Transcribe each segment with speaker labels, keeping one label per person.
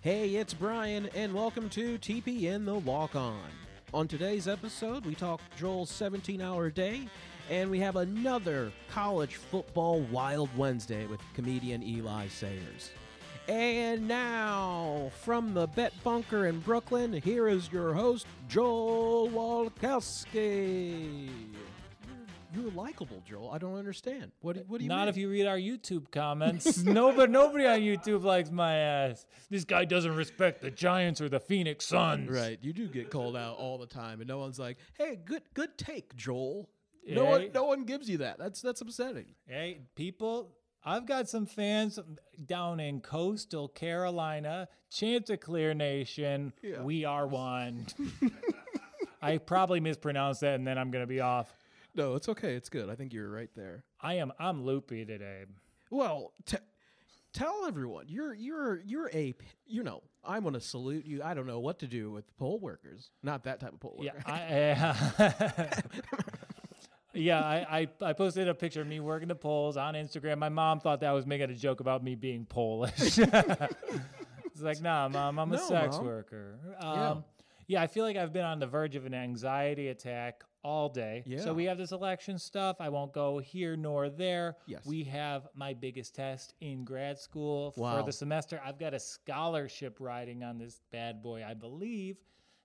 Speaker 1: Hey, it's Brian, and welcome to TPN The Walk On. On today's episode, we talk Joel's 17 hour day, and we have another college football Wild Wednesday with comedian Eli Sayers. And now, from the Bet Bunker in Brooklyn, here is your host, Joel Walkowski. You're, you're likable, Joel. I don't understand. What do, what do you
Speaker 2: Not
Speaker 1: mean?
Speaker 2: if you read our YouTube comments. nobody, nobody on YouTube likes my ass. This guy doesn't respect the Giants or the Phoenix Suns.
Speaker 1: Right, you do get called out all the time, and no one's like, "Hey, good good take, Joel." No
Speaker 2: Yeah.
Speaker 1: one, no one gives you that. That's that's upsetting.
Speaker 2: Hey, people, I've got some fans down in coastal Carolina, Chanticleer Nation.
Speaker 1: Yeah.
Speaker 2: We are one. I probably mispronounced that, and then I'm gonna be off.
Speaker 1: No, it's okay. It's good. I think you're right there.
Speaker 2: I am. I'm loopy today.
Speaker 1: Well, t- tell everyone you're you're you're a p- you know I'm gonna salute you. I don't know what to do with poll workers. Not that type of poll worker.
Speaker 2: Yeah, I, uh, yeah. I, I I posted a picture of me working the polls on Instagram. My mom thought that I was making a joke about me being Polish. it's like, nah, mom, I'm a
Speaker 1: No,
Speaker 2: sex
Speaker 1: Mom.
Speaker 2: worker. Um, yeah. I feel like I've been on the verge of an anxiety attack all day.
Speaker 1: Yeah.
Speaker 2: So we have this election stuff. I won't go here nor there.
Speaker 1: Yes.
Speaker 2: We have my biggest test in grad school
Speaker 1: Wow.
Speaker 2: for the semester. I've got a scholarship riding on this bad boy, I believe.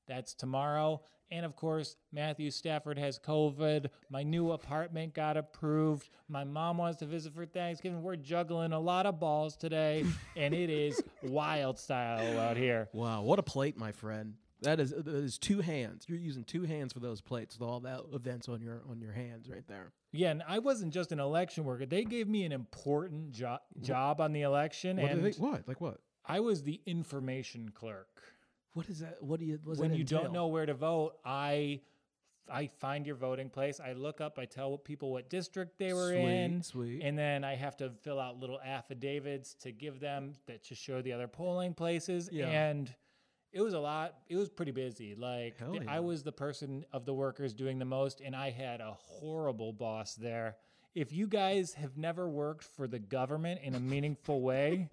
Speaker 2: That's tomorrow. And of course, Matthew Stafford has COVID. My new apartment got approved. My mom wants to visit for Thanksgiving. We're juggling a lot of balls today, and it is wild style out here.
Speaker 1: Wow, what a plate, my friend. That is that is two hands. You're using two hands for those plates with all that events on your on your hands right there.
Speaker 2: Yeah, and I wasn't just an election worker. They gave me an important jo- job on the election,
Speaker 1: What, do
Speaker 2: and
Speaker 1: they, what like what?
Speaker 2: I was the information clerk.
Speaker 1: What is that? What do you? What does
Speaker 2: when
Speaker 1: that
Speaker 2: you
Speaker 1: entail?
Speaker 2: don't know where to vote, I I find your voting place. I look up. I tell people what district they were
Speaker 1: Sweet,
Speaker 2: in,
Speaker 1: sweet.
Speaker 2: and then I have to fill out little affidavits to give them that to show the other polling places.
Speaker 1: Yeah.
Speaker 2: And it was a lot. It was pretty busy. Like
Speaker 1: Hell
Speaker 2: th-
Speaker 1: yeah.
Speaker 2: I was the person of the workers doing the most, and I had a horrible boss there. If you guys have never worked for the government in a meaningful way,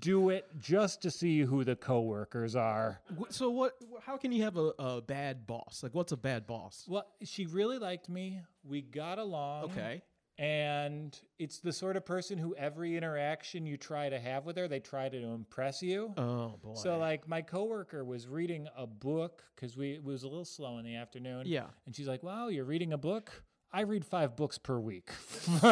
Speaker 2: do it just to see who the coworkers are.
Speaker 1: Wh- So what? How can you have a, a bad boss? Like, what's a bad boss?
Speaker 2: Well, she really liked me. We got along.
Speaker 1: Okay.
Speaker 2: And it's the sort of person who every interaction you try to have with her, they try to impress you.
Speaker 1: Oh boy.
Speaker 2: So like my coworker was reading a book because we it was a little slow in the afternoon.
Speaker 1: Yeah.
Speaker 2: And she's like, "Wow, you're reading a book? I read five books per week."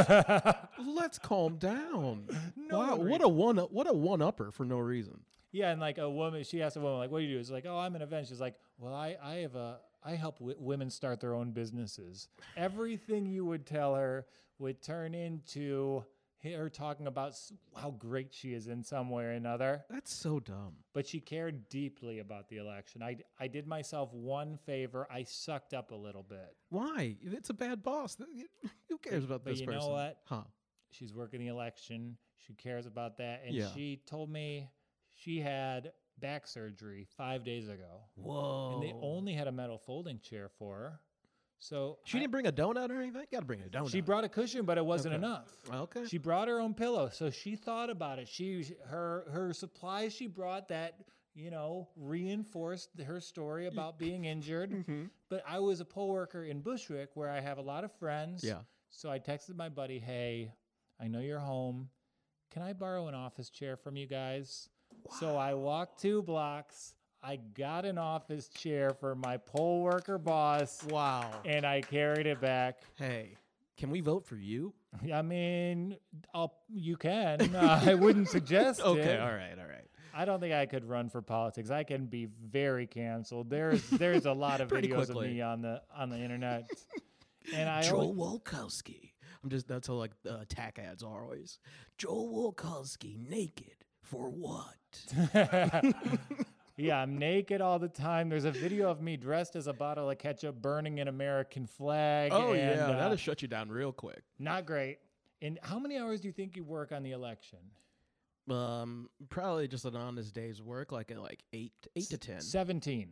Speaker 1: let's calm down.
Speaker 2: No
Speaker 1: wow,
Speaker 2: worries.
Speaker 1: what a one what a one upper for no reason.
Speaker 2: yeah, and like a woman, she asked a woman like, "What do you do?" It's like, "Oh, I'm an event." She's like, "Well, I I have a I help w- women start their own businesses." Everything you would tell her would turn into her talking about s- how great she is in some way or another.
Speaker 1: That's so dumb.
Speaker 2: but she cared deeply about the election. I, I did myself one favor. I sucked up a little bit.
Speaker 1: Why? It's a bad boss. Who cares about
Speaker 2: But
Speaker 1: this
Speaker 2: you know
Speaker 1: person?
Speaker 2: what?
Speaker 1: Huh?
Speaker 2: She's working the election. She cares about that. And
Speaker 1: Yeah.
Speaker 2: she told me she had back surgery five days ago.
Speaker 1: Whoa.
Speaker 2: And they only had a metal folding chair for her. So
Speaker 1: she didn't bring a donut or anything. Got to bring a donut. Oh,
Speaker 2: She brought a cushion, but it wasn't enough.
Speaker 1: Okay.
Speaker 2: She brought her own pillow, so she thought about it. She her her supplies she brought that you know reinforced her story about being injured.
Speaker 1: Mm-hmm.
Speaker 2: But I was a poll worker in Bushwick, where I have a lot of friends.
Speaker 1: Yeah.
Speaker 2: So I texted my buddy, "Hey, I know you're home. Can I borrow an office chair from you guys?" So I walked two blocks. I got an office chair for my poll worker boss,
Speaker 1: wow.
Speaker 2: and I carried it back.
Speaker 1: Hey, can we vote for you?
Speaker 2: I mean, I'll, you can. Uh, I wouldn't suggest
Speaker 1: Okay.
Speaker 2: it.
Speaker 1: All right. All right.
Speaker 2: I don't think I could run for politics. I can be very canceled. There's there's a lot of
Speaker 1: Pretty
Speaker 2: videos
Speaker 1: quickly.
Speaker 2: of me on the on the internet, and I
Speaker 1: Joel
Speaker 2: always,
Speaker 1: Wolkowski. I'm just that's how like uh, attack ads are always. Joel Wolkowski naked for what?
Speaker 2: yeah I'm naked all the time. There's a video of me dressed as a bottle of ketchup burning an American flag.
Speaker 1: Oh
Speaker 2: and,
Speaker 1: yeah,
Speaker 2: uh,
Speaker 1: that'll shut you down real quick.
Speaker 2: not great. And how many hours do you think you work on the election?
Speaker 1: Um, uh, probably just an honest day's work, like like eight eight to ten.
Speaker 2: Seventeen.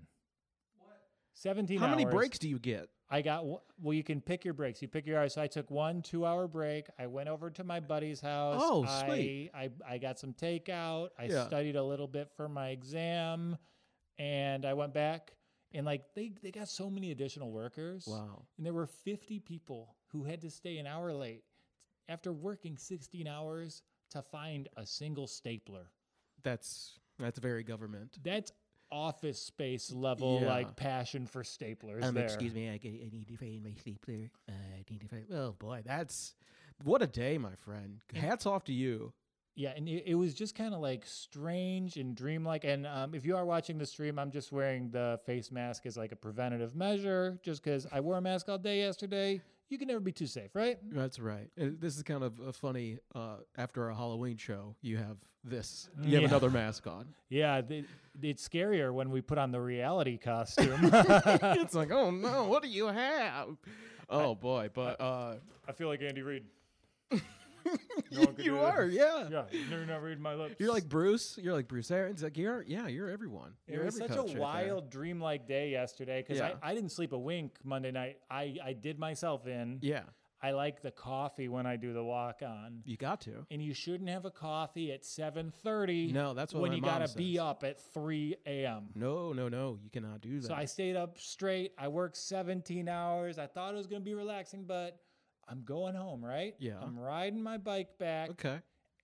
Speaker 2: 17
Speaker 1: How many
Speaker 2: hours.
Speaker 1: breaks do you get?
Speaker 2: I got one- well. You can pick your breaks. You pick your hours. So I took one two-hour break. I went over to my buddy's house.
Speaker 1: Oh,
Speaker 2: I,
Speaker 1: sweet.
Speaker 2: I I got some takeout. I
Speaker 1: Yeah.
Speaker 2: studied a little bit for my exam, and I went back. And like they they got so many additional workers.
Speaker 1: Wow.
Speaker 2: And there were 50 people who had to stay an hour late after working 16 hours to find a single stapler.
Speaker 1: That's that's very government.
Speaker 2: That's office space level
Speaker 1: Yeah.
Speaker 2: like passion for staplers.
Speaker 1: Um,
Speaker 2: there.
Speaker 1: excuse me, I, get, I need to find my stapler. Uh, I need to find. Oh boy, that's what a day, my friend. Hats off to you.
Speaker 2: Yeah, and it, it was just kind of like strange and dreamlike. And um, if you are watching the stream, I'm just wearing the face mask as like a preventative measure, just because I wore a mask all day yesterday. You can never be too safe, right?
Speaker 1: That's right. Uh, This is kind of a funny. Uh, after a Halloween show, you have this. You have
Speaker 2: Yeah.
Speaker 1: another mask on.
Speaker 2: Yeah, th- it's scarier when we put on the reality costume.
Speaker 1: it's like, oh no, what do you have? Oh boy, but uh,
Speaker 2: I feel like Andy Reid. could do
Speaker 1: you
Speaker 2: that.
Speaker 1: are, yeah.
Speaker 2: you're not reading my lips.
Speaker 1: You're like Bruce. You're like Bruce Aaron. It's like you're, yeah, you're everyone.
Speaker 2: It
Speaker 1: You're
Speaker 2: was
Speaker 1: every
Speaker 2: such a
Speaker 1: coach right there.
Speaker 2: wild, dreamlike day yesterday because
Speaker 1: Yeah.
Speaker 2: I, I didn't sleep a wink Monday night. I, I did myself in.
Speaker 1: Yeah,
Speaker 2: I like the coffee when I do the walk on.
Speaker 1: you got to.
Speaker 2: and you shouldn't have a coffee at 7.30
Speaker 1: No, that's what
Speaker 2: when
Speaker 1: my
Speaker 2: you
Speaker 1: mom
Speaker 2: gotta be
Speaker 1: says.
Speaker 2: up at 3 a.m
Speaker 1: No, no, no. You cannot do that.
Speaker 2: so i stayed up straight i worked 17 hours i thought it was gonna be relaxing but i'm going home right
Speaker 1: Yeah.
Speaker 2: i'm riding my bike back
Speaker 1: okay.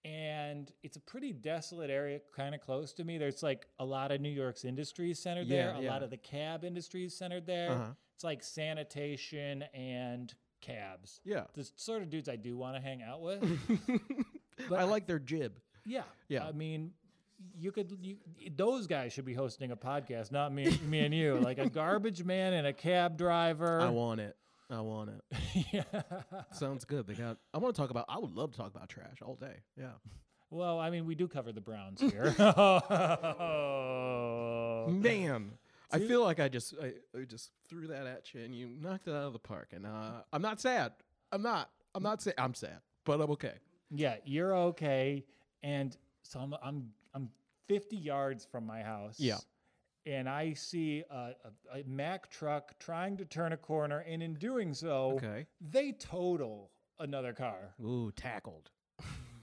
Speaker 2: and it's a pretty desolate area kind of close to me there's like a lot of new york's industries centered
Speaker 1: Yeah,
Speaker 2: there a
Speaker 1: yeah.
Speaker 2: lot of the cab industries centered there
Speaker 1: Uh-huh.
Speaker 2: it's like sanitation and cabs
Speaker 1: Yeah.
Speaker 2: the sort of dudes i do want to hang out with
Speaker 1: I like their jib.
Speaker 2: Yeah.
Speaker 1: Yeah.
Speaker 2: I mean, you could you, those guys should be hosting a podcast, not me me and you. Like a garbage man and a cab driver.
Speaker 1: I want it. I want it.
Speaker 2: yeah.
Speaker 1: Sounds good. They got. I want to talk about. I would love to talk about trash all day. Yeah.
Speaker 2: Well, I mean, we do cover the Browns here.
Speaker 1: Man, I feel like I just I, I just threw that at you and you knocked it out of the park. And uh, I'm not sad. I'm not. I'm not sad. I'm sad, but I'm okay.
Speaker 2: yeah, you're okay. And so I'm I'm I'm 50 yards from my house.
Speaker 1: Yeah.
Speaker 2: And I see a, a, a Mack truck trying to turn a corner, and in doing so,
Speaker 1: Okay.
Speaker 2: they total another car.
Speaker 1: Ooh, tackled.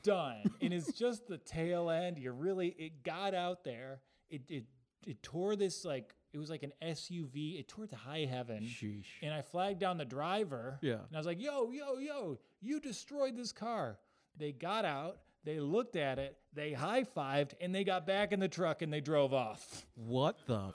Speaker 2: done and it's just the tail end you're really it got out there it it it tore this like it was like an SUV it tore it to high heaven
Speaker 1: Sheesh.
Speaker 2: and I flagged down the driver
Speaker 1: Yeah.
Speaker 2: and I was like yo yo yo you destroyed this car they got out they looked at it they high-fived and they got back in the truck and they drove off
Speaker 1: What the?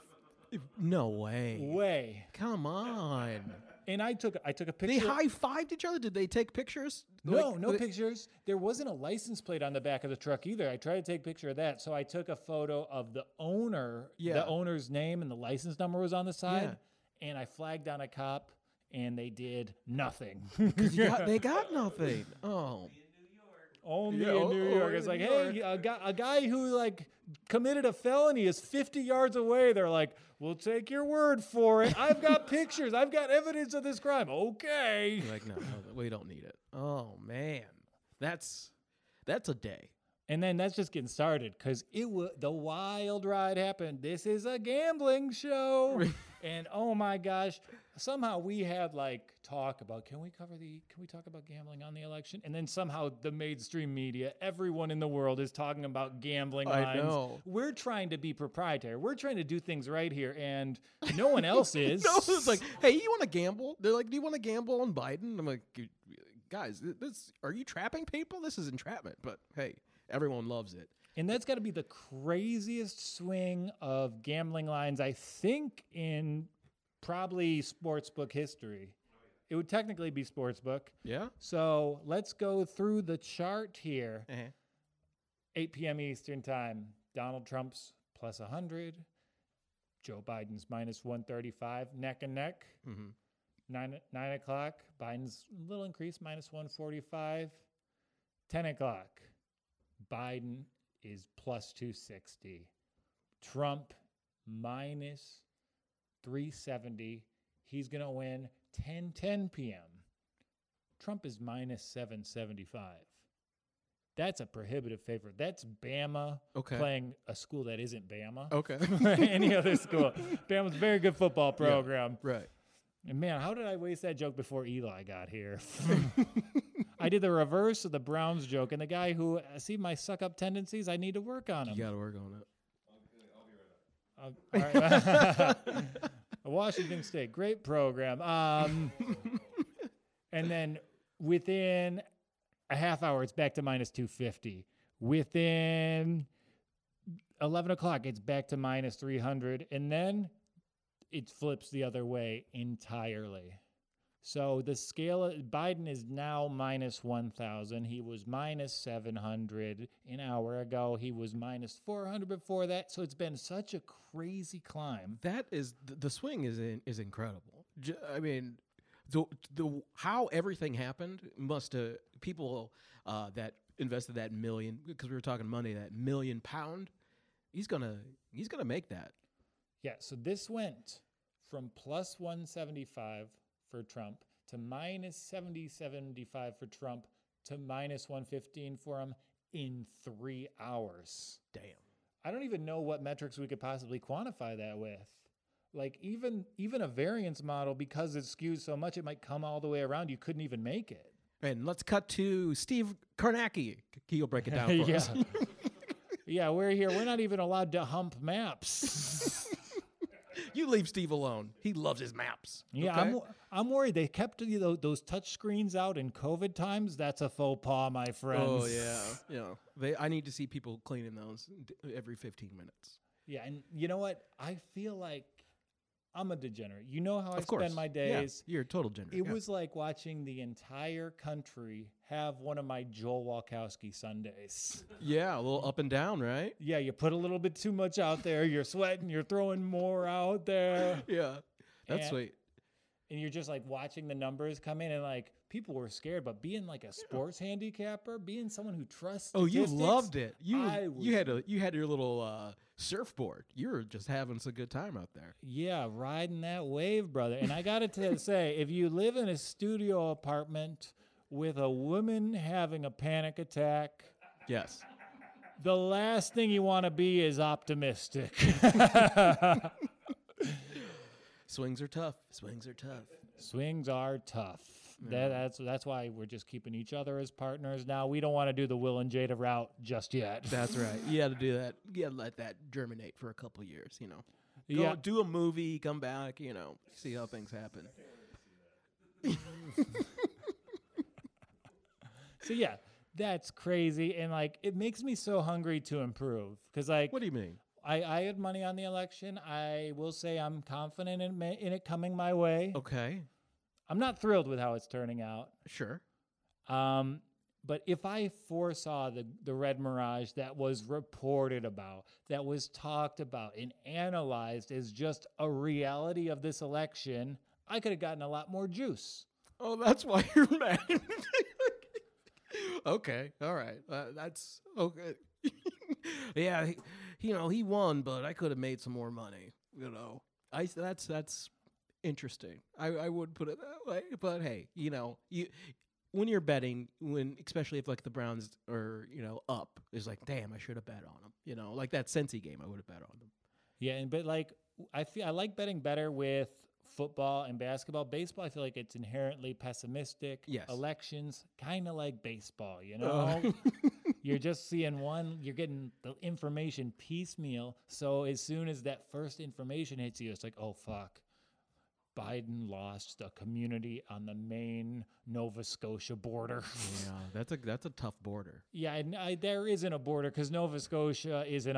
Speaker 1: F- no way.
Speaker 2: way
Speaker 1: Come on.
Speaker 2: and I took I took a
Speaker 1: They
Speaker 2: picture
Speaker 1: high fived each other. Did they take pictures?
Speaker 2: No,
Speaker 1: Like,
Speaker 2: no
Speaker 1: they-
Speaker 2: pictures. There wasn't a license plate on the back of the truck either. I tried to take a picture of that. So I took a photo of the owner,
Speaker 1: Yeah.
Speaker 2: the owner's name and the license number was on the side. And I flagged down a cop and they did nothing.
Speaker 1: 'Cause you got- they got nothing. Oh,
Speaker 2: Only
Speaker 1: Yeah,
Speaker 2: in New
Speaker 1: oh,
Speaker 2: York.
Speaker 1: oh,
Speaker 2: It's
Speaker 1: in
Speaker 2: like,
Speaker 1: New
Speaker 2: hey, a guy, a guy who like committed a felony is 50 yards away. They're like, we'll take your word for it. I've got pictures. I've got evidence of this crime. Okay.
Speaker 1: You're like, no, no, we don't need it. Oh man, that's that's a day.
Speaker 2: And then that's just getting started because it was the wild ride happened. This is a gambling show, and oh my gosh, somehow we had like talk about can we cover the can we talk about gambling on the election? And then somehow the mainstream media, everyone in the world is talking about gambling.
Speaker 1: I
Speaker 2: lines.
Speaker 1: know.
Speaker 2: We're trying to be proprietary. We're trying to do things right here, and no one else is.
Speaker 1: No, it's like, hey, you want to gamble? They're like, do you want to gamble on Biden? I'm like, "You- guys, th- this are you trapping people? This is entrapment. But hey, everyone loves it.
Speaker 2: And that's got to be the craziest swing of gambling lines, I think, in probably sportsbook history. It would technically be sportsbook.
Speaker 1: Yeah.
Speaker 2: So let's go through the chart here.
Speaker 1: Uh-huh.
Speaker 2: 8 p.m. Eastern Time, Donald Trump's plus 100, Joe Biden's minus 135, neck and neck.
Speaker 1: Mhm.
Speaker 2: Nine, nine o'clock, Biden's little increase, minus 145. 10 o'clock, Biden is plus 260. Trump minus 370. He's going to win 10 10 p.m. Trump is minus 775. That's a prohibitive favorite. That's Bama
Speaker 1: Okay. Oh.
Speaker 2: playing a school that isn't Bama.
Speaker 1: Okay.
Speaker 2: Any other school. Bama's a very good football program.
Speaker 1: right.
Speaker 2: And man, how did I waste that joke before Eli got here? I did the reverse of the Browns joke, and the guy who uh, see my suck up tendencies, I need to work on him.
Speaker 1: You got to work on it.
Speaker 2: Uh, all right. Washington State, great program. Um, and then within a half hour, it's back to minus 250. Within 11 o'clock, it's back to minus 300. And then it flips the other way entirely. So the scale, Biden is now minus 1,000. He was minus 700 an hour ago. He was minus 400 before that. So it's been such a crazy climb.
Speaker 1: That is th- the swing is in, is incredible. J- I mean, the the how everything happened must have people uh, that invested that million because we were talking money that million pound. He's gonna he's gonna make that.
Speaker 2: Yeah, so this went from plus 175 for Trump to minus 7075 for Trump to minus 115 for him in three hours.
Speaker 1: Damn.
Speaker 2: I don't even know what metrics we could possibly quantify that with. Like even even a variance model, because it skews so much, it might come all the way around. You couldn't even make it.
Speaker 1: And let's cut to Steve Karnacki. He'll break it down for
Speaker 2: yeah.
Speaker 1: us.
Speaker 2: yeah, we're here. We're not even allowed to hump maps.
Speaker 1: You leave Steve alone. He loves his maps.
Speaker 2: Yeah,
Speaker 1: okay?
Speaker 2: I'm wo- I'm worried they kept you know, those touch screens out in COVID times. That's a faux pas, my friends.
Speaker 1: Oh yeah, yeah. They, I need to see people cleaning those d- every 15 minutes.
Speaker 2: yeah. And you know what? I feel like I'm a degenerate. You know how I
Speaker 1: of course,
Speaker 2: spend my
Speaker 1: Yeah,
Speaker 2: days.
Speaker 1: you're a total gender.
Speaker 2: It was like watching the entire country have one of my Joel Walkowski Sundays.
Speaker 1: yeah, a little up and down, right?
Speaker 2: Yeah, you put a little bit too much out there. You're sweating. You're throwing more out there.
Speaker 1: Yeah, that's
Speaker 2: And-
Speaker 1: sweet.
Speaker 2: and you're just like watching the numbers come in and like people were scared but being like a sports handicapper being someone who trusts
Speaker 1: Oh, you
Speaker 2: statistics,
Speaker 1: loved it. You
Speaker 2: I was-
Speaker 1: you had a you had your little uh, surfboard. You were just having some good time out there.
Speaker 2: yeah riding that wave brother and i gotta t- say if you live in a studio apartment with a woman having a panic attack
Speaker 1: Yes.
Speaker 2: the last thing you want to be is optimistic
Speaker 1: Swings are tough. Swings are tough.
Speaker 2: swings are tough that, that's that's why we're just keeping each other as partners now. We don't want to do the Will and Jada route just yet.
Speaker 1: That's right. You had to do that. You had to let that germinate for a couple years. You know, Go
Speaker 2: Yeah.
Speaker 1: do a movie, come back. You know, see how things happen.
Speaker 2: So yeah, that's crazy, and like it makes me so hungry to improve because like
Speaker 1: What do you mean?
Speaker 2: I, I had money on the election. I will say I'm confident in, ma- in it coming my way.
Speaker 1: Okay,
Speaker 2: I'm not thrilled with how it's turning out.
Speaker 1: sure.
Speaker 2: Um, but if I foresaw the, the red mirage that was reported about, that was talked about and analyzed as just a reality of this election, I could have gotten a lot more juice.
Speaker 1: Oh, that's why you're mad. okay, all right. Uh, that's okay. yeah, he, you know he won, but I could have made some more money. You know, I s- that's that's interesting. I, I would put it that way, but hey, you know you. When you're betting, when especially if like the Browns are you know up, it's like damn, I should have bet on them. You know, like that Sensi game, I would have bet on them.
Speaker 2: Yeah, and but like w- I feel I like betting better with football and basketball. Baseball, I feel like it's inherently pessimistic.
Speaker 1: Yes.
Speaker 2: Elections, kind of like baseball, you
Speaker 1: Uh,
Speaker 2: know. you're just seeing one. You're getting the information piecemeal. So as soon as that first information hits you, it's like, oh fuck. Biden lost a community on the Maine Nova Scotia border.
Speaker 1: yeah, that's a that's a tough border.
Speaker 2: Yeah, and I, there isn't a border because Nova Scotia is an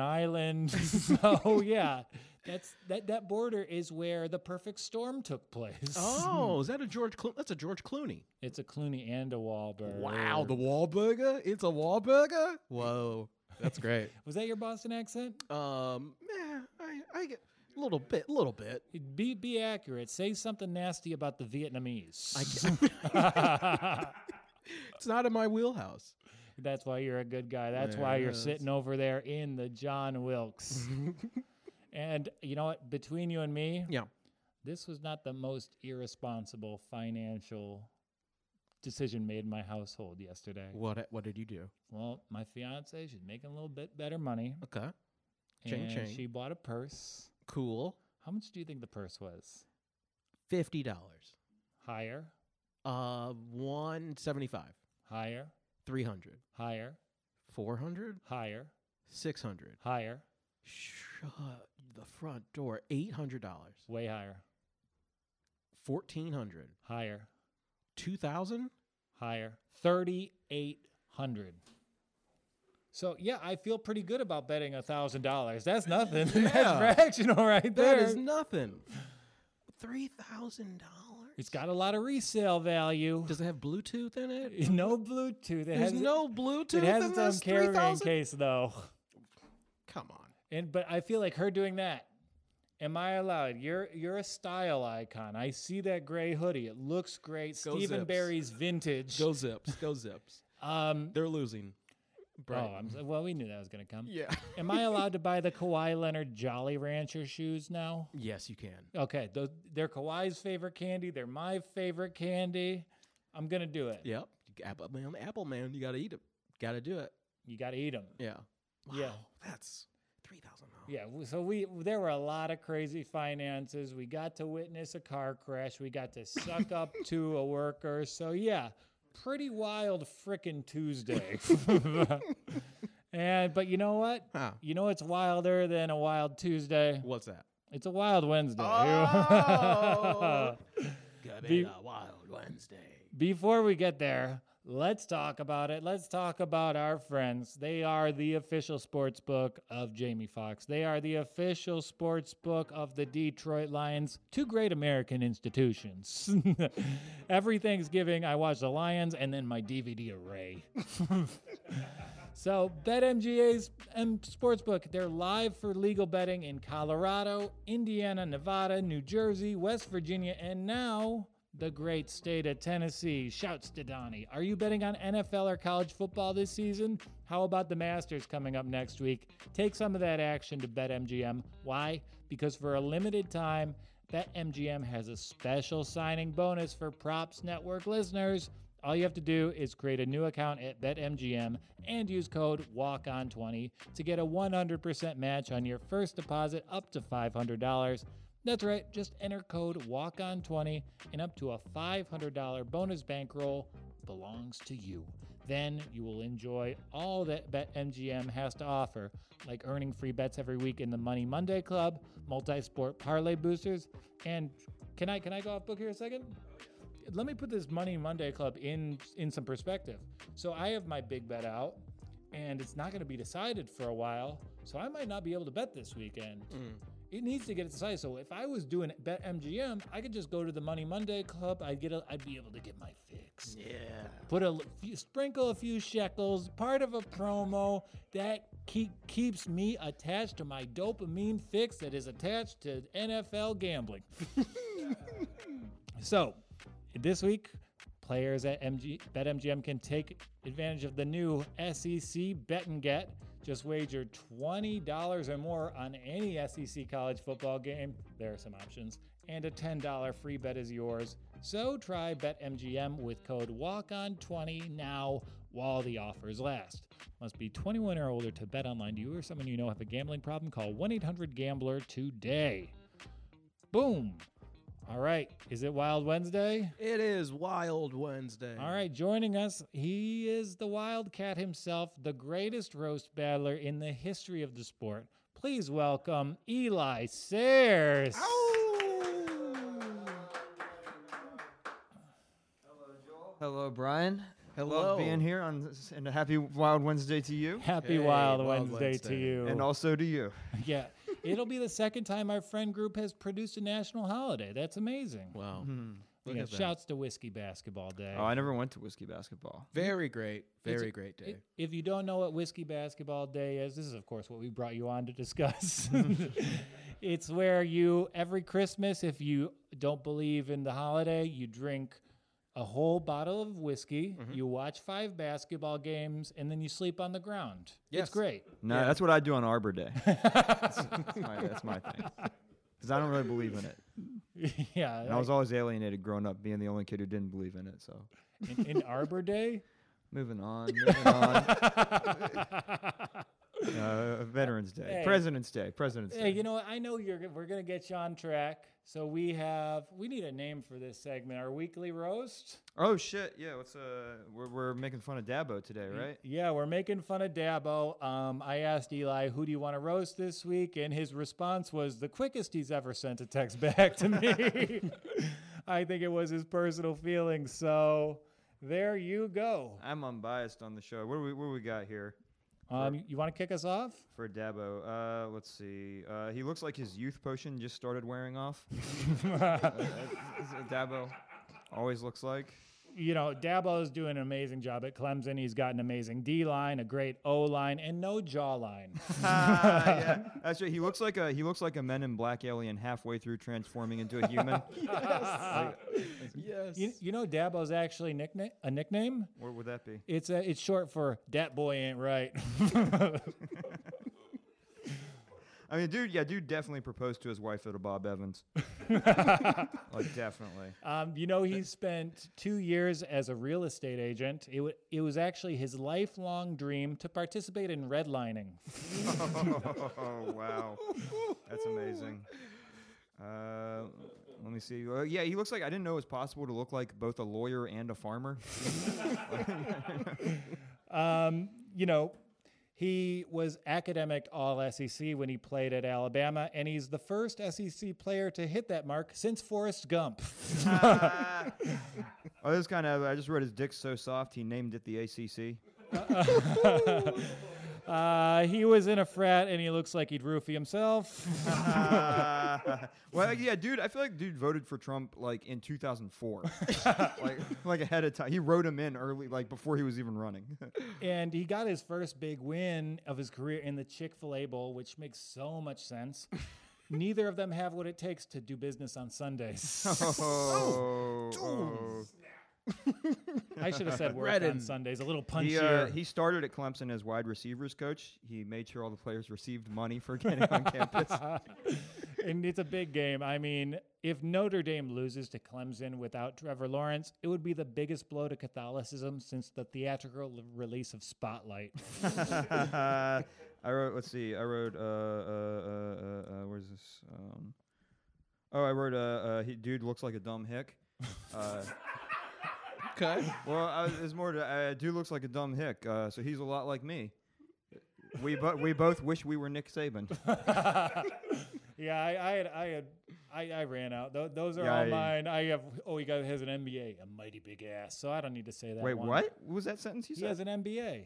Speaker 2: island. so yeah, that's that that border is where the perfect storm took place.
Speaker 1: Oh, is that a George? Clo- that's a George Clooney.
Speaker 2: it's a Clooney and a Wahlberg.
Speaker 1: Wow, the Wahlburger? It's a Wahlburger? Whoa, that's great.
Speaker 2: was that your Boston accent?
Speaker 1: um, eh, I, I get a little bit, little bit.
Speaker 2: Be be accurate. Say something nasty about the Vietnamese.
Speaker 1: It's not in my wheelhouse.
Speaker 2: That's why you're a good guy. That's why
Speaker 1: There it
Speaker 2: you're
Speaker 1: is.
Speaker 2: sitting over there in the John Wilkes. and you know what? Between you and me,
Speaker 1: Yeah.
Speaker 2: this was not the most irresponsible financial decision made in my household yesterday.
Speaker 1: What what did you do?
Speaker 2: Well, my fiance, she's making a little bit better money.
Speaker 1: Okay. Ching,
Speaker 2: and
Speaker 1: ching.
Speaker 2: She bought a purse.
Speaker 1: Cool.
Speaker 2: How much do you think the purse was?
Speaker 1: Fifty dollars.
Speaker 2: Higher,
Speaker 1: Uh one seventy five.
Speaker 2: higher,
Speaker 1: Three hundred.
Speaker 2: higher,
Speaker 1: Four hundred?
Speaker 2: higher,
Speaker 1: Six hundred.
Speaker 2: higher,
Speaker 1: Shut the front door. Eight hundred dollars.
Speaker 2: way higher,
Speaker 1: Fourteen hundred.
Speaker 2: higher,
Speaker 1: Two thousand?
Speaker 2: higher. 3,800. So, yeah, I feel pretty good about betting a $1,000. That's nothing.
Speaker 1: Yeah.
Speaker 2: That's fractional right there.
Speaker 1: That is nothing. Three thousand dollars?
Speaker 2: it's got a lot of resale value.
Speaker 1: Does it have Bluetooth in it?
Speaker 2: No Bluetooth. It
Speaker 1: There's
Speaker 2: has,
Speaker 1: no Bluetooth
Speaker 2: it has
Speaker 1: in
Speaker 2: its own
Speaker 1: this three
Speaker 2: carrying
Speaker 1: thousand.
Speaker 2: case, though.
Speaker 1: Come on.
Speaker 2: And but I feel like her doing that. Am I allowed? You're you're a style icon. I see that gray hoodie. It looks great.
Speaker 1: Go
Speaker 2: Stephen
Speaker 1: Zips.
Speaker 2: Barry's vintage.
Speaker 1: Go zips. Go zips.
Speaker 2: um,
Speaker 1: They're losing.
Speaker 2: oh,
Speaker 1: Brighton.
Speaker 2: I'm so- well, we knew that was gonna come.
Speaker 1: yeah.
Speaker 2: Am I allowed to buy the Kawhi Leonard Jolly Rancher shoes now?
Speaker 1: Yes, you can.
Speaker 2: Okay, those, they're Kawhi's favorite candy. They're my favorite candy. I'm gonna do it.
Speaker 1: Yep. Apple man, Apple man, you got to eat it. Got to do it.
Speaker 2: You gotta eat them.
Speaker 1: Yeah.
Speaker 2: Yeah.
Speaker 1: Wow, That's three thousand dollars.
Speaker 2: Yeah, w- so we there were a lot of crazy finances. We got to witness a car crash. We got to suck up to a worker. So yeah, pretty wild frickin' Tuesday. and but you know what?
Speaker 1: Huh.
Speaker 2: You know what's wilder than a wild Tuesday?
Speaker 1: What's that?
Speaker 2: It's a wild Wednesday.
Speaker 1: Oh. Got
Speaker 2: Be-
Speaker 1: it a wild Wednesday.
Speaker 2: Before we get there, let's talk about it. Let's talk about our friends. They are the official sports book of Jamie Foxx. They are the official sports book of the Detroit Lions, two great American institutions. Every Thanksgiving, I watch the Lions and then my DVD array. So BetMGA's um, sportsbook, they're live for legal betting in Colorado, Indiana, Nevada, New Jersey, West Virginia, and now the great state of Tennessee. Shouts to Donnie. Are you betting on NFL or college football this season? How about the Masters coming up next week? Take some of that action to BetMGM. Why? Because for a limited time, BetMGM has a special signing bonus for Props Network listeners. All you have to do is create a new account at BetMGM and use code WALKON20 to get a 100% match on your first deposit up to $500. That's right, just enter code WALKON20 and up to a $500 bonus bankroll belongs to you. Then you will enjoy all that BetMGM has to offer, like earning free bets every week in the Money Monday Club, multi-sport parlay boosters, and can I can I go off book here a second? let me put this Money Monday Club in in some perspective. So I have my big bet out, and it's not going to be decided for a while. So I might not be able to bet this weekend. It needs to get decided. So if I was doing bet MGM, I could just go to the Money Monday Club. I'd get a, I'd be able to get my fix.
Speaker 1: Yeah.
Speaker 2: Put a l- few, sprinkle a few shekels, part of a promo that keep, keeps me attached to my dopamine fix that is attached to NFL gambling. so, this week, players at MG, BetMGM can take advantage of the new SEC Bet and Get. Just wager $20 or more on any SEC college football game. There are some options. And a $10 free bet is yours. So try BetMGM with code WALKON20 now while the offers last. Must be 21 or older to bet online. Do you or someone you know have a gambling problem? Call 1 800 Gambler today. Boom. All right. Is it Wild Wednesday?
Speaker 1: It is Wild Wednesday.
Speaker 2: All right. Joining us, he is the Wildcat himself, the greatest roast battler in the history of the sport. Please welcome Eli Sayers.
Speaker 3: Hello, Brian.
Speaker 1: Hello.
Speaker 3: Love being here on this, and a happy Wild Wednesday to you,
Speaker 2: Happy
Speaker 1: Hey,
Speaker 2: Wild,
Speaker 1: Wild
Speaker 2: Wednesday, to
Speaker 1: Wednesday.
Speaker 2: you.
Speaker 3: and also to you.
Speaker 2: yeah. It'll be the second time our friend group has produced a national holiday. That's amazing.
Speaker 1: Wow. Look
Speaker 2: Hmm. Yeah,
Speaker 1: at that.
Speaker 2: shouts to Whiskey Basketball Day.
Speaker 3: Oh, I never went to whiskey basketball.
Speaker 1: Very great.
Speaker 2: It's-
Speaker 1: Very great day.
Speaker 2: I- If you don't know what Whiskey Basketball Day is, this is, of course, what we brought you on to discuss. it's where you, every Christmas, if you don't believe in the holiday, you drink a whole bottle of whiskey,
Speaker 1: Mm-hmm.
Speaker 2: you watch five basketball games, and then you sleep on the ground.
Speaker 1: Yes.
Speaker 2: It's great.
Speaker 3: No, that's what I do on Arbor Day. that's, that's my, that's my thing. Because I don't really believe in it.
Speaker 2: yeah.
Speaker 3: And I was always alienated growing up, being the only kid who didn't believe in it. So
Speaker 2: in, in Arbor Day.
Speaker 3: moving on, moving on. Uh, Veterans Day,
Speaker 2: Hey.
Speaker 3: President's Day, President's
Speaker 2: Hey,
Speaker 3: Day.
Speaker 2: you know what? I know you're. g- We're gonna get you on track. So we have. We need a name for this segment. Our weekly roast.
Speaker 3: oh shit, yeah. What's uh, we're, we're making fun of Dabo today, right?
Speaker 2: Yeah, we're making fun of Dabo. Um, I asked Eli, "Who do you want to roast this week?" And his response was the quickest he's ever sent a text back to me. I think it was his personal feelings. So there you go.
Speaker 3: I'm unbiased on the show. What do we what do we got here
Speaker 2: Um, you want to kick us off?
Speaker 3: for Dabo? Uh, let's see. Uh, he looks like his youth potion just started wearing off. Uh, That's what Dabo always looks like.
Speaker 2: you know, Dabo's doing an amazing job at Clemson. He's got an amazing D line, a great O line, and no jawline.
Speaker 3: Ah, yeah, that's right. He looks like a he looks like a Men in Black alien halfway through transforming into a human.
Speaker 1: Yes.
Speaker 2: you, you know, Dabo's actually nickname a nickname.
Speaker 3: what would that be?
Speaker 2: It's a, it's short for Dat Boy Ain't Right.
Speaker 3: I mean, dude, yeah, dude definitely proposed to his wife at a Bob Evans. like, definitely.
Speaker 2: um, you know, he spent two years as a real estate agent. It, wa it was actually his lifelong dream to participate in redlining.
Speaker 3: Oh, wow. That's amazing. Uh, let me see. Uh, yeah, he looks like I didn't know it was possible to look like both a lawyer and a farmer.
Speaker 2: you know, he was academic all SEC when he played at Alabama, and he's the first SEC player to hit that mark since Forrest Gump.
Speaker 3: Oh, this kind of. I just read his dick's so soft he named it the ACC.
Speaker 2: Uh, he was in a frat, and he looks like he'd roofie himself.
Speaker 3: Ah. well, yeah, dude. I feel like dude voted for Trump like in 2004, like like ahead of time. He wrote him in early, like before he was even running.
Speaker 2: and he got his first big win of his career in the Chick fil A Bowl, which makes so much sense. Neither of them have what it takes to do business on Sundays.
Speaker 3: oh, oh.
Speaker 2: I should have said work on
Speaker 1: Redden.
Speaker 2: Sundays, a little
Speaker 3: He, uh,
Speaker 2: punchier.
Speaker 3: he started at Clemson as wide receivers coach. He made sure all the players received money for getting on campus.
Speaker 2: and it's a big game. I mean, if Notre Dame loses to Clemson without Trevor Lawrence, it would be the biggest blow to Catholicism since the theatrical l- release of Spotlight.
Speaker 3: I wrote. Let's see. I wrote. Uh, uh, uh, uh, uh, where's this? Um, oh, I wrote. Uh, uh, he, dude looks like a dumb hick. Uh,
Speaker 1: Okay.
Speaker 3: Well, I, there's more to. Uh, dude looks like a dumb hick, uh, so he's a lot like me. We bo- we both wish we were Nick Saban.
Speaker 2: yeah, I, I had, I had, I, I ran out. Tho- those are
Speaker 3: Yeah,
Speaker 2: all
Speaker 3: I-
Speaker 2: mine. I have. Oh, he got has an MBA, a mighty big ass. So I don't need to say that.
Speaker 3: Wait,
Speaker 2: one.
Speaker 3: what? What was that sentence you
Speaker 2: He has
Speaker 3: said?
Speaker 2: an MBA.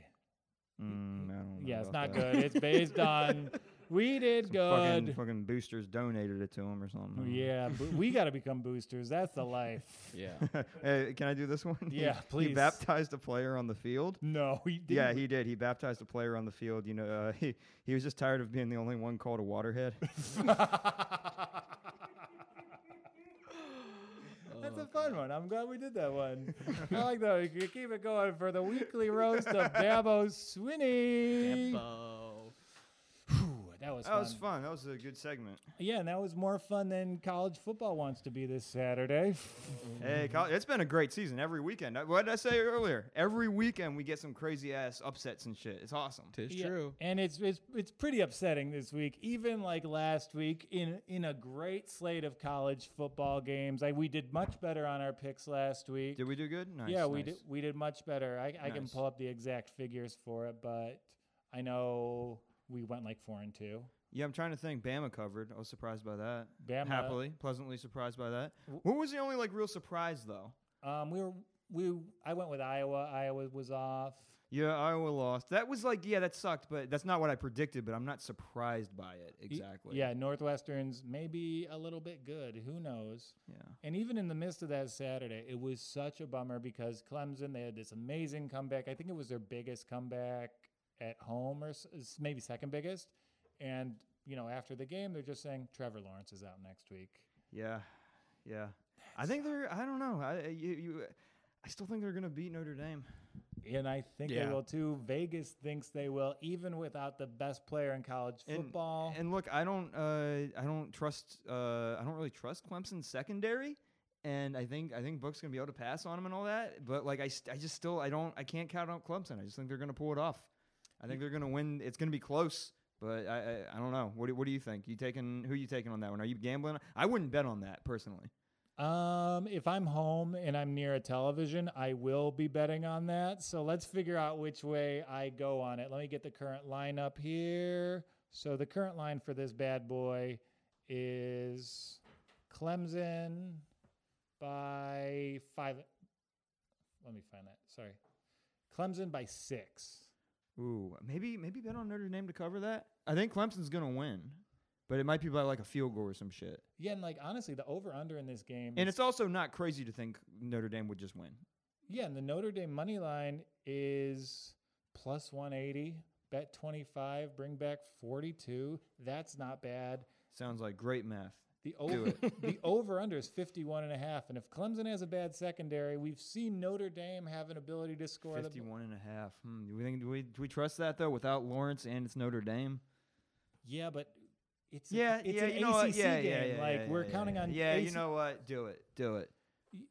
Speaker 3: Mm, I don't know
Speaker 2: Yeah, it's
Speaker 3: about
Speaker 2: not
Speaker 3: that.
Speaker 2: good. It's based on. We did
Speaker 3: Fucking,
Speaker 2: good.
Speaker 3: fucking boosters donated it to him or something.
Speaker 2: Yeah, bo- we got to become boosters. That's the life.
Speaker 1: Yeah.
Speaker 3: Hey, can I do this one? He-
Speaker 2: Yeah,
Speaker 3: He
Speaker 2: please.
Speaker 3: baptized a player on the field.
Speaker 2: No, he did.
Speaker 3: Yeah, he did. He baptized a player on the field. You know, uh, he he was just tired of being the only one called a waterhead.
Speaker 2: That's
Speaker 3: Oh,
Speaker 1: Oh,
Speaker 2: a fun one. I'm glad we did that one. I like that. We could keep it going for the weekly roast of Dabo Swinney. Ooh, that was
Speaker 3: that
Speaker 2: fun.
Speaker 3: was fun. That was a good segment.
Speaker 2: Yeah, and that was more fun than college football wants to be this Saturday.
Speaker 3: Hey, Kyle, it's been a great season every weekend. Uh, What did I say earlier? Every weekend we get some crazy ass upsets and shit. It's awesome.
Speaker 1: Tis
Speaker 2: Yeah,
Speaker 1: true.
Speaker 2: And it's it's it's pretty upsetting this week. Even like last week, in in a great slate of college football games, I, we did much better on our picks last week.
Speaker 3: Did we do good? Nice.
Speaker 2: yeah, we
Speaker 3: nice.
Speaker 2: did we did much better. I, I can
Speaker 3: Nice.
Speaker 2: pull up the exact figures for it, but I know we went like four and two.
Speaker 3: Yeah, I'm trying to think. Bama covered. I was surprised by that.
Speaker 2: Bama-
Speaker 3: happily, pleasantly surprised by that. What was the only like real surprise though?
Speaker 2: Um, we were we I went with Iowa. Iowa was off.
Speaker 3: Yeah, Iowa lost. That was like, yeah, that sucked, but that's not what I predicted. But I'm not surprised by it
Speaker 2: Y-
Speaker 3: exactly.
Speaker 2: Yeah, Northwestern's maybe a little bit good. Who knows?
Speaker 3: yeah.
Speaker 2: And even in the midst of that Saturday, it was such a bummer because Clemson, they had this amazing comeback. I think it was their biggest comeback at home or s- s- maybe second biggest. And, you know, after the game, they're just saying Trevor Lawrence is out next week.
Speaker 3: Yeah, yeah. I think they're. I don't know. I I- you, you I still think they're gonna beat Notre Dame.
Speaker 2: and I think
Speaker 1: Yeah.
Speaker 2: they will too. Vegas thinks they will, even without the best player in college
Speaker 3: And-
Speaker 2: football.
Speaker 3: And, look, I don't, uh, I don't trust, uh, I don't really trust Clemson's secondary, and I think, I think Book's gonna be able to pass on him and all that. But like, I, st- I just still, I don't, I can't count out Clemson. I just think they're gonna pull it off. I think they're gonna win. It's gonna be close, but I, I, I don't know. What do, what do you think? You taking who you taking on that one? Are you gambling? I wouldn't bet on that personally.
Speaker 2: Um, if I'm home and I'm near a television, I will be betting on that. So let's figure out which way I go on it. Let me get the current line up here. So the current line for this bad boy is Clemson by five. Let me find that. Sorry. Clemson by six.
Speaker 3: Ooh, maybe, maybe bet on Notre Dame to cover that. I think Clemson's gonna win, but it might be by like a field goal or some shit.
Speaker 2: Yeah, and like honestly, the over under in this game
Speaker 3: And
Speaker 2: is
Speaker 3: it's also not crazy to think Notre Dame would just win.
Speaker 2: Yeah, and the Notre Dame money line is plus 180, bet 25, bring back 42. That's not bad.
Speaker 3: Sounds like great math.
Speaker 2: The
Speaker 3: Do
Speaker 2: over the over under is 51 and a half and if Clemson has a bad secondary, we've seen Notre Dame have an ability to score the b-
Speaker 3: 51 and a half. Hmm. Do we think do we, do we trust that though without Lawrence and it's Notre Dame?
Speaker 2: Yeah, but it's a-
Speaker 3: Yeah,
Speaker 2: it's
Speaker 3: yeah,
Speaker 2: an
Speaker 3: you know what?
Speaker 2: ACC
Speaker 3: Yeah,
Speaker 2: game.
Speaker 3: yeah, yeah,
Speaker 2: like
Speaker 3: yeah,
Speaker 2: we're
Speaker 3: yeah,
Speaker 2: counting
Speaker 3: yeah.
Speaker 2: on
Speaker 3: Yeah, you
Speaker 2: AC
Speaker 3: know what? Do it. Do it.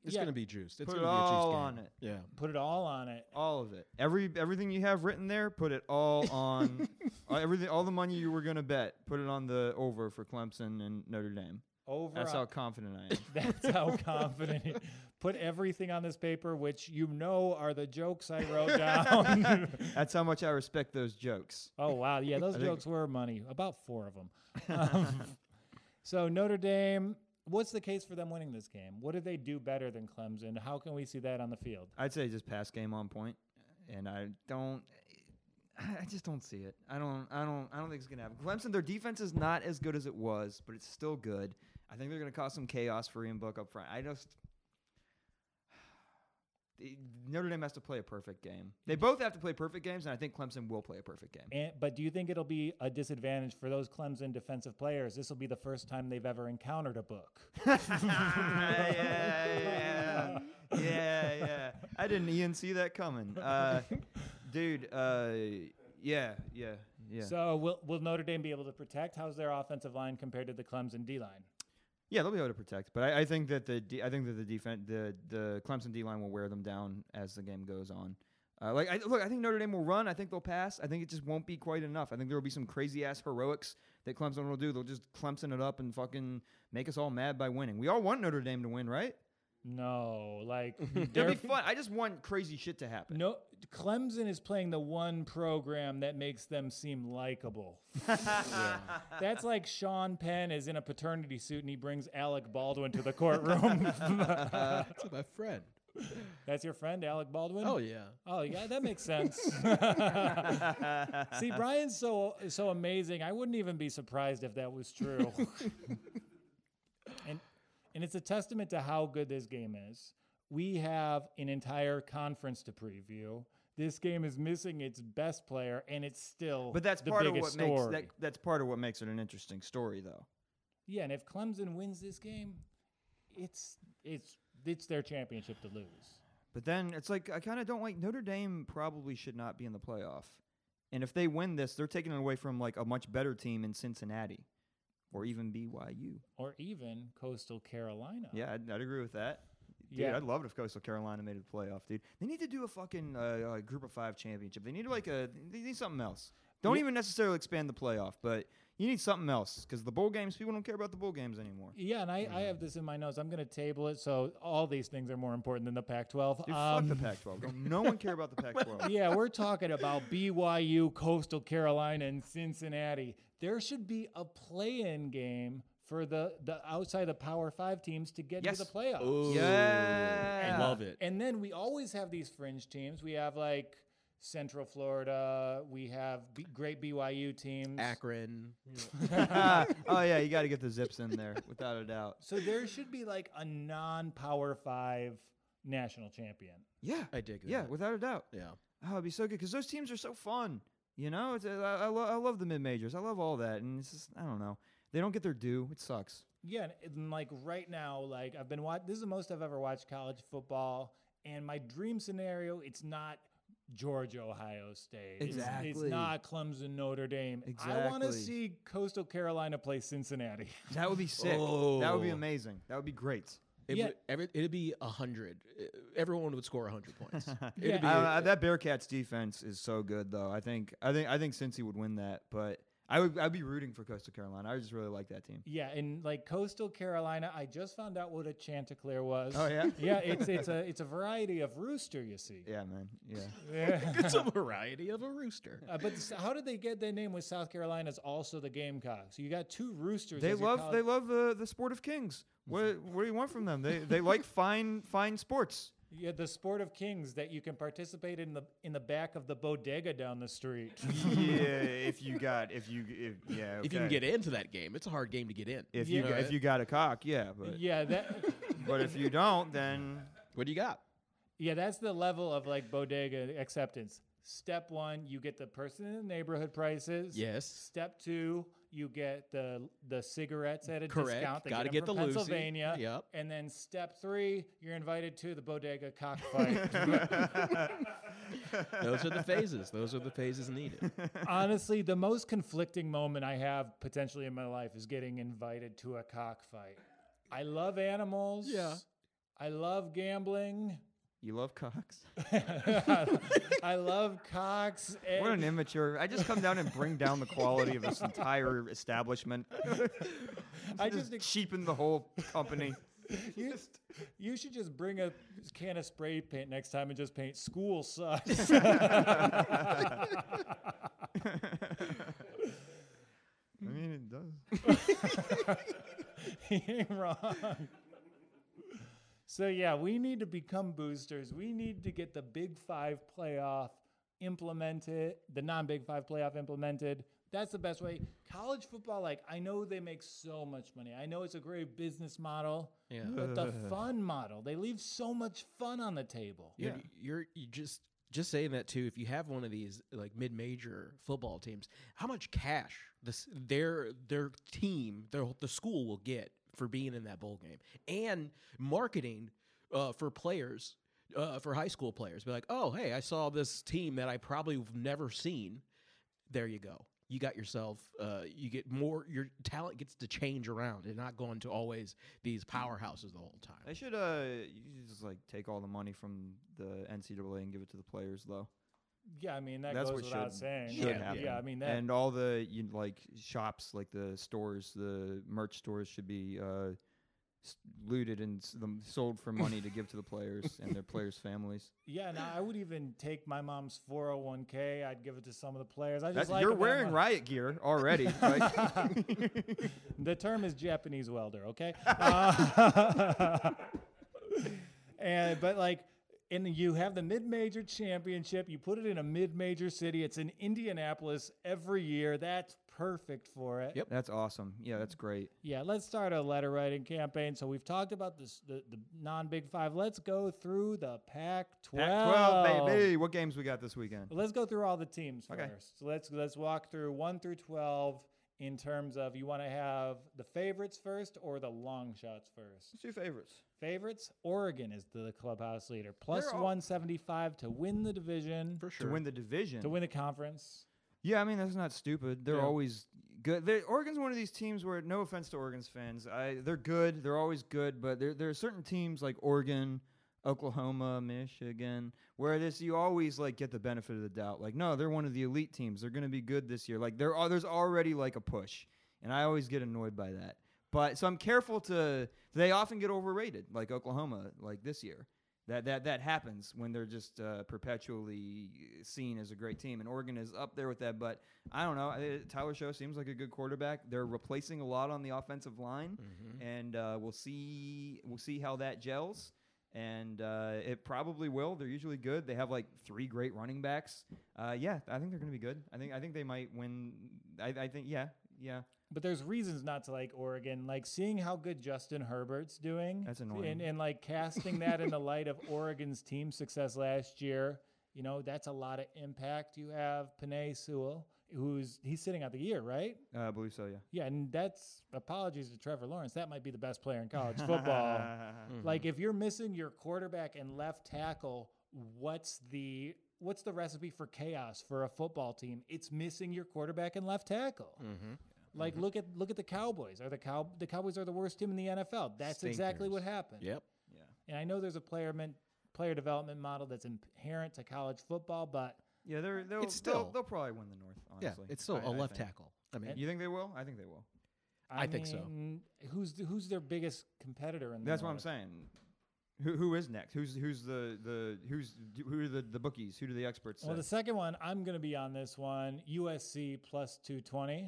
Speaker 1: It's
Speaker 2: yeah,
Speaker 1: going to be juiced. It's
Speaker 3: put
Speaker 1: going
Speaker 3: it
Speaker 1: to be a juice
Speaker 3: all
Speaker 1: game.
Speaker 3: on it.
Speaker 1: Yeah.
Speaker 2: put it all on it.
Speaker 3: All of it. Every everything you have written there, put it all on all, everything all the money you were going to bet, put it on the over for Clemson and Notre Dame.
Speaker 2: Over
Speaker 3: That's
Speaker 2: on-
Speaker 3: how confident I am.
Speaker 2: That's how confident. it- Put everything on this paper, which you know are the jokes I wrote down.
Speaker 3: That's how much I respect those jokes.
Speaker 2: oh wow, yeah, those
Speaker 3: I think-
Speaker 2: jokes were money. About four of them. Um, so Notre Dame, what's the case for them winning this game? What did they do better than Clemson? How can we see that on the field?
Speaker 3: I'd say just pass game on point, and I don't. I just don't see it. I don't. I don't. I don't think it's gonna happen. Clemson, their defense is not as good as it was, but it's still good. I think they're gonna cause some chaos for Ian Book up front. I just. The- Notre Dame has to play a perfect game. They both have to play perfect games, and I think Clemson will play a perfect game.
Speaker 2: And, but do you think it'll be a disadvantage for those Clemson defensive players? This will be the first time they've ever encountered a book.
Speaker 3: yeah, yeah, yeah, yeah. I didn't even see that coming, uh, dude. Uh, yeah, yeah, yeah.
Speaker 2: So will will Notre Dame be able to protect? How's their offensive line compared to the Clemson D line?
Speaker 3: Yeah, they'll be able to protect, but I, I think that the D, I think that the defense, the the Clemson D line will wear them down as the game goes on. Uh, like, I, look, I think Notre Dame will run. I think they'll pass. I think it just won't be quite enough. I think there will be some crazy ass heroics that Clemson will do. They'll just Clemson it up and fucking make us all mad by winning. We all want Notre Dame to win, right?
Speaker 2: No, like
Speaker 3: It'll
Speaker 2: they're-
Speaker 3: be fun. I just want crazy shit to happen.
Speaker 2: No, Clemson is playing the one program that makes them seem likable. That's like Sean Penn is in a paternity suit and he brings Alec Baldwin to the courtroom.
Speaker 1: That's my friend.
Speaker 2: That's your friend, Alec Baldwin.
Speaker 1: Oh, yeah.
Speaker 2: Oh yeah, that makes sense. See, Brian's so so amazing. I wouldn't even be surprised if that was true. and and it's a testament to how good this game is. We have an entire conference to preview. This game is missing its best player, and it's still
Speaker 3: But that's
Speaker 2: the
Speaker 3: part of what
Speaker 2: biggest
Speaker 3: makes
Speaker 2: story.
Speaker 3: that, that's part of what makes it an interesting story, though.
Speaker 2: Yeah, and if Clemson wins this game, it's it's it's their championship to lose.
Speaker 3: But then it's like I kind of don't like Notre Dame. Probably should not be in the playoff. And if they win this, they're taking it away from like a much better team in Cincinnati, or even BYU.
Speaker 2: Or even Coastal Carolina.
Speaker 3: Yeah, I'd, I'd agree with that. Dude,
Speaker 2: Yeah.
Speaker 3: I'd love it if Coastal Carolina made it to the playoff, dude. They need to do a fucking uh, uh, group of five championship. They need like a they need something else. Don't
Speaker 2: Ye-
Speaker 3: even necessarily expand the playoff, but you need something else because the bowl games people don't care about the bowl games anymore.
Speaker 2: Yeah, and I, I have this in my notes. I'm going to table it. So all these things are more important than the Pac-12.
Speaker 3: Dude,
Speaker 2: Um,
Speaker 3: fuck the Pac-12. Don't no one care about the Pac-12.
Speaker 2: yeah, we're talking about BYU, Coastal Carolina, and Cincinnati. There should be a play-in game for the the outside of Power Five teams to get into
Speaker 3: Yes.
Speaker 2: the playoffs.
Speaker 3: Yeah.
Speaker 1: I love it.
Speaker 2: And then we always have these fringe teams. We have like Central Florida. We have B- great BYU teams.
Speaker 1: Akron.
Speaker 3: oh yeah, you got to get the zips in there without a doubt.
Speaker 2: So there should be like a non-Power Five national champion.
Speaker 3: Yeah,
Speaker 1: I dig that.
Speaker 3: yeah, without a doubt.
Speaker 1: Yeah.
Speaker 3: Oh, it'd be so good because those teams are so fun. You know, it's, uh, I, I, lo- I love the mid majors. I love all that, and it's just I don't know. They don't get their due. It sucks.
Speaker 2: Yeah, and- and like right now, like I've been watching. This is the most I've ever watched college football, and my dream scenario. It's not Georgia Ohio State. It's- It's,
Speaker 3: Exactly.
Speaker 2: not Clemson Notre Dame. I want
Speaker 3: Exactly.
Speaker 2: to see Coastal Carolina play Cincinnati.
Speaker 3: That would be sick. That would be
Speaker 1: Oh.
Speaker 3: amazing. That would be great.
Speaker 1: It
Speaker 2: Yeah.
Speaker 1: would, every, it'd be a hundred. E, Everyone would score a hundred points.
Speaker 2: Yeah.
Speaker 1: It'd be,
Speaker 3: I don't know, that Bearcats defense is so good, though. I think I think I think Cincy would win that, but I would I'd be rooting for Coastal Carolina. I just really like that team.
Speaker 2: Yeah, and like Coastal Carolina, I just found out what a chanticleer was.
Speaker 3: Oh, yeah?
Speaker 2: yeah. It's it's a it's a variety of rooster. You see.
Speaker 3: Yeah, man. Yeah,
Speaker 2: Yeah.
Speaker 1: it's a variety of a rooster.
Speaker 2: Uh, but s- how did they get that name with South Carolina's also the Gamecocks? You got two roosters.
Speaker 3: they
Speaker 2: as your
Speaker 3: love
Speaker 2: college-
Speaker 3: they love the the sport of kings. What what do you want from them? They they like fine fine sports.
Speaker 2: yeah, the sport of kings that you can participate in the in the back of the bodega down the street.
Speaker 3: yeah, if you got if you if, yeah
Speaker 1: If you can get into that game, it's a hard game to get in.
Speaker 3: if
Speaker 2: you
Speaker 3: you
Speaker 2: Yeah.
Speaker 1: got-
Speaker 3: if you got a cock, yeah, but
Speaker 2: yeah, that
Speaker 3: but if you don't, then
Speaker 1: What do you got?
Speaker 2: yeah, that's the level of like bodega acceptance. Step one, you get the person in the neighborhood prices.
Speaker 1: Yes.
Speaker 2: Step two, you get the the cigarettes at a
Speaker 1: Correct.
Speaker 2: discount. They
Speaker 1: Gotta
Speaker 2: them
Speaker 1: get
Speaker 2: from
Speaker 1: the Lucy.
Speaker 2: Pennsylvania.
Speaker 1: Yep.
Speaker 2: And then step three, you're invited to the bodega cockfight.
Speaker 1: Those are the phases. Those are the phases needed.
Speaker 2: Honestly, the most conflicting moment I have potentially in my life is getting invited to a cockfight. I love animals.
Speaker 1: Yeah.
Speaker 2: I love gambling.
Speaker 3: you love cocks.
Speaker 2: I love cocks.
Speaker 3: What an
Speaker 2: and-
Speaker 3: immature! I just come down and bring down the quality of this entire establishment.
Speaker 2: I
Speaker 3: I
Speaker 2: just
Speaker 3: just, cheapen the whole company.
Speaker 2: you, you should just bring a can of spray paint next time and just paint school sucks.
Speaker 3: I mean, it does.
Speaker 2: you ain't wrong. So yeah, we need to become boosters. We need to get the Big Five playoff implemented, the non-Big Five playoff implemented. That's the best way. College football, like I know they make so much money. I know it's a great business model,
Speaker 1: Yeah.
Speaker 2: but the fun model. They leave so much fun on the table.
Speaker 1: Yeah. You're you just just saying that too. If you have one of these like mid-major football teams, how much cash this their their team their the school will get for being in that bowl game and marketing uh, for players. Uh, for high school players, be like, oh, hey, I saw this team that I probably have never seen. There you go. You got yourself. Uh, you get more. Your talent gets to change around and not going to always these powerhouses the whole time.
Speaker 3: They should uh, you should just like take all the money from the NCAA and give it to the players, though.
Speaker 2: Yeah, I mean that
Speaker 3: That's
Speaker 2: goes
Speaker 3: what
Speaker 2: without
Speaker 3: should-
Speaker 2: saying.
Speaker 3: should
Speaker 2: yeah,
Speaker 3: happen.
Speaker 2: yeah, I mean that.
Speaker 3: And all the you, like shops, like the stores, the merch stores should be uh, s- looted and s- them sold for money to give to the players and their players' families.
Speaker 2: yeah, and I would even take my mom's 401k. I'd give it to some of the players. I just
Speaker 3: That's,
Speaker 2: like
Speaker 3: you're
Speaker 2: them that
Speaker 3: wearing
Speaker 2: much.
Speaker 3: riot gear already. like-
Speaker 2: The term is Japanese welder, okay? Uh, and but like, and you have the mid-major championship. You put it in a mid-major city. It's in Indianapolis every year. That's perfect for it.
Speaker 1: Yep.
Speaker 3: that's awesome. Yeah, that's great.
Speaker 2: Yeah. Let's start a letter writing campaign. So we've talked about this, the the non-Big Five. Let's go through the Pac-12.
Speaker 3: Pac-12, baby. What games we got this weekend?
Speaker 2: Well, let's go through all the teams
Speaker 3: Okay.
Speaker 2: first. So let's let's walk through one through twelve in terms of you want to have the favorites first or the long shots first.
Speaker 3: Two favorites.
Speaker 2: Favorites, Oregon is the clubhouse leader, plus
Speaker 3: all-
Speaker 2: one seventy five to win the division,
Speaker 1: For
Speaker 3: To win the division.
Speaker 2: to win the conference.
Speaker 3: Yeah, I mean that's not stupid. They're
Speaker 2: Yeah.
Speaker 3: always good. They're, Oregon's one of these teams where, no offense to Oregon's fans, I they're good. They're always good, but there there are certain teams like Oregon, Oklahoma, Michigan, where this you always like get the benefit of the doubt. Like, no, they're one of the elite teams. They're going to be good this year. Like, there are there's already like a push, and I always get annoyed by that. But so I'm careful to. They often get overrated, like Oklahoma, like this year. That that that happens when they're just uh, perpetually seen as a great team, and Oregon is up there with that. But I don't know. I- Tyler Show seems like a good quarterback. They're replacing a lot on the offensive line,
Speaker 1: Mm-hmm.
Speaker 3: and uh, we'll see we'll see how that gels. And uh, it probably will. They're usually good. They have like three great running backs. Uh, yeah, I think they're going to be good. I think I think they might win. I, I think yeah, yeah.
Speaker 2: But there's reasons not to like Oregon, like seeing how good Justin Herbert's doing.
Speaker 3: That's
Speaker 2: and-
Speaker 3: annoying.
Speaker 2: And like casting that in the light of Oregon's team success last year, you know, that's a lot of impact. You have Panay Sewell, who's he's sitting out the year, right?
Speaker 3: Uh, I believe so. Yeah.
Speaker 2: Yeah, and that's apologies to Trevor Lawrence. That might be the best player in college football. like if you're missing your quarterback and left tackle, what's the what's the recipe for chaos for a football team? It's missing your quarterback and left tackle.
Speaker 1: Mm-hmm.
Speaker 2: Like look at look at the Cowboys. Are the cow the Cowboys are the worst team in the NFL? That's exactly what
Speaker 1: Stinkers.
Speaker 2: happened.
Speaker 1: Yep.
Speaker 3: Yeah.
Speaker 2: And I know there's a player men, player development model that's inherent to college football, but
Speaker 3: Yeah, they're they'll
Speaker 1: It's
Speaker 3: they'll,
Speaker 1: still-
Speaker 3: they'll probably win the North. Honestly,
Speaker 1: Yeah, it's still a
Speaker 3: a
Speaker 1: left tackle. I mean,
Speaker 3: You think they will? I think they will.
Speaker 2: I,
Speaker 1: I think so.
Speaker 2: mean, Who's th- who's their biggest competitor in the
Speaker 3: That's what I'm
Speaker 2: North?
Speaker 3: saying. Who who is next? Who's who's the the who's who are the, the bookies? Who do the experts say?
Speaker 2: Well, the second one, I'm going to be on this one. USC plus 220.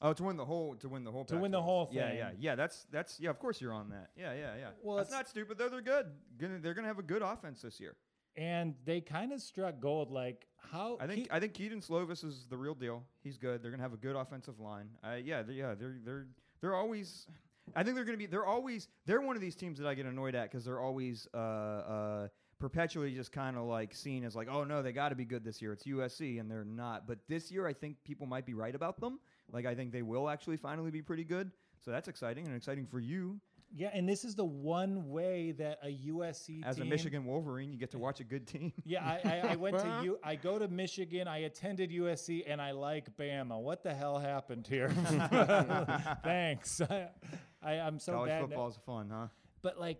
Speaker 3: oh, to win the whole to win the whole
Speaker 2: To win the
Speaker 3: Pac-12.
Speaker 2: whole
Speaker 3: Yeah, yeah,
Speaker 2: thing.
Speaker 3: yeah. That's that's yeah. Of course you're on that. Yeah, yeah, yeah.
Speaker 2: Well,
Speaker 3: Well, that's
Speaker 2: it's-
Speaker 3: not stupid though. They're good. Gonna, they're gonna have a good offense this year.
Speaker 2: And they kind of struck gold. Like, how?
Speaker 3: I think
Speaker 2: Ke-
Speaker 3: I think Keaton Slovis is the real deal. He's good. They're gonna have a good offensive line. Uh, yeah, they yeah, they're they're they're always. I think they're gonna be. They're always. They're one of these teams that I get annoyed at because they're always uh, uh, perpetually just kind of like seen as like, oh no, they got to be good this year. It's USC, and they're not. But this year, I think people might be right about them. Like I think they will actually finally be pretty good. So that's exciting and exciting for you
Speaker 2: yeah, and this is the one way that a USC
Speaker 3: as a
Speaker 2: team-
Speaker 3: Michigan Wolverine. You get to watch a good team.
Speaker 2: Yeah, I, I, I went to U. I go to Michigan. I attended USC, and I like Bama. What the hell happened here? Thanks. I, I, I'm so
Speaker 3: College
Speaker 2: bad. now-
Speaker 3: football's fun, huh?
Speaker 2: But like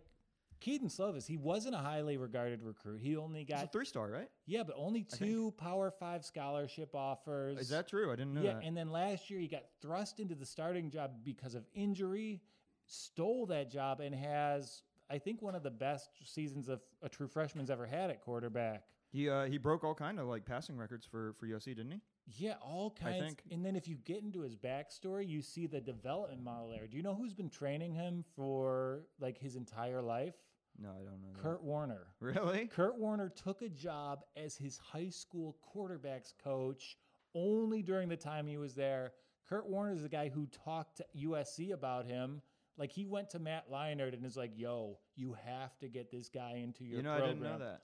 Speaker 2: Keaton Slovis, he wasn't a highly regarded recruit. He only
Speaker 3: It's a
Speaker 2: got
Speaker 3: three star, right?
Speaker 2: yeah, but only two Power Five scholarship offers.
Speaker 3: Is that true? I didn't know
Speaker 2: yeah?
Speaker 3: that.
Speaker 2: And then last year he got thrust into the starting job because of injury, stole that job, and has I think one of the best seasons of a true freshman's ever had at quarterback.
Speaker 3: He uh, he broke all kind of like passing records for for USC, didn't he?
Speaker 2: Yeah, all kinds.
Speaker 3: think-
Speaker 2: And then if you get into his backstory, you see the development model there. Do you know who's been training him for like his entire life?
Speaker 3: No, I don't know. that.
Speaker 2: Kurt Warner.
Speaker 3: Really?
Speaker 2: Kurt Warner took a job as his high school quarterbacks coach only during the time he was there. Kurt Warner is the guy who talked to USC about him. Like he went to Matt Leinart and is like, "Yo, you have to get this guy into your
Speaker 3: You know, I
Speaker 2: program."
Speaker 3: didn't know that.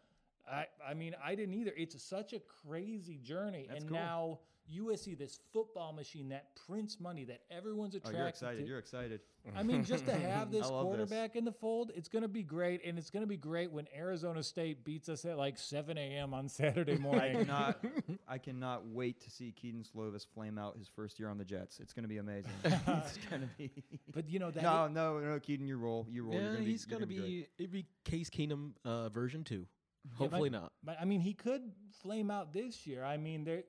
Speaker 2: I, I mean, I didn't either. It's such a crazy journey,
Speaker 3: That's
Speaker 2: and
Speaker 3: cool.
Speaker 2: now USC, this football machine that prints money that everyone's
Speaker 3: Oh,
Speaker 2: attracted
Speaker 3: you're excited.
Speaker 2: to.
Speaker 3: You're excited.
Speaker 2: I mean, just to have this
Speaker 3: I love this.
Speaker 2: quarterback in the fold, it's going to be great, and it's going to be great when Arizona State beats us at like 7 a.m. on Saturday
Speaker 3: I
Speaker 2: morning.
Speaker 3: cannot, I cannot wait to see Keaton Slovis flame out his first year on the Jets. It's going to be amazing. it's going to be.
Speaker 2: but you know that
Speaker 3: No, no, no, Keaton, you roll. You roll. you're
Speaker 1: yeah,
Speaker 3: gonna
Speaker 1: he's
Speaker 3: be, you're
Speaker 1: gonna
Speaker 3: gonna great.
Speaker 1: be it'd be Case Keenum uh, version two.
Speaker 2: Yeah,
Speaker 1: Hopefully
Speaker 2: but-
Speaker 1: not.
Speaker 2: But I mean, he could flame out this year. I mean, there,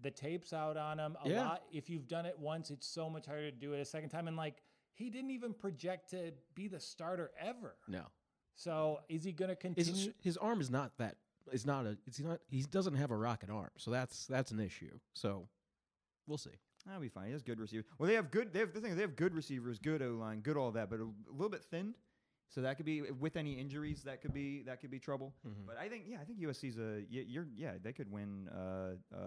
Speaker 2: the tape's out on him a
Speaker 1: Yeah.
Speaker 2: lot. If you've done it once, it's so much harder to do it a second time. And like, he didn't even project to be the starter ever.
Speaker 1: No,
Speaker 2: So is he going to
Speaker 1: his,
Speaker 2: continue?
Speaker 1: his arm is not that. It's not a. It's not. He doesn't have a rocket arm, so that's that's an issue. So we'll see.
Speaker 3: That'll be fine. He has good receivers. Well, they have good. They have the thing. They have good receivers, good O line, good all that, but a, little bit thin. So that could be with any injuries. That could be that could be trouble.
Speaker 2: Hmm.
Speaker 3: But I think yeah, I think USC's a y- you're yeah they could win uh, uh,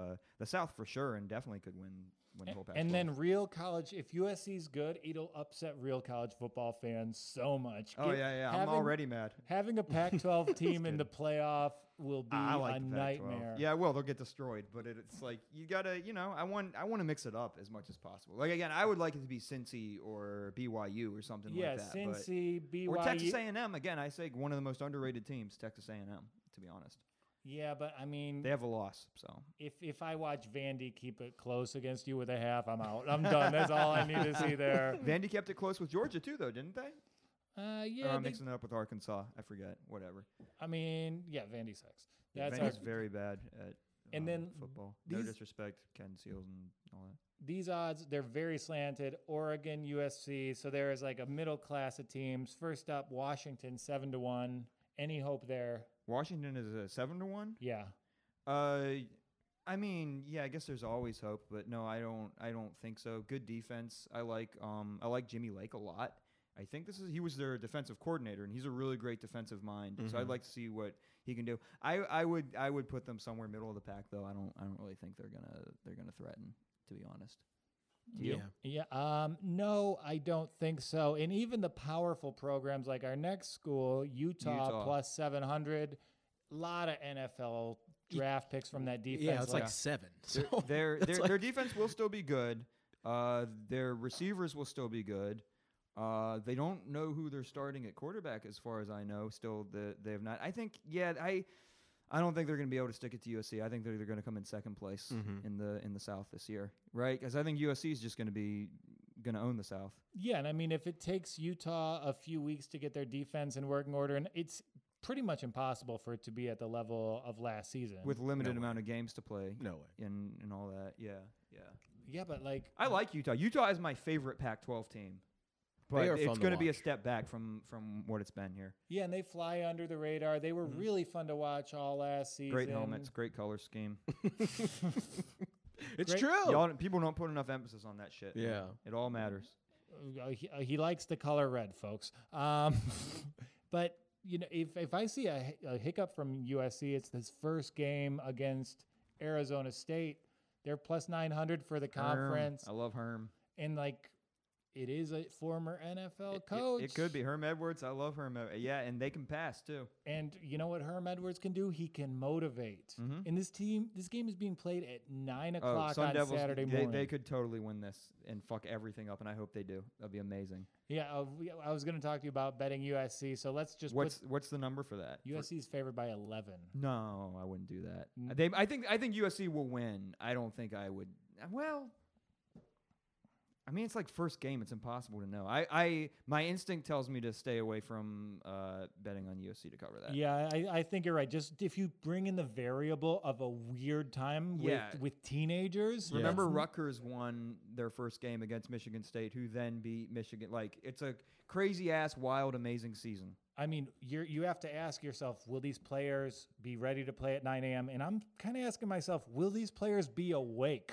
Speaker 3: the South for sure, and definitely could win win the whole Pac-12.
Speaker 2: and then real college, if USC's good, it'll upset real college football fans so much.
Speaker 3: oh
Speaker 2: Get-
Speaker 3: yeah yeah, I'm
Speaker 2: having-
Speaker 3: already mad.
Speaker 2: Having a Pac-12 team in the playoff will be
Speaker 3: I like
Speaker 2: a
Speaker 3: the Pac-12.
Speaker 2: nightmare.
Speaker 3: Yeah, well, they'll get destroyed, but it, it's like you gotta, you know, I want, I want to mix it up as much as possible. Like again, I would like it to be Cincy or BYU or something
Speaker 2: yeah.
Speaker 3: like that. but-
Speaker 2: Cincy, BYU,
Speaker 3: or Texas A&M again. I say one of the most underrated teams, Texas A&M. To be honest,
Speaker 2: yeah, but I mean,
Speaker 3: they have a loss, so
Speaker 2: If if I watch Vandy keep it close against you with a half, I'm out. I'm done. That's all I need to see there.
Speaker 3: Vandy kept it close with Georgia too, though, didn't they?
Speaker 2: Uh,
Speaker 3: or
Speaker 2: yeah,
Speaker 3: I'm
Speaker 2: they-
Speaker 3: mixing it up with Arkansas. I forget. Whatever.
Speaker 2: I mean, yeah, Vandy sucks.
Speaker 3: Yeah,
Speaker 2: That's
Speaker 3: Vandy's
Speaker 2: our-
Speaker 3: very bad at.
Speaker 2: And
Speaker 3: um,
Speaker 2: then
Speaker 3: football. No
Speaker 2: these-
Speaker 3: disrespect, Ken Seals and all that.
Speaker 2: these odds. They're very slanted. Oregon, USC. So there is like a middle class of teams. First up, Washington, seven to one. Any hope there?
Speaker 3: Washington is a seven to one.
Speaker 2: Yeah.
Speaker 3: Uh, I mean, yeah, I guess there's always hope, but no, I don't. I don't think so. Good defense. I like. Um, I like Jimmy Lake a lot. I think this is he was their defensive coordinator, and he's a really great defensive mind. So I'd
Speaker 1: Mhm.
Speaker 3: like to see what he can do. I, I would I would put them somewhere middle of the pack, though. I don't I don't really think they're gonna they're gonna threaten. To be honest, You?
Speaker 1: Yeah.
Speaker 2: Yeah. Um, no, I don't think so. And even the powerful programs like our next school, Utah,
Speaker 3: Utah.
Speaker 2: plus 700, a lot of NFL draft picks from that defense.
Speaker 1: Yeah, it's like
Speaker 3: like-
Speaker 1: seven.
Speaker 3: Their-
Speaker 1: So
Speaker 3: their
Speaker 1: it's
Speaker 3: their,
Speaker 1: like-
Speaker 3: their defense will still be good. Uh, their receivers will still be good. Uh, they don't know who they're starting at quarterback, as far as I know. Still, the, they have not. I think, yeah, I I don't think they're going to be able to stick it to USC. I think they're, they're going to come in second place
Speaker 1: Mhm.
Speaker 3: in the in the South this year, right? Because I think USC is just going to be going to own the South.
Speaker 2: Yeah, and I mean, if it takes Utah a few weeks to get their defense in working order, and it's pretty much impossible for it to be at the level of last season.
Speaker 3: with limited
Speaker 1: way.
Speaker 3: amount of games to play
Speaker 1: No way.
Speaker 3: and and all that. Yeah, yeah.
Speaker 2: yeah, but like
Speaker 3: I like Utah. Utah is my favorite Pac-12 team, but
Speaker 1: are fun
Speaker 3: it's
Speaker 1: to
Speaker 3: going to be a
Speaker 1: watch.
Speaker 3: step back from from what it's been here.
Speaker 2: yeah, and they fly under the radar. They were really fun to watch all last season.
Speaker 3: Mm-hmm. Great helmets, great color scheme.
Speaker 1: It's
Speaker 2: Great-
Speaker 1: true.
Speaker 3: Y'all, people don't put enough emphasis on that shit. man.
Speaker 1: Oh. Yeah.
Speaker 3: it all matters.
Speaker 2: Uh, he, uh, he likes the color red, folks. Um, but you know, if if I see a, hi- a hiccup from USC, it's this first game against Arizona State. They're plus nine hundred for the
Speaker 3: Herm,
Speaker 2: conference,
Speaker 3: I love Herm.
Speaker 2: and like, it is a former NFL
Speaker 3: It-
Speaker 2: Oh, coach.
Speaker 3: It, could be Herm Edwards. I love Herm. Ed- Yeah, and they can pass too.
Speaker 2: And you know what Herm Edwards can do? He can motivate.
Speaker 3: Mhm.
Speaker 2: And this team, this game is being played at nine
Speaker 3: Oh,
Speaker 2: o'clock
Speaker 3: Sun
Speaker 2: on
Speaker 3: Devils.
Speaker 2: Saturday
Speaker 3: they,
Speaker 2: morning.
Speaker 3: they could totally win this and fuck everything up, and I hope they do. That'd be amazing.
Speaker 2: yeah, uh, we- I was going to talk to you about betting USC. So let's just
Speaker 3: what's what's the number for that?
Speaker 2: put USC is favored by eleven.
Speaker 3: No, I wouldn't do that.
Speaker 2: Mm.
Speaker 3: They, I think I think USC will win. I don't think I would. Well, I mean, it's like first game. It's impossible to know. I, I my instinct tells me to stay away from uh, betting on USC to cover that.
Speaker 2: Yeah, I, I think you're right. Just if you bring in the variable of a weird time with,
Speaker 3: Yeah.
Speaker 2: with teenagers,
Speaker 1: Yeah.
Speaker 3: Remember,
Speaker 2: that's-
Speaker 3: Rutgers won their first game against Michigan State, who then beat Michigan. Like, it's a crazy ass, wild, amazing season.
Speaker 2: I mean, you you have to ask yourself, will these players be ready to play at 9 a.m.? And I'm kind of asking myself, will these players be awake?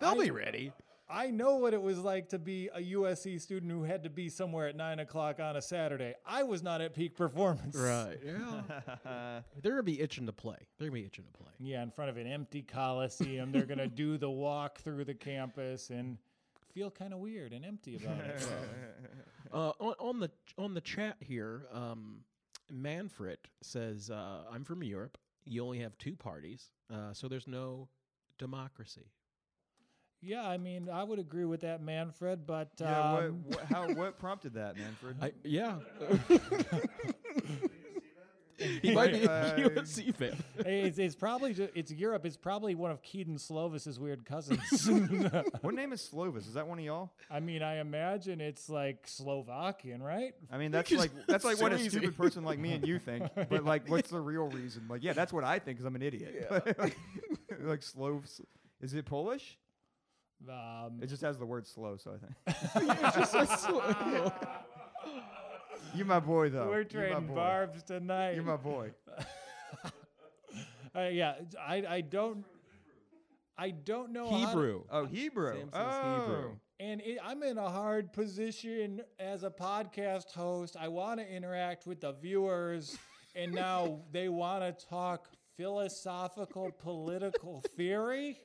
Speaker 1: They'll
Speaker 2: I-
Speaker 1: be ready.
Speaker 2: I know what it was like to be a USC student who had to be somewhere at nine o'clock on a Saturday. I was not at peak performance.
Speaker 1: Yeah.
Speaker 3: That's
Speaker 1: They're gonna be itching to play. They're gonna be itching to play.
Speaker 2: Yeah, in front of an empty coliseum, they're gonna do the walk through the campus and feel kind of weird and empty about it.
Speaker 1: Uh, on, on the on the chat here, um, Manfred says, uh, "I'm from Europe. You only have two parties, uh, so there's no democracy."
Speaker 2: yeah, I mean, I would agree with that, Manfred, but
Speaker 3: yeah, what,
Speaker 2: um,
Speaker 3: what, how, what prompted that, Manfred?
Speaker 1: I, yeah. he might be a
Speaker 3: Uh,
Speaker 1: USC fan.
Speaker 2: it's, it's probably ju- it's Europe. It's probably one of Keaton Slovis's weird cousins.
Speaker 3: what name is Slovis? Is that one of y'all?
Speaker 2: I mean, I imagine it's like Slovakian, right?
Speaker 3: I mean, that's
Speaker 1: just-
Speaker 3: like that's like
Speaker 1: it's
Speaker 3: what
Speaker 1: so
Speaker 3: a
Speaker 1: easy.
Speaker 3: stupid person like me and you think. But like, what's the real reason? Like, yeah, that's what I think because I'm an idiot. like, like slow. s- Is it Polish?
Speaker 2: Um,
Speaker 3: It just has the word slow, so I think
Speaker 1: Just-
Speaker 3: you my boy though.
Speaker 2: we're
Speaker 3: You my
Speaker 2: trading
Speaker 3: boy.
Speaker 2: barbs tonight.
Speaker 3: You my boy.
Speaker 2: Uh, yeah, I, I don't I don't know how to-
Speaker 1: Hebrew.
Speaker 3: Oh, Hebrew.
Speaker 1: Samson's
Speaker 3: oh.
Speaker 1: Hebrew.
Speaker 2: and it, I'm in a hard position as a podcast host. I want to interact with the viewers, and now they want to talk philosophical political theory.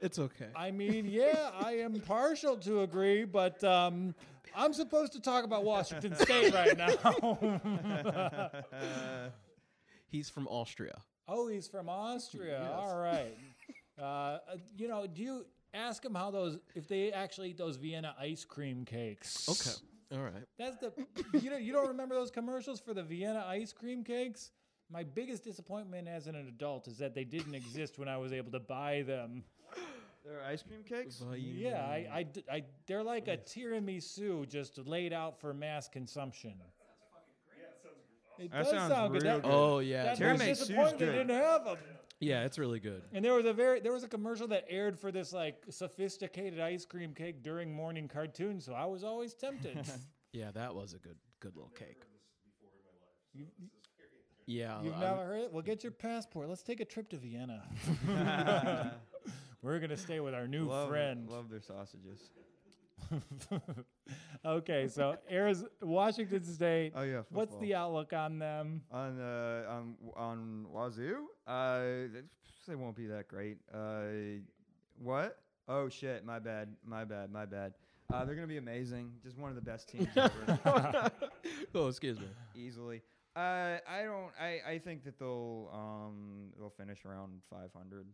Speaker 1: It's okay.
Speaker 2: I mean, yeah, I am partial to agree, but um, I'm supposed to talk about Washington State right now.
Speaker 3: Oh.
Speaker 1: He's from Austria.
Speaker 2: Oh, he's from Austria. All right. Uh, uh, you know, do you ask him how those if they actually eat those Vienna ice cream cakes?
Speaker 1: All right.
Speaker 2: That's the you know you don't remember those commercials for the Vienna ice cream cakes? My biggest disappointment as an adult is that they didn't exist when I was able to buy them.
Speaker 3: They're ice cream cakes.
Speaker 2: Yeah, I, I d- I- they're like a tiramisu just laid out for mass consumption. It
Speaker 3: That
Speaker 2: does
Speaker 3: sounds
Speaker 2: sound good.
Speaker 3: real
Speaker 2: That-
Speaker 3: good.
Speaker 1: Oh yeah.
Speaker 2: That
Speaker 1: It's really,
Speaker 2: was
Speaker 3: Tiramisu. Tiramisu's
Speaker 2: disappointed they
Speaker 3: good.
Speaker 2: didn't have them.
Speaker 1: yeah, it's really good.
Speaker 2: And there was a very there was a commercial that aired for this like sophisticated ice cream cake during morning cartoons, so I was always tempted.
Speaker 1: Yeah, that was a good good little cake. Yeah,
Speaker 2: You've
Speaker 1: I'm-
Speaker 2: never heard it? Well, get your passport. Let's take a trip to Vienna. We're gonna stay with our new
Speaker 3: love,
Speaker 2: friend.
Speaker 3: love their sausages.
Speaker 2: okay, so Arizona, Washington State.
Speaker 3: Oh, yeah,
Speaker 2: What's
Speaker 3: football.
Speaker 2: the outlook on them?
Speaker 3: on uh, on on Wazoo. Uh, they won't be that great. Uh, what? Oh shit! My bad. My bad. My bad. Uh, they're gonna be amazing. Just one of the best teams ever,
Speaker 1: oh, excuse me.
Speaker 3: easily. Uh, I don't. I, I think that they'll um they'll finish around 500.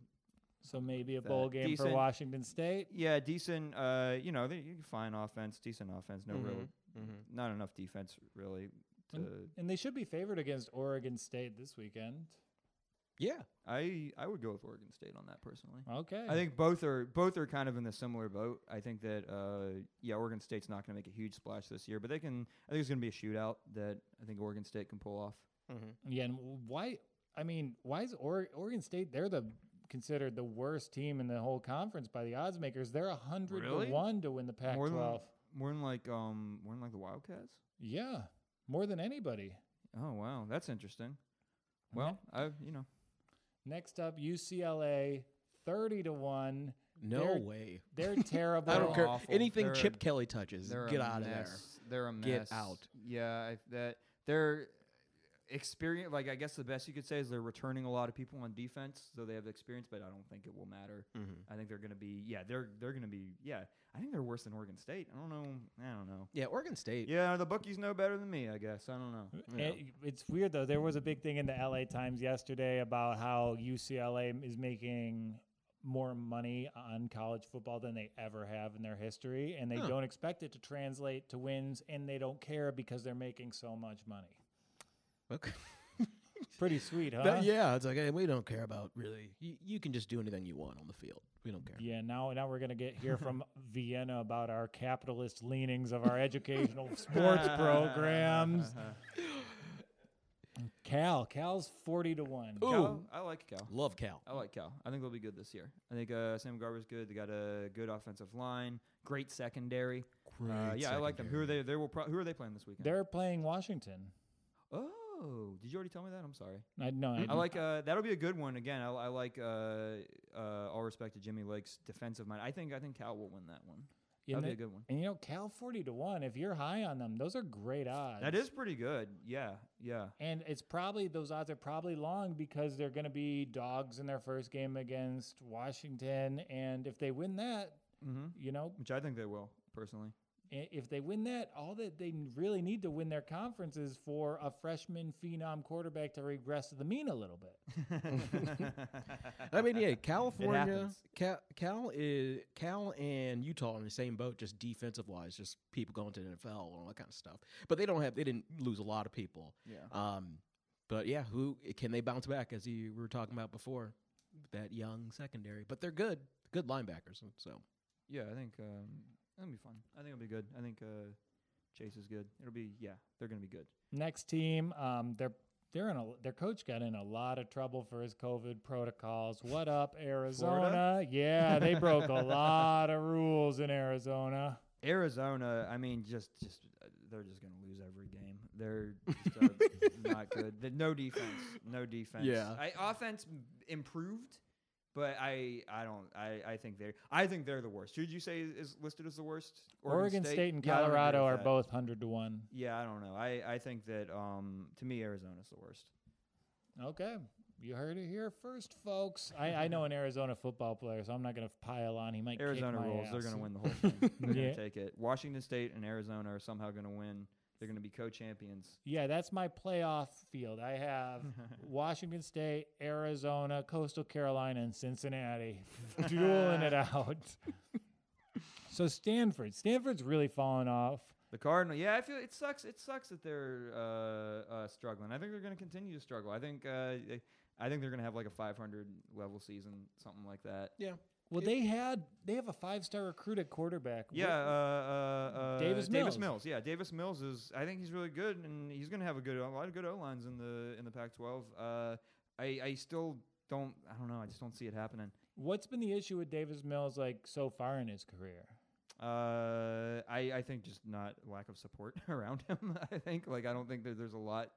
Speaker 2: So maybe a bowl
Speaker 3: Uh,
Speaker 2: game for
Speaker 3: decent.
Speaker 2: Washington State.
Speaker 3: Yeah, decent. Uh, you know, they fine offense, decent offense. No real,
Speaker 1: Mhm, mhm.
Speaker 3: not enough defense really. to.
Speaker 2: And they should be favored against Oregon State this weekend.
Speaker 1: Yeah.
Speaker 3: I I would go with Oregon State on that personally.
Speaker 2: Okay.
Speaker 3: I think both are both are kind of in the similar boat. I think that uh, yeah, Oregon State's not going to make a huge splash this year, but they can. I think it's going to be a shootout that I think Oregon State can pull off.
Speaker 2: Yeah, and w- why? I mean, why is or- Oregon State? They're the considered the worst team in the whole conference by the odds makers. They're a hundred
Speaker 3: Really?
Speaker 2: to one to win the Pac-12.
Speaker 3: More than more than like um more than like the Wildcats.
Speaker 2: yeah, more than anybody.
Speaker 3: Oh wow, that's interesting. Well, I you know
Speaker 2: Next up, UCLA, thirty to one.
Speaker 1: No
Speaker 2: They're-
Speaker 1: way.
Speaker 2: They're terrible.
Speaker 1: I don't care.
Speaker 3: awful.
Speaker 1: Anything
Speaker 3: They're a-
Speaker 1: Chip Kelly touches,
Speaker 4: They're
Speaker 1: get
Speaker 4: a
Speaker 1: out of there.
Speaker 4: mess. They're a mess.
Speaker 1: Get out.
Speaker 4: Yeah, I, that
Speaker 3: they're experience like I guess the best you could say is they're returning a lot of people on defense, so they have experience, but I don't think it will matter. I think they're going to be yeah, they're they're going to be yeah. I think they're worse than Oregon State. I don't know. I don't know.
Speaker 1: Yeah, Oregon State.
Speaker 3: Yeah, the bookies know better than me, I guess. I don't know. Yeah.
Speaker 2: It, it's weird though. There was a big thing in the LA Times yesterday about how UCLA m- is making more money on college football than they ever have in their history, and they
Speaker 1: Huh.
Speaker 2: don't expect it to translate to wins, and they don't care because they're making so much money.
Speaker 1: Okay.
Speaker 2: Pretty sweet,
Speaker 3: Uh-huh.
Speaker 2: huh?
Speaker 1: That- yeah, it's like hey, we don't care about really. You, you can just do anything you want on the field. We don't care.
Speaker 2: Yeah, now now we're gonna get here from Vienna about our capitalist leanings of our educational sports programs. Cal, Cal's forty to one.
Speaker 1: Ooh.
Speaker 3: Cal, I like Cal.
Speaker 1: Love Cal.
Speaker 3: I like Cal. I think they'll be good this year. I think uh, Sam Garber's good. They got a good offensive line, great secondary. Uh, yeah, I like them. Who are they? They will. Pro- who are they playing this weekend?
Speaker 2: They're playing Washington.
Speaker 3: oh, did you already tell me that? I'm sorry.
Speaker 2: I, no, I,
Speaker 3: I like uh, that'll be a good one again. I, I like uh, uh, all respect to Jimmy Lake's defensive mind. I think I think Cal will win that one.
Speaker 2: And
Speaker 3: That'll be
Speaker 2: the-
Speaker 3: a good one.
Speaker 2: And you know, Cal forty to one. If you're high on them, those are great odds.
Speaker 3: That is pretty good. Yeah, yeah.
Speaker 2: and it's probably those odds are probably long because they're going to be dogs in their first game against Washington. And if they win that,
Speaker 3: Mm-hmm.
Speaker 2: you know,
Speaker 3: Which I think they will personally.
Speaker 2: i- if they win that, all that they n- really need to win their conference is for a freshman phenom quarterback to regress to the mean a little bit.
Speaker 1: I mean, yeah, California,
Speaker 3: happens.
Speaker 1: Cal, Cal is Cal and Utah are in the same boat, just defensive wise, just people going to the NFL and all that kind of stuff. But they don't have, they didn't lose a lot of people.
Speaker 3: yeah.
Speaker 1: Um, but yeah, who can they bounce back? As you were talking about before, that young secondary, but they're good, good linebackers. So
Speaker 3: Yeah, I think um, that'll be fun. I think it'll be good. I think uh, Chase is good. It'll be yeah. They're gonna be good.
Speaker 2: Next team, um, they're they're in a, their coach got in a lot of trouble for his COVID protocols. What up, Arizona? Yeah, they broke a lot of rules in Arizona.
Speaker 3: Arizona, I mean, just just uh, they're just gonna lose every game. They're just, uh, not good. They- no defense, no defense.
Speaker 1: Yeah.
Speaker 3: I, offense m- improved, but I I don't I, I think they're I think they're the worst. Should you say is listed as the worst?
Speaker 2: Oregon, State? and
Speaker 3: Yeah, I don't agree
Speaker 2: Colorado
Speaker 3: with
Speaker 2: are
Speaker 3: that.
Speaker 2: both hundred to one.
Speaker 3: Yeah, I don't know. I, I think that um to me Arizona's the worst.
Speaker 2: Okay. You heard it here first, folks. I, I know an Arizona football player, so I'm not going to pile on. He might kick
Speaker 3: Arizona
Speaker 2: my
Speaker 3: rules. They're
Speaker 2: ass.
Speaker 3: going to win the whole thing. They're
Speaker 2: Yeah.
Speaker 3: going to take it. Washington State and Arizona are somehow going to win. They're going to be co-champions.
Speaker 2: Yeah, that's my playoff field. I
Speaker 3: Hmm.
Speaker 2: have Washington State, Arizona, Coastal Carolina, and Cincinnati dueling it out. so Stanford, Stanford's really fallen off.
Speaker 3: The Cardinal. Yeah, I feel it sucks. It sucks that they're uh, uh, struggling. I think they're going to continue to struggle. I think uh, they- I think they're going to have like a 500 level season, something like that.
Speaker 1: yeah,
Speaker 2: Well, they had they have a five star recruit at quarterback. What-
Speaker 3: Yeah, uh, uh, uh,
Speaker 2: Davis Mills.
Speaker 3: Davis Mills. Yeah, Davis Mills is. I think he's really good, and he's going to have a good a lot of good O lines in the in the Pac-12. Uh, I I still don't. I don't know. I just don't see it happening.
Speaker 2: What's been the issue with Davis Mills like so far in his career?
Speaker 3: Uh, I I think just not lack of support around him. I think like I don't think that there's a lot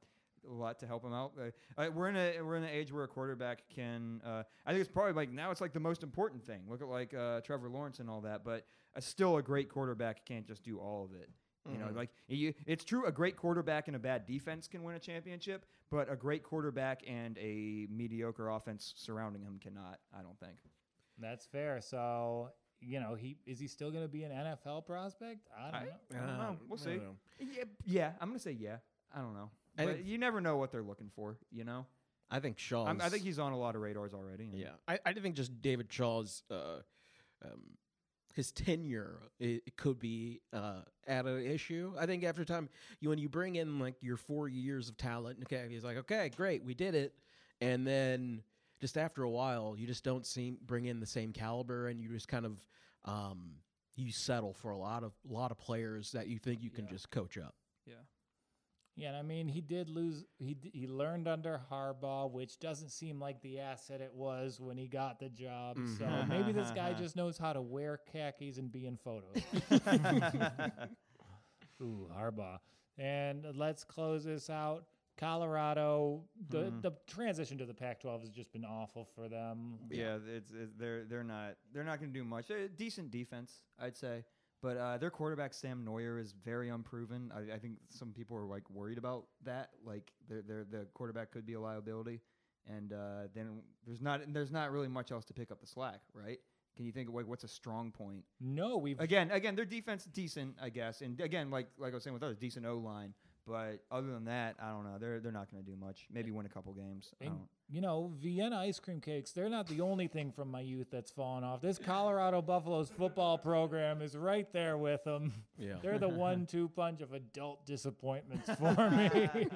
Speaker 3: a lot to help him out. Uh, uh, we're in a we're in an age where a quarterback can. Uh, I think it's probably like now it's like the most important thing. Look at like uh, Trevor Lawrence and all that, but uh, still a great quarterback can't just do all of it. You know, like you, it's true. A great quarterback and a bad defense can win a championship, but a great quarterback and a mediocre offense surrounding him cannot. I don't think.
Speaker 2: That's fair. So you know he is he still going to be an NFL prospect? I don't
Speaker 3: I,
Speaker 2: know.
Speaker 3: I don't know.
Speaker 1: Um,
Speaker 3: Uh, We'll
Speaker 1: I
Speaker 3: see.
Speaker 1: don't know.
Speaker 3: Yeah, yeah, I'm gonna say yeah. I don't know,
Speaker 1: I
Speaker 3: but
Speaker 1: think-
Speaker 3: you never know what they're looking for. You know,
Speaker 1: I think Shaw.
Speaker 3: I'm, I think he's on a lot of radars already. and-
Speaker 1: Yeah, I, I think just David Shaw's uh, um, his tenure it, it could be uh, at an issue. I think after time, you when you bring in like your four years of talent, okay, he's like, okay, great, we did it, and then just after a while, you just don't seem bring in the same caliber, and you just kind of um, you settle for a lot of lot of players that you think you can
Speaker 3: Yeah.
Speaker 1: just coach up.
Speaker 2: Yeah, and I mean, he did lose. He d- he learned under Harbaugh, which doesn't seem like the asset it was when he got the job. So
Speaker 3: Mhm.
Speaker 2: maybe this guy just knows how to wear khakis and be in photos. Ooh, Harbaugh. And let's close this out. Colorado, the
Speaker 3: Mhm.
Speaker 2: the transition to the Pac-12 has just been awful for them.
Speaker 3: yeah, it's, it, they're they're not they're not going to do much. They're decent defense, I'd say, but uh, their quarterback Sam Neuer is very unproven. I, I think some people are like worried about that. Like their their the quarterback could be a liability, and uh, then there's not and there's not really much else to pick up the slack, right? Can you think of like what's a strong point?
Speaker 2: No, we've
Speaker 3: Again, again, their defense decent, I guess, and again, like like I was saying with others, decent O line. But other than that, I don't know. They're they're not going to do much. Maybe win a couple games. I
Speaker 2: And
Speaker 3: don't-
Speaker 2: you know, Vienna ice cream cakes, they're not the only thing from my youth that's fallen off. This Colorado Buffaloes football program is right there with them.
Speaker 1: Yeah.
Speaker 2: They're the one two punch of adult disappointments for me.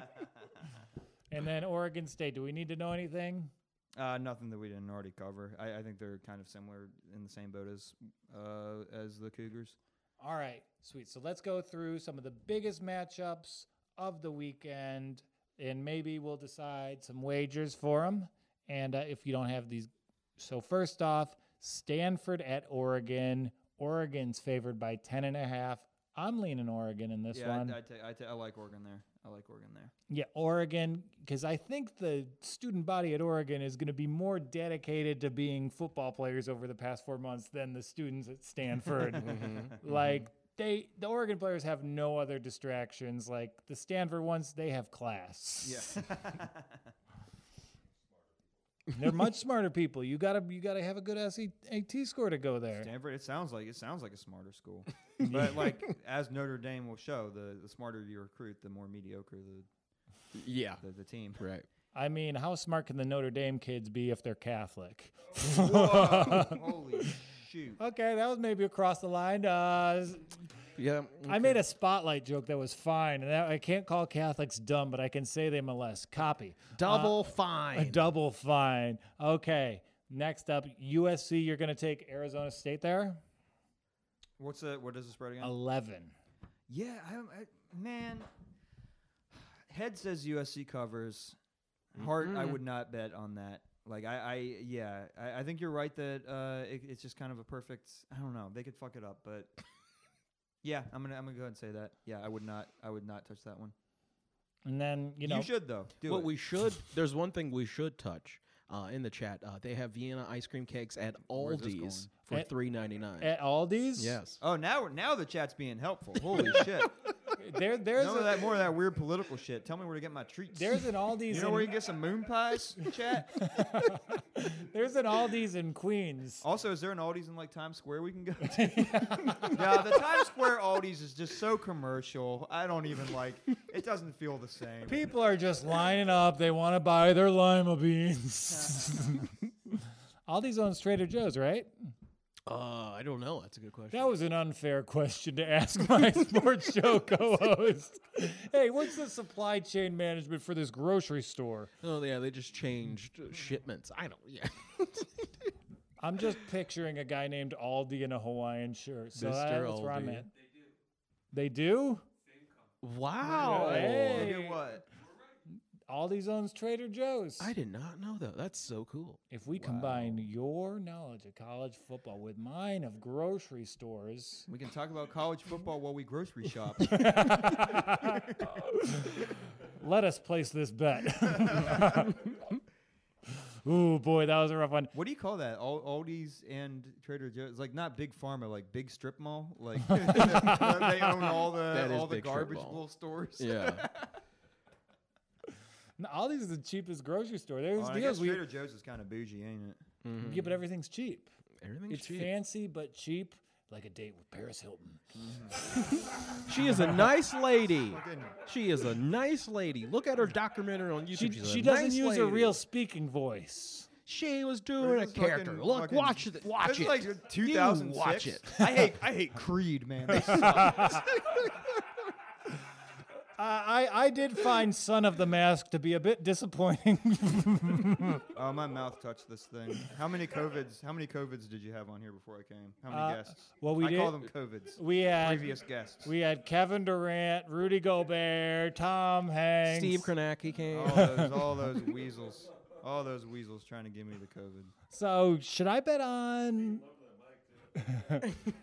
Speaker 2: and then Oregon State. Do we need to know anything?
Speaker 3: Uh, nothing that we didn't already cover. I, I think they're kind of similar in the same boat as uh, as the Cougars.
Speaker 2: All right, sweet. So let's go through some of the biggest matchups of the weekend, and maybe we'll decide some wagers for them. And uh, if you don't have these, so first off, Stanford at Oregon. Oregon's favored by ten and a half. I'm leaning Oregon in this
Speaker 3: yeah, I-
Speaker 2: one.
Speaker 3: I, ta- I ta- I like Oregon there. I like Oregon there.
Speaker 2: yeah, Oregon, because I think the student body at Oregon is going to be more dedicated to being football players over the past four months than the students at Stanford. Like they, the Oregon players have no other distractions. Like the Stanford ones, they have class. they're much smarter people. You gotta, you gotta have a good SAT score to go there.
Speaker 3: Stanford. It sounds like it sounds like a smarter school, but like as Notre Dame will show, the, the smarter you recruit, the more mediocre the
Speaker 1: Yeah.
Speaker 3: the, the team.
Speaker 1: Right.
Speaker 2: I mean, how smart can the Notre Dame kids be if they're Catholic?
Speaker 3: Whoa, holy shoot!
Speaker 2: okay, that was maybe across the line. Uh,
Speaker 1: Yeah.
Speaker 2: I made a spotlight joke that was fine, and that, I can't call Catholics dumb, but I can say they molest. Copy. Uh,
Speaker 1: Double
Speaker 2: A
Speaker 1: fine.
Speaker 2: double fine. Okay. Next up, USC. You're going to take Arizona State there.
Speaker 3: What's the what is the spread again?
Speaker 2: Eleven.
Speaker 3: Yeah, I, don't- I man. Head says USC covers. Heart,
Speaker 2: Mm-hmm.
Speaker 3: I would not bet on that. Like I, I yeah, I, I think you're right that uh, it, it's just kind of a perfect. I don't know. They could fuck it up, but yeah, I'm gonna I'm gonna go ahead and say that. Yeah, I would not I would not touch that one.
Speaker 2: And then you
Speaker 3: You,
Speaker 2: know
Speaker 3: should though. Do
Speaker 1: what
Speaker 3: it.
Speaker 1: we should there's one thing we should touch uh, in the chat. Uh, they have Vienna ice cream cakes at
Speaker 3: Where's this
Speaker 1: Aldi's for
Speaker 2: At-
Speaker 1: three ninety nine.
Speaker 2: at Aldi's.
Speaker 1: Yes.
Speaker 3: Oh, now we're- now the chat's being helpful. Holy shit!
Speaker 2: There, there's
Speaker 3: None
Speaker 2: a,
Speaker 3: of that more of that weird political shit. Tell me where to get my treats.
Speaker 2: there's an Aldi's.
Speaker 3: you know
Speaker 2: in,
Speaker 3: where you get some moon pies, chat.
Speaker 2: there's an Aldi's in Queens.
Speaker 3: Also, is there an Aldi's in like Times Square we can go to? no, the Times Square Aldi's is just so commercial. I don't even like. It doesn't feel the same.
Speaker 2: People are just lining up. They want to buy their lima beans. Aldi's owns Trader Joe's, right?
Speaker 1: Uh, I don't know. That's a good question.
Speaker 2: That was an unfair question to ask my sports show co-host. hey, what's the supply chain management for this grocery store?
Speaker 1: Oh yeah, they just changed uh, shipments. I don't. Yeah.
Speaker 2: I'm just picturing a guy named Aldi in a Hawaiian shirt. So uh,
Speaker 1: Mr.
Speaker 2: that's where I'm
Speaker 1: Aldi.
Speaker 2: at. They do.
Speaker 1: Wow.
Speaker 2: Hey.
Speaker 3: Do what?
Speaker 2: Aldi's owns Trader Joe's.
Speaker 1: I did not know that. That's so cool.
Speaker 2: if we combine your knowledge of college football with mine of grocery stores,
Speaker 3: We can talk about college football while we grocery shop.
Speaker 2: let us place this bet. Ooh, boy, that was a rough one.
Speaker 3: what do you call that? Al- Aldi's and Trader Joe's, like not big pharma, like big strip mall. Like they own all
Speaker 1: That
Speaker 3: the
Speaker 1: is
Speaker 3: all the
Speaker 1: big strip
Speaker 3: garbage
Speaker 1: mall.
Speaker 3: little stores.
Speaker 1: Yeah.
Speaker 2: No, Aldi's is the cheapest grocery store. There's
Speaker 3: Oh, and I guess
Speaker 2: deals we
Speaker 3: Trader Joe's is kind of bougie, ain't it?
Speaker 2: yeah, but everything's cheap.
Speaker 1: Everything's
Speaker 2: It's
Speaker 1: cheap.
Speaker 2: fancy but cheap, like a date with Paris Hilton.
Speaker 1: She is a nice lady.
Speaker 3: Fucking-
Speaker 1: She is a nice lady. Look at her documentary on YouTube.
Speaker 2: She,
Speaker 1: She's a
Speaker 2: she doesn't
Speaker 1: nice
Speaker 2: use her
Speaker 1: lady.
Speaker 2: real speaking voice.
Speaker 1: She was doing a
Speaker 3: This is
Speaker 1: character.
Speaker 3: fucking-
Speaker 1: Look,
Speaker 3: fucking-
Speaker 1: watch it. Watch
Speaker 3: this
Speaker 1: it.
Speaker 3: Is
Speaker 1: You
Speaker 3: like 2006.
Speaker 1: Watch it.
Speaker 3: I hate I hate Creed, man. They suck.
Speaker 2: I, I did find Son of the Mask to be a bit disappointing.
Speaker 3: oh, my mouth touched this thing. How many covids? How many covids did you have on here before I came? How many
Speaker 2: Uh,
Speaker 3: guests?
Speaker 2: well, we
Speaker 3: I call
Speaker 2: did-
Speaker 3: them covids.
Speaker 2: we had
Speaker 3: previous guests.
Speaker 2: we had Kevin Durant, Rudy Gobert, Tom Hanks,
Speaker 1: Steve Kornacki came.
Speaker 3: all those all those weasels, all those weasels trying to give me the covid.
Speaker 2: So should I bet on?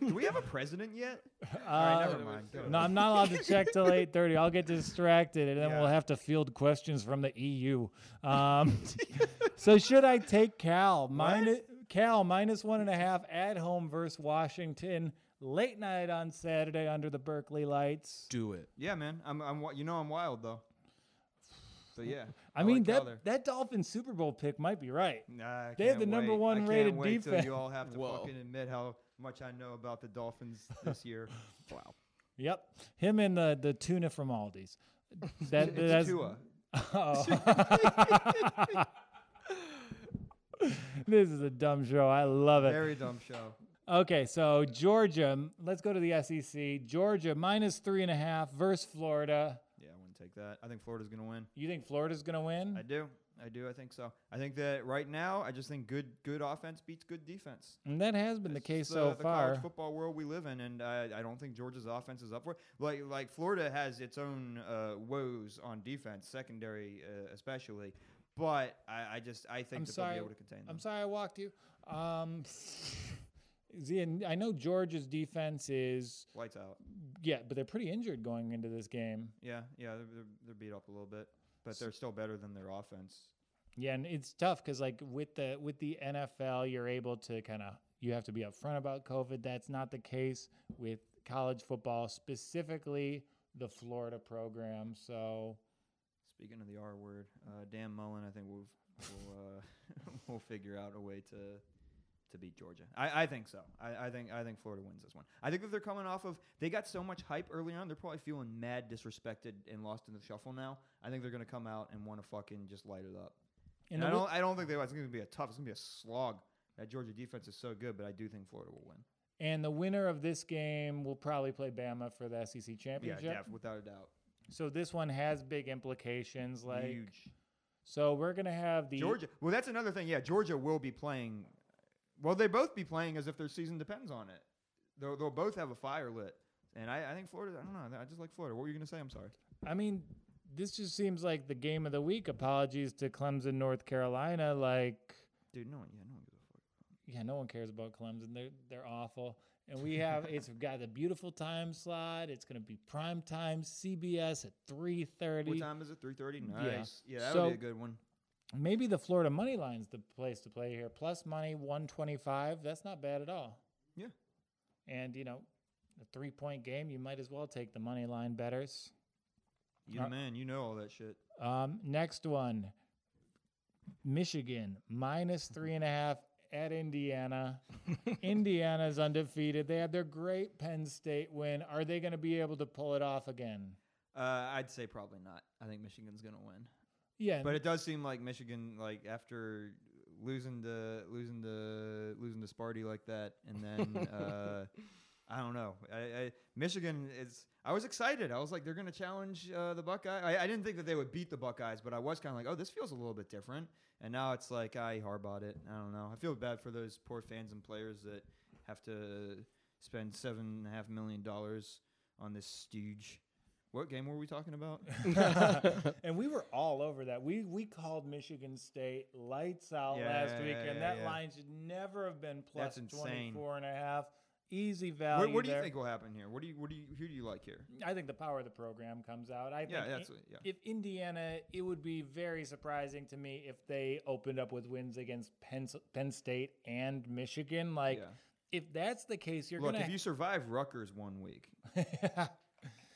Speaker 3: Do we have a president yet? all right, never mind. Go.
Speaker 2: Uh, No, I'm not allowed to check till 8:30. I'll get distracted, and then we'll
Speaker 3: Yeah.
Speaker 2: have to field questions from the EU. Um, so should I take Cal minus Cal minus one and a half at home versus Washington late night on Saturday under the Berkeley lights?
Speaker 1: Do it.
Speaker 3: Yeah, man. I'm I'm wi- you know I'm wild though. So yeah.
Speaker 2: I, mean
Speaker 3: like Cal there.
Speaker 2: that that Dolphins Super Bowl pick might be right.
Speaker 3: Nah, I
Speaker 2: They have
Speaker 3: can't
Speaker 2: the number
Speaker 3: wait.
Speaker 2: one
Speaker 3: I can't
Speaker 2: rated
Speaker 3: wait till
Speaker 2: defense.
Speaker 3: you all have to
Speaker 1: Whoa.
Speaker 3: fucking admit how much I know about the Dolphins this year. wow.
Speaker 2: Yep, him and the the tuna from Aldi's. That
Speaker 3: It's
Speaker 2: that's
Speaker 3: Tua.
Speaker 2: Oh. this is a dumb show. I love it.
Speaker 3: Very dumb show.
Speaker 2: Okay, so Georgia. m- Let's go to the SEC. Georgia minus three and a half versus Florida.
Speaker 3: Yeah, I wouldn't take that. I think Florida's gonna win.
Speaker 2: You think Florida's gonna win?
Speaker 3: I do. I do. I think so. I think that right now, I just think good good offense beats good defense.
Speaker 2: and that has been the
Speaker 3: It's
Speaker 2: case
Speaker 3: just,
Speaker 2: so
Speaker 3: uh, the
Speaker 2: far.
Speaker 3: college football world we live in, and uh, I don't think Georgia's offense is up for it. Like like Florida has its own uh, woes on defense, secondary uh, especially. But I, I just I think
Speaker 2: I'm
Speaker 3: that
Speaker 2: sorry.
Speaker 3: they'll be able to contain them.
Speaker 2: I'm sorry I walked you. Um, see, and I know Georgia's defense is
Speaker 3: Lights out.
Speaker 2: yeah, but they're pretty injured going into this game.
Speaker 3: Yeah, yeah, they're, they're, they're beat up a little bit, but they're still better than their offense.
Speaker 2: Yeah, and it's tough because like with the with the NFL, you're able to kind of you have to be upfront about COVID. That's not the case with college football, specifically the Florida program. So
Speaker 3: Speaking of the R word, uh, Dan Mullen, I think we'll we'll, uh, we'll figure out a way to to beat Georgia. I, I think so. I, I think I think Florida wins this one. I think that they're coming off of they got so much hype early on. They're probably feeling mad, disrespected, and lost in the shuffle now. I think they're gonna come out and want to fucking just light it up.
Speaker 2: in
Speaker 3: And I
Speaker 2: the,
Speaker 3: don't
Speaker 2: wi-
Speaker 3: I don't think they. It's gonna be a tough. It's gonna be a slog. That Georgia defense is so good, but I do think Florida will win.
Speaker 2: and the winner of this game will probably play Bama for the SEC
Speaker 3: Yeah,
Speaker 2: championship.
Speaker 3: def- without a doubt.
Speaker 2: So this one has big implications. Like
Speaker 3: Huge.
Speaker 2: so, we're gonna have the
Speaker 3: Georgia. Well, that's another thing. Yeah, Georgia will be playing. Well, they both be playing as if their season depends on it. They'll, they'll both have a fire lit. And I, I think Florida. I don't know. I just like Florida. What were you gonna say? I'm sorry.
Speaker 2: I mean, this just seems like the game of the week. Apologies to Clemson, North Carolina. Like.
Speaker 3: Dude, no one. Yeah, no one gives a fuck.
Speaker 2: yeah, no one cares about Clemson. They're they're awful. And we have it's got the beautiful time slot. It's going to be prime time CBS at three
Speaker 3: What
Speaker 2: thirty.
Speaker 3: time is it? Three thirty.
Speaker 2: Yeah.
Speaker 3: Nice. Yeah, that would
Speaker 2: So-
Speaker 3: be a good one.
Speaker 2: Maybe the Florida money line's the place to play here. Plus money one twenty five. That's not bad at all.
Speaker 3: Yeah.
Speaker 2: And you know, a three point game, you might as well take the money line betters.
Speaker 3: You
Speaker 2: Uh,
Speaker 3: the man. You know all that shit.
Speaker 2: Um, next one, Michigan minus three and a half at Indiana. Indiana's undefeated. They had their great Penn State win. Are they going to be able to pull it off again?
Speaker 3: Uh, I'd say probably not. I think Michigan's gonna win.
Speaker 2: Yeah,
Speaker 3: But it does seem like Michigan, like after losing the losing the losing to Sparty like that, and then uh, I don't know. I, I, Michigan is. I was excited. I was like, they're going to challenge uh, the Buckeye. I, I didn't think that they would beat the Buckeyes, but I was kind of like, oh, this feels a little bit different. And now it's like I harbought it. I don't know. I feel bad for those poor fans and players that have to spend seven and a half million dollars on this stooge. What game were we talking about?
Speaker 2: and we were all over that. We we called Michigan State lights out
Speaker 3: Yeah,
Speaker 2: last
Speaker 3: yeah,
Speaker 2: week,
Speaker 3: yeah,
Speaker 2: and
Speaker 3: yeah,
Speaker 2: that
Speaker 3: yeah.
Speaker 2: line should never have been plus
Speaker 3: That's insane.
Speaker 2: 24 and a half. Easy value.
Speaker 3: what, what do you
Speaker 2: there.
Speaker 3: think will happen here? What do you what do you who do you like here?
Speaker 2: I think the power of the program comes out. I
Speaker 3: Yeah,
Speaker 2: think
Speaker 3: that's
Speaker 2: i-
Speaker 3: what- yeah.
Speaker 2: if Indiana, it would be very surprising to me if they opened up with wins against Penn, Penn State and Michigan. Like,
Speaker 3: Yeah.
Speaker 2: if that's the case, you're
Speaker 3: Look,
Speaker 2: gonna.
Speaker 3: if you survive Rutgers one week,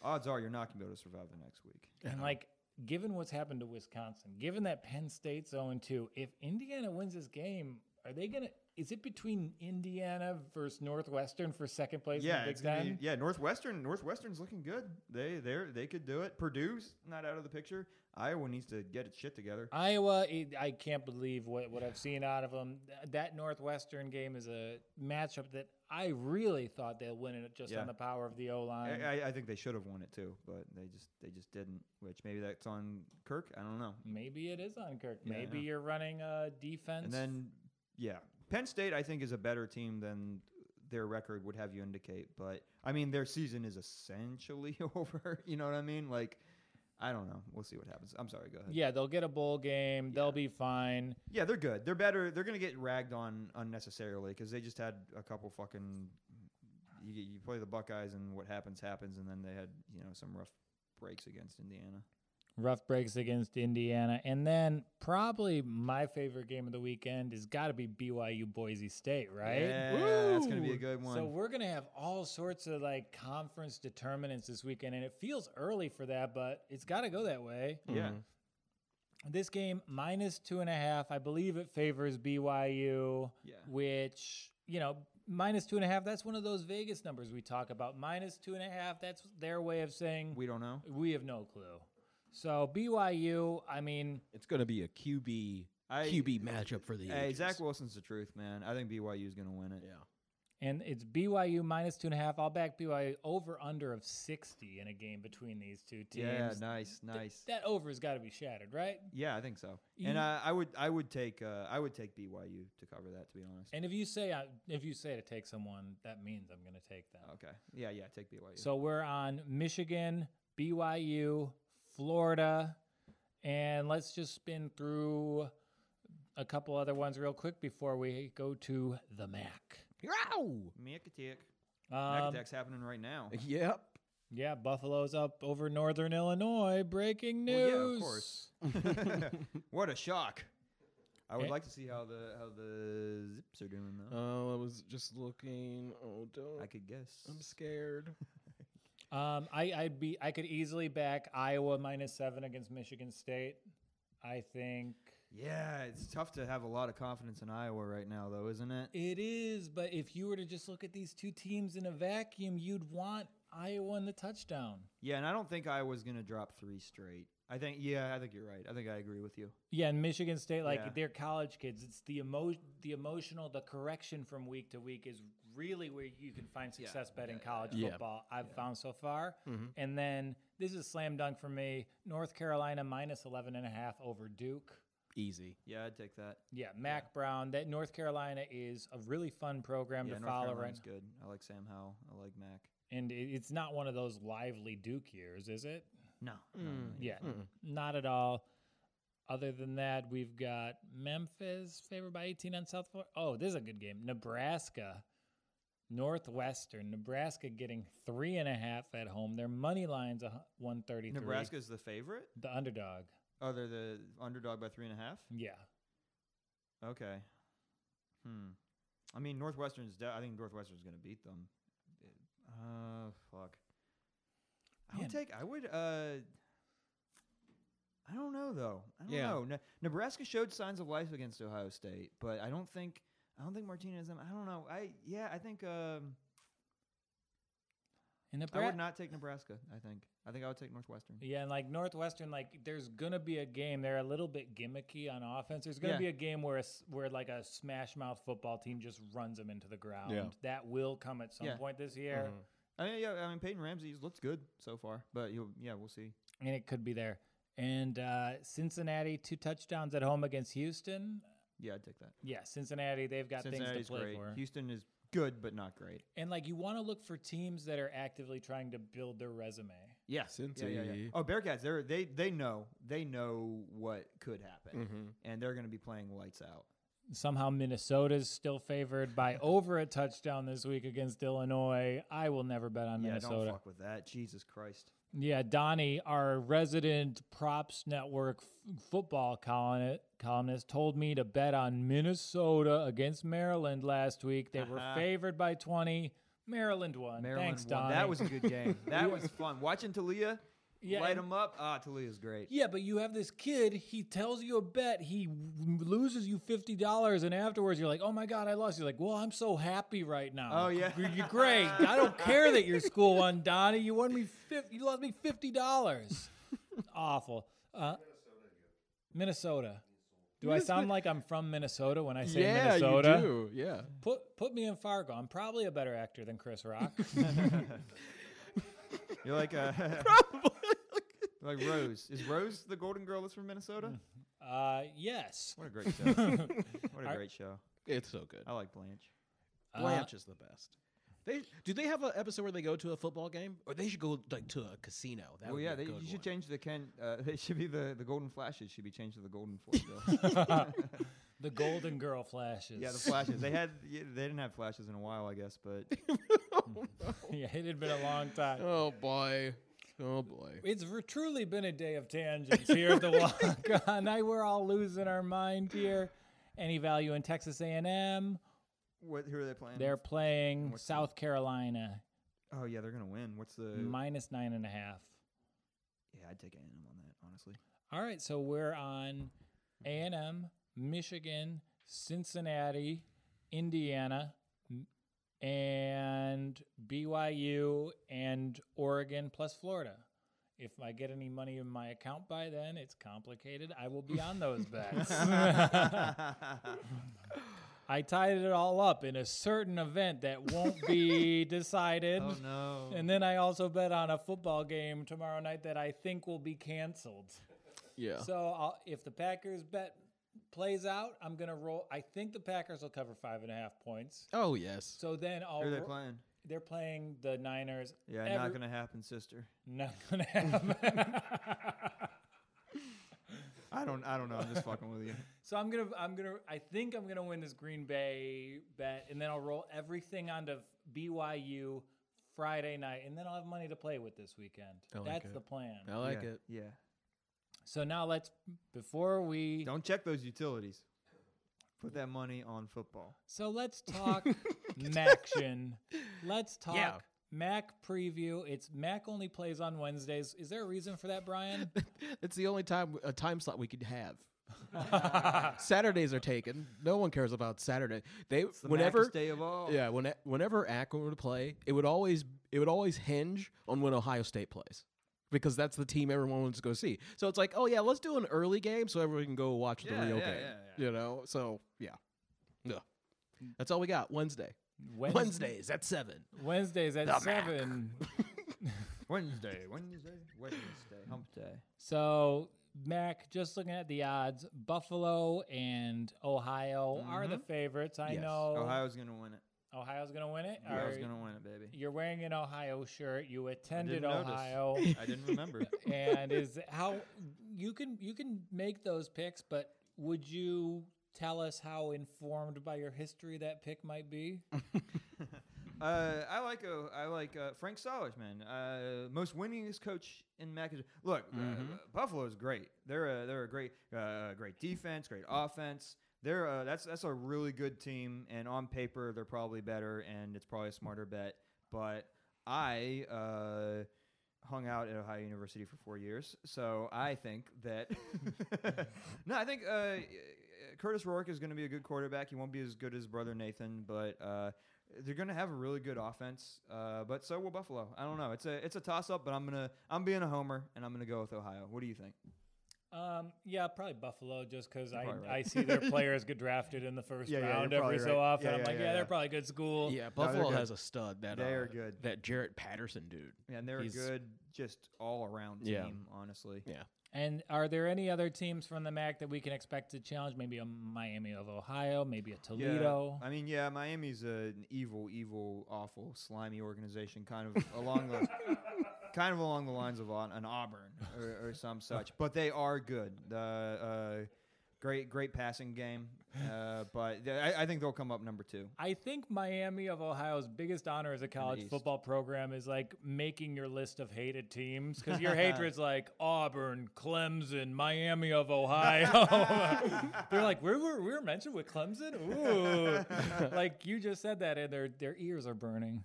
Speaker 3: odds are you're not gonna be able to survive the next week.
Speaker 2: and like, given what's happened to oh Wisconsin, given that Penn State's 0 2, if Indiana wins this game, are they gonna? is it between Indiana versus Northwestern for second place in
Speaker 3: Yeah,
Speaker 2: the
Speaker 3: it's
Speaker 2: Big
Speaker 3: gonna be-
Speaker 2: Ten?
Speaker 3: yeah. Northwestern, Northwestern's looking good. They they are they could do it. Purdue's not out of the picture. Iowa needs to get its shit
Speaker 2: Um,
Speaker 3: together.
Speaker 2: Iowa, it, I can't believe what, what I've seen out of them. That Northwestern game is a matchup that I really thought they'll win it just
Speaker 3: Yeah.
Speaker 2: on the power of the O
Speaker 3: I,
Speaker 2: line.
Speaker 3: I, I think they should have won it too, but they just they just didn't. Which maybe that's on Kirk. I don't know.
Speaker 2: Maybe it is on Kirk.
Speaker 3: Yeah, I
Speaker 2: Maybe
Speaker 3: know.
Speaker 2: you're running a defense.
Speaker 3: And then yeah, Penn State I think is a better team than their record would have you indicate. But I mean their season is essentially over. You know what I mean? Like I don't know. We'll see what happens. I'm sorry. Go ahead.
Speaker 2: yeah, they'll get a bowl game. They'll be fine.
Speaker 3: uh, Yeah, they're good. They're better. They're gonna get ragged on unnecessarily because they just had a couple fucking. You, you play the Buckeyes and what happens happens, and then they had you know some rough breaks against Indiana.
Speaker 2: Rough breaks against Indiana. And then probably my favorite game of the weekend has got to be BYU Boise State, right?
Speaker 3: Yeah, that's gonna be a
Speaker 1: Woo!
Speaker 3: good one.
Speaker 2: So we're gonna have all sorts of like conference determinants this weekend, and it feels early for that, but it's got to go that way.
Speaker 3: yeah,
Speaker 1: Mhm.
Speaker 2: This game minus two and a half, I believe it favors BYU,
Speaker 3: Yeah.
Speaker 2: which you know minus two and a half. That's one of those Vegas numbers we talk about. Minus two and a half. That's their way of saying we,
Speaker 3: we don't know.
Speaker 2: have no clue. So BYU, I mean,
Speaker 1: It's going to be a QB
Speaker 3: I-
Speaker 1: QB matchup for the
Speaker 3: Hey,
Speaker 1: ages.
Speaker 3: Zach Wilson's the truth, man. I think BYU is gonna win it.
Speaker 1: Yeah.
Speaker 2: and it's BYU minus two and a half. I'll back BYU over under of sixty in a game between these two teams.
Speaker 3: Yeah, nice, nice.
Speaker 2: That over's got to be shattered, right?
Speaker 3: yeah, I think so.
Speaker 2: You-
Speaker 3: And I, I would, I would take, uh, I would take BYU to cover that. To be honest.
Speaker 2: And if you say I, if you say to take someone, that means I'm going to take them.
Speaker 3: okay. Yeah, yeah, take BYU.
Speaker 2: So we're on Michigan, BYU, Florida, and let's just spin through a couple other ones real quick before we go to the MAC.
Speaker 1: Yow!
Speaker 3: Make a tick.
Speaker 2: Um,
Speaker 3: attack's happening right now.
Speaker 1: Yep.
Speaker 2: yeah, Buffalo's up over Northern Illinois. Breaking
Speaker 3: Well,
Speaker 2: news.
Speaker 3: yeah, of course. what a shock! I would
Speaker 2: Eh.
Speaker 3: like to see how the how the zips are
Speaker 2: Um,
Speaker 3: doing though.
Speaker 1: Oh, I was just looking. Oh, don't.
Speaker 3: I could guess.
Speaker 1: I'm scared.
Speaker 2: Um, I, I'd be I could easily back Iowa minus seven against Michigan State. I think.
Speaker 3: yeah, it's tough to have a lot of confidence in Iowa right now, though, isn't it?
Speaker 2: It is, but if you were to just look at these two teams in a vacuum, you'd want Iowa in the touchdown.
Speaker 3: Yeah, and I don't think Iowa's going to drop three straight. I think, yeah, I think you're right. I think I agree with you.
Speaker 2: Yeah, and Michigan State, like
Speaker 3: Yeah.
Speaker 2: they're college kids. It's the emo- the emotional, the correction from week to week is really where you can find success betting college
Speaker 1: yeah.
Speaker 2: football. I've found so far.
Speaker 1: Mm-hmm.
Speaker 2: And then this is a slam dunk for me. North Carolina minus 11 and a half over Duke.
Speaker 1: Easy.
Speaker 3: Yeah, I'd take that.
Speaker 2: Yeah, Mac Brown. That North Carolina is a really fun program
Speaker 3: yeah,
Speaker 2: to
Speaker 3: North
Speaker 2: follow right
Speaker 3: Carolina's good. I like Sam Howell. I like Mac.
Speaker 2: now. And it- it's not one of those lively Duke years, is it?
Speaker 3: No, no, no,
Speaker 2: Mm, Yeah,
Speaker 1: Mm-hmm.
Speaker 2: not at all. Other than that, we've got Memphis favored by 18 on South Florida. Oh, this is a good game. Nebraska, Northwestern. Nebraska getting three and a half at home. Their money line's a hu- 133.
Speaker 3: Nebraska's the favorite.
Speaker 2: the underdog.
Speaker 3: Oh, they're the underdog by three and a half.
Speaker 2: Yeah,
Speaker 3: Okay. Hmm. I mean, Northwestern's. De- I think Northwestern's going to beat them. Uh, fuck. I
Speaker 2: Man.
Speaker 3: would take. I would. Uh, I don't know though. I don't
Speaker 1: Yeah.
Speaker 3: know. Ne- Nebraska showed signs of life against Ohio State, but I don't think. I don't think Martinez. I don't know. I yeah. I think. Um,
Speaker 2: and
Speaker 3: I
Speaker 2: Nebraska.
Speaker 3: would not take Nebraska. I think. I think I would take Northwestern.
Speaker 2: Yeah, and like Northwestern, like there's gonna be a game. They're a little bit gimmicky on offense. There's gonna
Speaker 3: Yeah.
Speaker 2: be a game where a, s- where like a smash mouth football team just runs them into the ground. That will come at some
Speaker 3: Yeah.
Speaker 2: point this year.
Speaker 3: I mean, yeah. I mean, Peyton Ramsey's looked good so far, but you yeah, we'll see.
Speaker 2: and it could be there. And uh, Cincinnati, two touchdowns at home against Houston.
Speaker 3: Yeah, I'd take that.
Speaker 2: Yeah, Cincinnati, they've got things
Speaker 3: Cincinnati's
Speaker 2: to play
Speaker 3: great.
Speaker 2: for.
Speaker 3: Houston is good, but not great.
Speaker 2: And like you want to look for teams that are actively trying to build their resume.
Speaker 3: Yeah.
Speaker 1: Cincy.
Speaker 3: Yeah, yeah, yeah. Oh, Bearcats, they're they they know they know what could happen,
Speaker 1: Mm-hmm.
Speaker 3: and they're going to be playing lights out.
Speaker 2: Somehow Minnesota's still favored by over a touchdown this week against Illinois. I will never bet on
Speaker 3: Yeah, don't
Speaker 2: Minnesota.
Speaker 3: fuck with that. Jesus Christ.
Speaker 2: Yeah, Donnie, our resident props network f- football columnist, columnist, told me to bet on Minnesota against Maryland last week. They were favored by 20. Maryland won.
Speaker 3: Uh-huh. Maryland
Speaker 2: Thanks,
Speaker 3: won.
Speaker 2: Donnie.
Speaker 3: That was a good game. That was fun. Watching Talia
Speaker 2: Yeah,
Speaker 3: light
Speaker 2: and-
Speaker 3: him up. Ah, Talia's great.
Speaker 2: Yeah, but you have this kid. He tells you a bet. He w- loses you fifty dollars, and afterwards you're like, "Oh my god, I lost." He's like, "Well, I'm so happy right now."
Speaker 3: Oh, yeah.
Speaker 2: G- you're great. I don't care that your school won, Donnie. You won me. 50, you lost me fifty dollars. Awful. Uh, Minnesota. Do I sound like I'm from Minnesota when I say Minnesota?
Speaker 4: you do. Yeah.
Speaker 2: Put put me in Fargo. I'm probably a better actor than Chris Rock.
Speaker 3: You're like uh, you're like Rose. Is Rose the Golden Girl that's from Minnesota?
Speaker 2: uh, yes.
Speaker 3: What a great show! what a
Speaker 2: Are-
Speaker 3: great show!
Speaker 4: It's so good.
Speaker 3: I like Blanche.
Speaker 2: Uh,
Speaker 1: Blanche is the best. They do they have an episode where they go to a football game, or they should go like to a casino. That
Speaker 3: well,
Speaker 1: would
Speaker 3: Oh, yeah,
Speaker 1: be
Speaker 3: they,
Speaker 1: a
Speaker 3: you
Speaker 1: good
Speaker 3: should
Speaker 1: one.
Speaker 3: change the Ken. Uh, they should be the the Golden Flashes. Should be changed to the Golden Flash.
Speaker 2: the Golden Girl flashes.
Speaker 3: yeah, the Flashes. They had yeah, they didn't have flashes in a while, I guess. But
Speaker 2: yeah, it had been a long time.
Speaker 4: Oh boy. Oh boy.
Speaker 2: It's re- truly been a day of tangents here at the walk on. I, we're all losing our mind here. Any value in Texas A&M?
Speaker 3: what? Who are they playing?
Speaker 2: They're playing
Speaker 3: What's the-
Speaker 2: South Carolina
Speaker 3: oh yeah, they're gonna win. What's the?
Speaker 2: minus nine and a half.
Speaker 3: yeah, I'd take A&M on that honestly.
Speaker 2: All right, so we're on A&M, Michigan, Cincinnati, Indiana, m- and BYU and Oregon plus Florida. If I get any money in my account by then, it's complicated. I will be on those bets. I tied it all up in a certain event that won't be decided.
Speaker 3: oh no.
Speaker 2: And then I also bet on a football game tomorrow night that I think will be canceled.
Speaker 4: Yeah.
Speaker 2: So I'll, if the Packers bet plays out, I'm gonna roll. I think the Packers will cover five and a half points.
Speaker 4: oh yes.
Speaker 2: So then I'll.
Speaker 3: who are they
Speaker 2: ro-
Speaker 3: playing?
Speaker 2: They're playing the Niners.
Speaker 3: Yeah, not
Speaker 2: Every-
Speaker 3: gonna happen, sister.
Speaker 2: Not gonna happen.
Speaker 3: I don't. I don't know. I'm just fucking with you.
Speaker 2: so I'm gonna. I'm gonna. I think I'm gonna win this Green Bay bet, and then I'll roll everything onto BYU Friday night, and then I'll have money to play with this weekend.
Speaker 4: I like
Speaker 2: That's
Speaker 4: it.
Speaker 2: the plan.
Speaker 4: I like
Speaker 3: yeah,
Speaker 4: it.
Speaker 3: Yeah.
Speaker 2: So now let's before we.
Speaker 3: Don't check those utilities. Put that money on football.
Speaker 2: So let's talk Maction. Let's talk
Speaker 1: Yeah.
Speaker 2: Mac preview. It's Mac only plays on Wednesdays. Is there a reason for that, Brian?
Speaker 4: It's the only time a time slot we could have. Saturdays are taken. No one cares about Saturday. They
Speaker 3: It's the
Speaker 4: whenever
Speaker 3: mackest day of all.
Speaker 4: Yeah, when, whenever Akron would play, it would always it would always hinge on when Ohio State plays because that's the team everyone wants to go see. So it's like, oh yeah, let's do an early game so everyone can go watch the
Speaker 3: Yeah,
Speaker 4: real
Speaker 3: yeah,
Speaker 4: game.
Speaker 3: yeah,
Speaker 4: You know, so yeah, yeah. That's all we got. Wednesday,
Speaker 2: Wednes-
Speaker 4: Wednesdays at seven.
Speaker 2: Wednesdays at
Speaker 4: The Mac.
Speaker 2: seven.
Speaker 3: Wednesday, Wednesday, Wednesday, hump day.
Speaker 2: So Mac, just looking at the odds, Buffalo and Ohio are the favorites. I
Speaker 4: Yes.
Speaker 2: know
Speaker 3: Ohio's gonna win it.
Speaker 2: Ohio's gonna win it.
Speaker 3: Ohio's
Speaker 2: Are-
Speaker 3: gonna win it, baby.
Speaker 2: You're wearing an Ohio shirt. You attended
Speaker 3: didn't notice.
Speaker 2: Ohio.
Speaker 3: I didn't remember.
Speaker 2: and is how you can you can make those picks, but would you tell us how informed by your history that pick might be?
Speaker 3: Mm. uh, I like uh, I like uh, Frank Solich, man. Uh, most winningest coach in Mac. Look, uh, Buffalo's great. They're a, they're a great uh, great defense, great offense. They're uh, that's that's a really good team, and on paper they're probably better, and it's probably a smarter bet. But I uh, hung out at Ohio University for four years, so I think that no, I think uh, Curtis Rourke is going to be a good quarterback. He won't be as good as brother Nathan, but uh, they're going to have a really good offense. Uh, but so will Buffalo. I don't know. It's a it's a toss up, but I'm gonna I'm being a homer and I'm gonna go with Ohio. What do you think?
Speaker 2: Um, yeah, probably Buffalo, just because I,
Speaker 3: probably right.
Speaker 2: I see their players get drafted in the first
Speaker 3: Yeah, yeah, you're
Speaker 2: round every
Speaker 3: probably
Speaker 2: so
Speaker 3: right.
Speaker 2: often.
Speaker 3: Yeah,
Speaker 2: I'm
Speaker 3: yeah,
Speaker 2: like, yeah,
Speaker 3: yeah,
Speaker 2: they're
Speaker 3: yeah.
Speaker 2: probably good school.
Speaker 4: Yeah,
Speaker 3: they're
Speaker 4: Buffalo
Speaker 3: good.
Speaker 4: has a stud that
Speaker 3: They
Speaker 4: uh,
Speaker 3: are good.
Speaker 4: That Jarrett Patterson dude.
Speaker 3: Yeah, and they're
Speaker 4: He's-
Speaker 3: a good just all around team.
Speaker 4: Yeah.
Speaker 3: Honestly,
Speaker 4: Yeah,
Speaker 2: And are there any other teams from the MAC that we can expect to challenge? Maybe a Miami of Ohio, maybe a Toledo.
Speaker 3: I mean, yeah, Miami's an evil, evil, awful, slimy organization, kind of along the kind of along the lines of an an Auburn or, or some such. But they are good. The uh, great, great passing game. Uh, but th- I, I think they'll come up number two.
Speaker 2: I think Miami of Ohio's biggest honor as a college
Speaker 3: East.
Speaker 2: football program is like making your list of hated teams because your hatred's like Auburn, Clemson, Miami of Ohio. They're like, we were, we were mentioned with Clemson? Ooh. like you just said that and their, their ears are burning.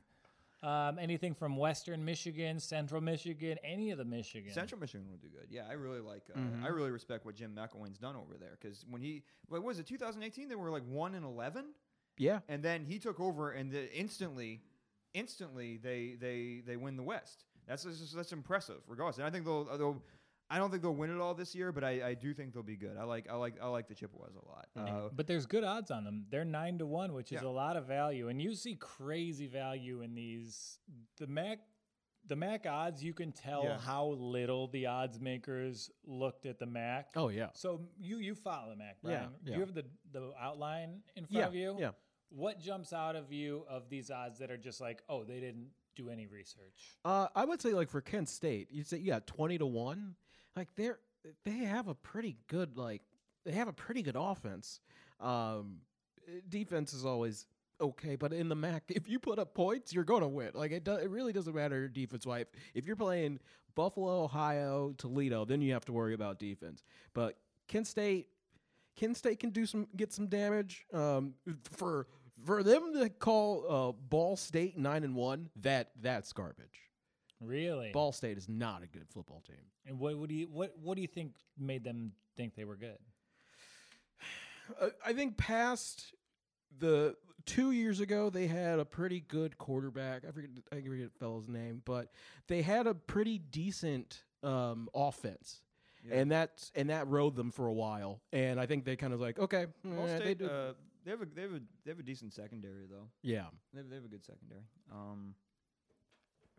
Speaker 2: Um, anything from Western Michigan, Central Michigan, any of the Michigan.
Speaker 3: Central Michigan would do good. Yeah, I really like. Uh, I really respect what Jim McElwain's done over there because when he what was it 2018 they were like one and eleven,
Speaker 1: Yeah.
Speaker 3: and then he took over and the, instantly, instantly they they they win the West. That's that's, just- that's impressive regardless. And I think they'll they'll. I don't think they'll win it all this year, but I, I do think they'll be good. I like I like I like the Chippewas a lot. Uh,
Speaker 2: But there's good odds on them. They're nine to one, which is
Speaker 3: Yeah.
Speaker 2: a lot of value, and you see crazy value in these. The Mac, the Mac odds. You can tell
Speaker 3: Yeah.
Speaker 2: how little the odds makers looked at the Mac.
Speaker 1: Oh yeah.
Speaker 2: So you you follow the Mac,
Speaker 1: Yeah,
Speaker 2: Brian. Do
Speaker 1: yeah.
Speaker 2: you have the the outline in front
Speaker 1: Yeah,
Speaker 2: of you?
Speaker 1: yeah.
Speaker 2: What jumps out of you of these odds that are just like, oh, they didn't do any research?
Speaker 1: Uh, I would say like for Kent State, you'd say yeah, twenty to one. Like they're they have a pretty good like they have a pretty good offense. Um, eh, defense is always okay, but in the MAC, if you put up points, you're gonna win. Like it do, it really doesn't matter defense wise. If you're playing Buffalo, Ohio, Toledo, then you have to worry about defense. But Kent State, Kent State can do some get some damage. Um, for for them to call uh, Ball State nine and one, that that's garbage.
Speaker 2: Really?
Speaker 1: Ball State is not a good football team.
Speaker 2: And what, what do you what what do you think made them think they were good?
Speaker 1: Uh, I think past the two years ago, they had a pretty good quarterback. I forget, I forget the fellow's name, but they had a pretty decent um, offense.
Speaker 3: Yeah.
Speaker 1: And that's and that rode them for a while, and I think they kind of like okay,
Speaker 3: Ball
Speaker 1: eh, they
Speaker 3: State,
Speaker 1: do-
Speaker 3: uh, they have a they have a they have a decent secondary though.
Speaker 1: yeah,
Speaker 3: They have, they have a good secondary. Um,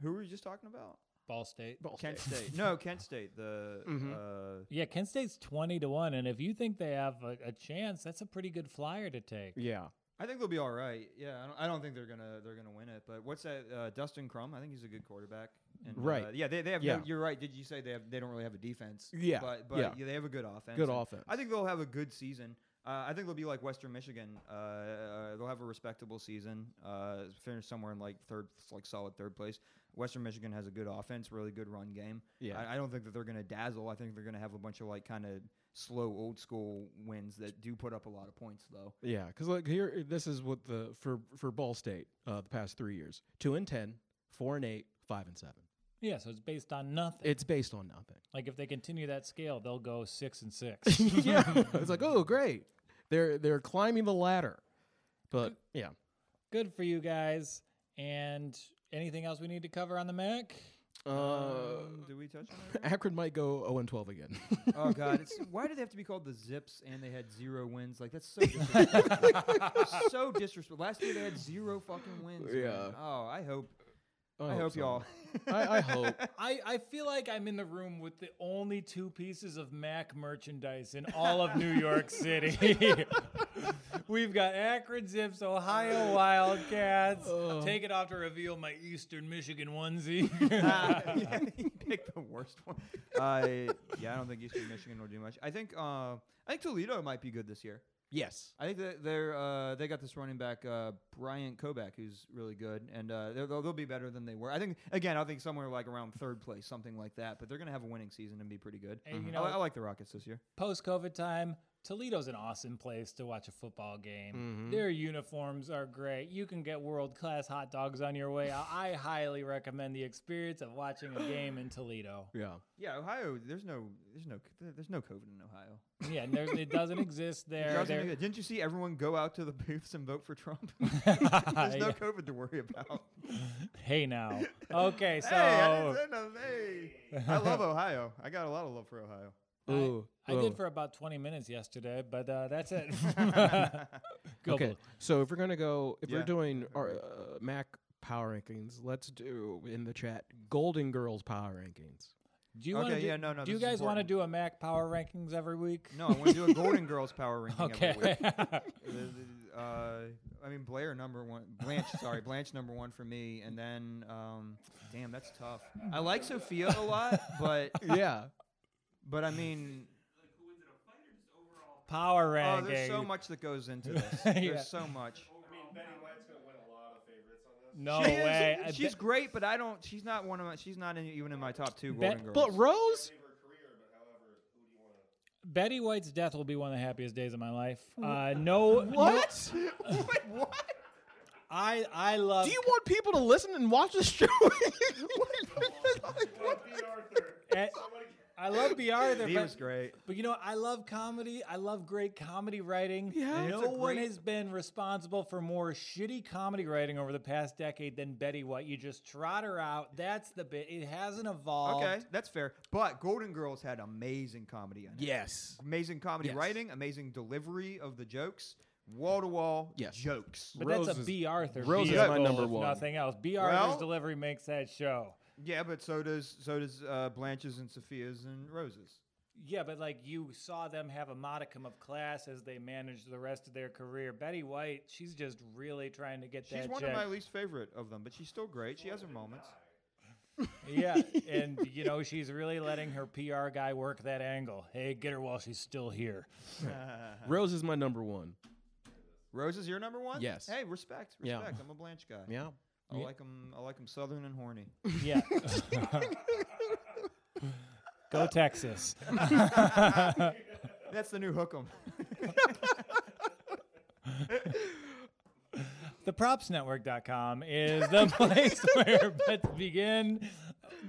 Speaker 3: who were you just talking about?
Speaker 2: Ball State.
Speaker 1: Ball
Speaker 3: Kent State. no, Kent State. The uh,
Speaker 2: Yeah, Kent State's twenty to one, and if you think they have a, a chance, that's a pretty good flyer to take.
Speaker 1: yeah,
Speaker 3: I think they'll be all right. Yeah, I don't, I don't think they're gonna they're gonna win it. But what's that? Uh, Dustin Crum. I think he's a good quarterback. And,
Speaker 1: Right.
Speaker 3: Uh, yeah, they, they have.
Speaker 1: Yeah.
Speaker 3: No, you're right. Did you say they have? They don't really have a defense.
Speaker 1: Yeah,
Speaker 3: But but
Speaker 1: yeah.
Speaker 3: yeah. they have a good offense.
Speaker 1: Good
Speaker 3: and
Speaker 1: offense.
Speaker 3: I think they'll have a good season. Uh, I think they'll be like Western Michigan. Uh, uh, they'll have a respectable season. Uh, finish somewhere in like third, like solid third place. Western Michigan has a good offense, really good run game.
Speaker 1: Yeah.
Speaker 3: I, I don't think that they're going to dazzle. I think they're going to have a bunch of like kind of slow old school wins that do put up a lot of points though.
Speaker 1: Yeah, because like here, this is what the for for Ball State uh, the past three years: two and ten, four and eight, five and seven.
Speaker 2: Yeah, so it's based on nothing.
Speaker 1: It's based on nothing.
Speaker 2: like if they continue that scale, they'll go six and six.
Speaker 1: yeah, it's like oh great, they're they're climbing the ladder, but yeah,
Speaker 2: good for you guys. And anything else we need to cover on the Mac?
Speaker 1: uh,
Speaker 3: Um, do we touch on that?
Speaker 1: Akron might go zero and twelve again.
Speaker 3: Oh god, it's, why do they have to be called the Zips and they had zero wins? Like that's so disrespectful. so disrespectful. Last year they had zero fucking wins. man.
Speaker 1: Yeah.
Speaker 3: Oh, I hope.
Speaker 1: I
Speaker 3: I, hope,
Speaker 1: hope so.
Speaker 3: y'all.
Speaker 1: I, I hope.
Speaker 2: I, I feel like I'm in the room with the only two pieces of Mac merchandise in all of New York City. We've got Akron Zips, Ohio Wildcats. Take it off to reveal my Eastern Michigan onesie.
Speaker 3: Ah, yeah, you picked the worst one. Uh, yeah, I don't think Eastern Michigan will do much. I think. Uh, I think Toledo might be good this year.
Speaker 1: yes.
Speaker 3: I think that they're uh, they got this running back uh, Bryant Kobach who's really good, and uh, they'll, they'll- they'll be better than they were. I think again, I think somewhere like around third place, something like that. But they're gonna have a winning season and be pretty good.
Speaker 2: Hey, you
Speaker 3: I li-
Speaker 2: know-
Speaker 3: I, like the Rockets this year.
Speaker 2: Post COVID time, Toledo's an awesome place to watch a football game.
Speaker 3: Mm-hmm.
Speaker 2: Their uniforms are great. You can get world class hot dogs on your way. out. I highly recommend the experience of watching a game in Toledo.
Speaker 1: Yeah.
Speaker 3: Yeah, Ohio. There's no there's no there's no COVID in Ohio.
Speaker 2: Yeah, and there's, it doesn't exist there.
Speaker 3: Charles,
Speaker 2: There-
Speaker 3: Didn't you see everyone go out to the booths and vote for Trump? there's no
Speaker 2: Yeah.
Speaker 3: COVID to worry about.
Speaker 2: Hey now. Okay, so
Speaker 3: hey, I, didn't say nothing. Hey. I love Ohio. I got a lot of love for Ohio.
Speaker 1: Ooh,
Speaker 2: I,
Speaker 1: whoa.
Speaker 2: did for about 20 minutes yesterday, but uh, that's it. Go
Speaker 1: Okay,
Speaker 2: Blue.
Speaker 1: so if we're gonna go, if we're
Speaker 3: Yeah.
Speaker 1: doing our uh, Mac power rankings, let's do in the chat Golden Girls power rankings.
Speaker 2: Do you wanna
Speaker 3: Okay,
Speaker 2: do,
Speaker 3: yeah, no, no,
Speaker 2: Do you
Speaker 3: this is
Speaker 2: guys want to
Speaker 3: important.
Speaker 2: do a Mac Power Rankings every week?
Speaker 3: No, I want to do a Golden Girls power ranking
Speaker 2: Okay.
Speaker 3: every week. The- the- uh, I mean Blair number one, Blanche. sorry, Blanche number one for me, and then um, damn, that's tough. I like Sophia a lot, but
Speaker 1: yeah.
Speaker 3: but I mean,
Speaker 2: Power
Speaker 3: oh,
Speaker 2: Rankings.
Speaker 3: there's so much that goes into this.
Speaker 2: Yeah.
Speaker 3: There's so much.
Speaker 2: No
Speaker 3: she is-
Speaker 2: way. I
Speaker 3: she's
Speaker 2: bet-
Speaker 3: great, but I don't. She's not one of my. She's not in, even in my top two Golden Girls.
Speaker 1: But Rose,
Speaker 2: Betty White's death
Speaker 3: Oh
Speaker 2: will be one of the happiest days of my life. Uh, no,
Speaker 1: what?
Speaker 3: what? What?
Speaker 2: I I love.
Speaker 4: Do you want people to listen and watch this show?
Speaker 2: eh, I love B. Arthur.
Speaker 3: He
Speaker 2: but-
Speaker 3: was great.
Speaker 2: But you know, I love comedy. I love great comedy writing.
Speaker 4: Yeah.
Speaker 2: no
Speaker 3: It's a
Speaker 2: one
Speaker 3: great-
Speaker 2: has been responsible for more shitty comedy writing over the past decade than Betty White. You just trot her out. That's the bit. It hasn't evolved.
Speaker 3: Okay, that's fair. But Golden Girls had amazing comedy. On it.
Speaker 4: yes.
Speaker 3: Amazing comedy
Speaker 4: Yes.
Speaker 3: writing, amazing delivery of the jokes, wall to wall
Speaker 4: Yes.
Speaker 3: jokes.
Speaker 2: But
Speaker 4: Rose
Speaker 2: that's a
Speaker 4: is-
Speaker 2: B. Arthur.
Speaker 4: Rose
Speaker 3: is my
Speaker 2: vehicle,
Speaker 4: number
Speaker 2: if
Speaker 4: one.
Speaker 2: Nothing else. B.
Speaker 3: Well-
Speaker 2: Arthur's delivery makes that show.
Speaker 3: Yeah, but so does so does uh, Blanche's and Sophia's and Rose's.
Speaker 2: Yeah, but like you saw them have a modicum of class as they managed the rest of their career. Betty White, she's just really trying to get
Speaker 3: She's
Speaker 2: that.
Speaker 3: one
Speaker 2: check.
Speaker 3: of my least favorite of them, but she's still great. She has her moments.
Speaker 2: Yeah, and you know she's really letting her PR guy work that angle. Hey, get her while she's still here.
Speaker 4: Rose is my number one.
Speaker 3: Rose is your number one.
Speaker 4: Yes.
Speaker 3: Hey, respect,
Speaker 4: Yeah.
Speaker 3: respect. I'm a Blanche guy.
Speaker 4: Yeah.
Speaker 3: I like them. I like them southern and horny.
Speaker 2: Yeah. Go Texas.
Speaker 3: That's the new hookem.
Speaker 2: ThePropsNetwork.com is the place where bets begin.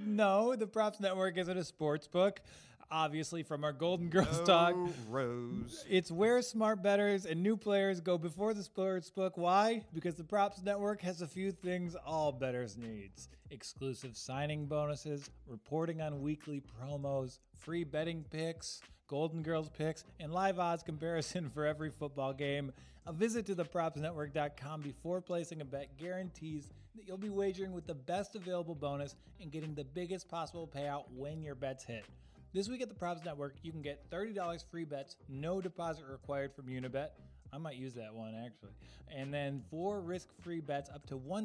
Speaker 2: No, the Props Network isn't a sports book. Obviously, from our Golden Girls talk,
Speaker 3: Oh, Rose.
Speaker 2: It's where smart bettors and new players go before the sports book. Why? Because the Props Network has a few things all bettors needs: exclusive signing bonuses, reporting on weekly promos, free betting picks, Golden Girls picks, and live odds comparison for every football game. A visit to thepropsnetwork.com before placing a bet guarantees that you'll be wagering with the best available bonus and getting the biggest possible payout when your bets hit. This week at the Props Network, you can get $30 free bets, no deposit required from Unibet. I might use that one actually. And then four risk free bets up to $1,000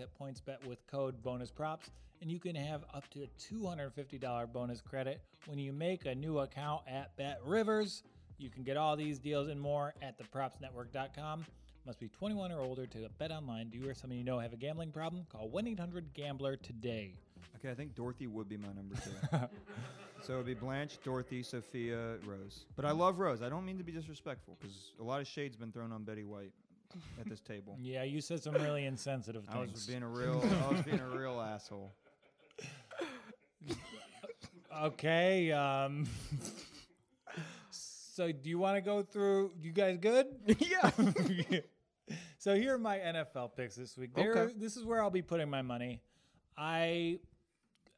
Speaker 2: at PointsBet with code bonus props. And you can have up to a $250 bonus credit when you make a new account at Bet Rivers. You can get all these deals and more at thepropsnetwork.com. Must be 21 or older to bet online. Do you or someone you know have a gambling problem? Call 1 800 Gambler today.
Speaker 3: Okay, I think Dorothy would be my number two. so it would be Blanche, Dorothy, Sophia, Rose. But I love Rose. I don't mean to be disrespectful because a lot of shade's been thrown on Betty White at this table.
Speaker 2: Yeah, you said some really insensitive things.
Speaker 3: I was being a real, I was being a real asshole.
Speaker 2: Okay. Um, so, do you want to go through? You guys good?
Speaker 4: yeah.
Speaker 2: so, here are my NFL picks this week. There,
Speaker 4: Okay.
Speaker 2: This is where I'll be putting my money. I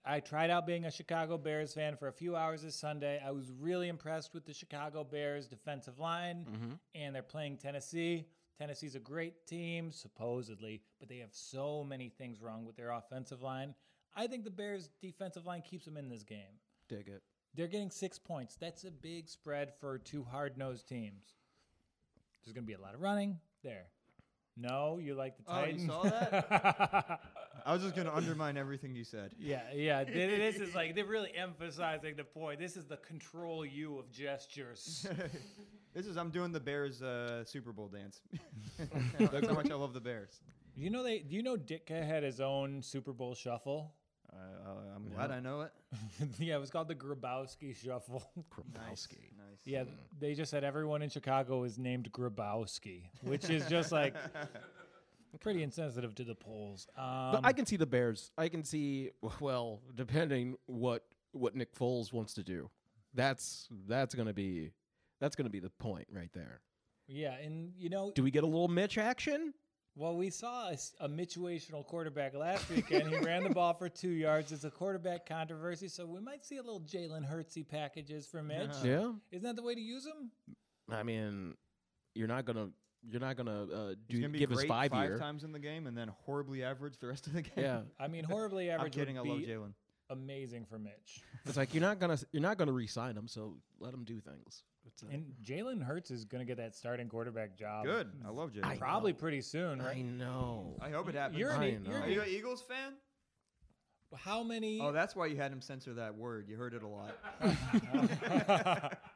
Speaker 2: I tried out being a Chicago Bears fan for a few hours this Sunday. I was really impressed with the Chicago Bears defensive line, and they're playing Tennessee. Tennessee's a great team, supposedly, but they have so many things wrong with their offensive line. I think the Bears' defensive line keeps them in this game.
Speaker 4: Dig it.
Speaker 2: They're getting six points. That's a big spread for two hard nosed teams. There's going to be a lot of running there. No, you like the
Speaker 3: Oh, you
Speaker 2: Titans.
Speaker 3: saw
Speaker 2: that?
Speaker 3: I was just gonna undermine everything you said.
Speaker 2: yeah, yeah. th- This is like they're really emphasizing the point. This is the control you of gestures.
Speaker 3: This is I'm doing the Bears uh, Super Bowl dance. That's how much I love the Bears.
Speaker 2: you know they. Do you know Ditka had his own Super Bowl shuffle?
Speaker 3: Uh, uh, I'm glad I know it.
Speaker 2: yeah, it was called the Grabowski Shuffle.
Speaker 4: Kropowski.
Speaker 3: Nice.
Speaker 2: yeah, they just said everyone in Chicago is named Grabowski, which is just like pretty insensitive to the polls. Um,
Speaker 4: But I can see the Bears. I can see well, depending what what Nick Foles wants to do. That's that's gonna be that's gonna be the point right there.
Speaker 2: Yeah, and you know,
Speaker 4: Do we get a little Mitch action?
Speaker 2: well, we saw a, s- a situational quarterback last weekend. he ran the ball for two yards. It's a quarterback controversy, so we might see a little Jalen Hurtsy packages from Mitch.
Speaker 4: Uh,
Speaker 3: Uh-huh.
Speaker 4: Yeah.
Speaker 2: Isn't that the way to use him?
Speaker 4: I mean, you're not gonna you're not gonna uh,
Speaker 3: He's
Speaker 4: do
Speaker 3: gonna be
Speaker 4: give us
Speaker 3: great
Speaker 4: five, year.
Speaker 3: times in the game and then horribly average the rest of the game.
Speaker 4: Yeah,
Speaker 2: I mean, horribly
Speaker 3: I'm
Speaker 2: average
Speaker 3: kidding. I
Speaker 2: would
Speaker 3: love
Speaker 2: be
Speaker 3: Jalen.
Speaker 2: amazing for Mitch.
Speaker 4: it's like you're not gonna s- you're not gonna re-sign him, so let him do things. It's uh, like-
Speaker 2: And Jalen Hurts is going to get that starting quarterback job.
Speaker 3: Good. I love Jalen.
Speaker 4: I-
Speaker 2: Probably pretty soon,
Speaker 4: I
Speaker 2: right?
Speaker 4: know.
Speaker 3: I hope it happens.
Speaker 2: You're an,
Speaker 4: I
Speaker 2: E-
Speaker 4: know.
Speaker 2: you're
Speaker 3: Are
Speaker 2: an
Speaker 3: you
Speaker 2: E-
Speaker 3: an Eagles fan?
Speaker 2: how many?
Speaker 3: Oh, that's why you had him censor that word. You heard it a lot.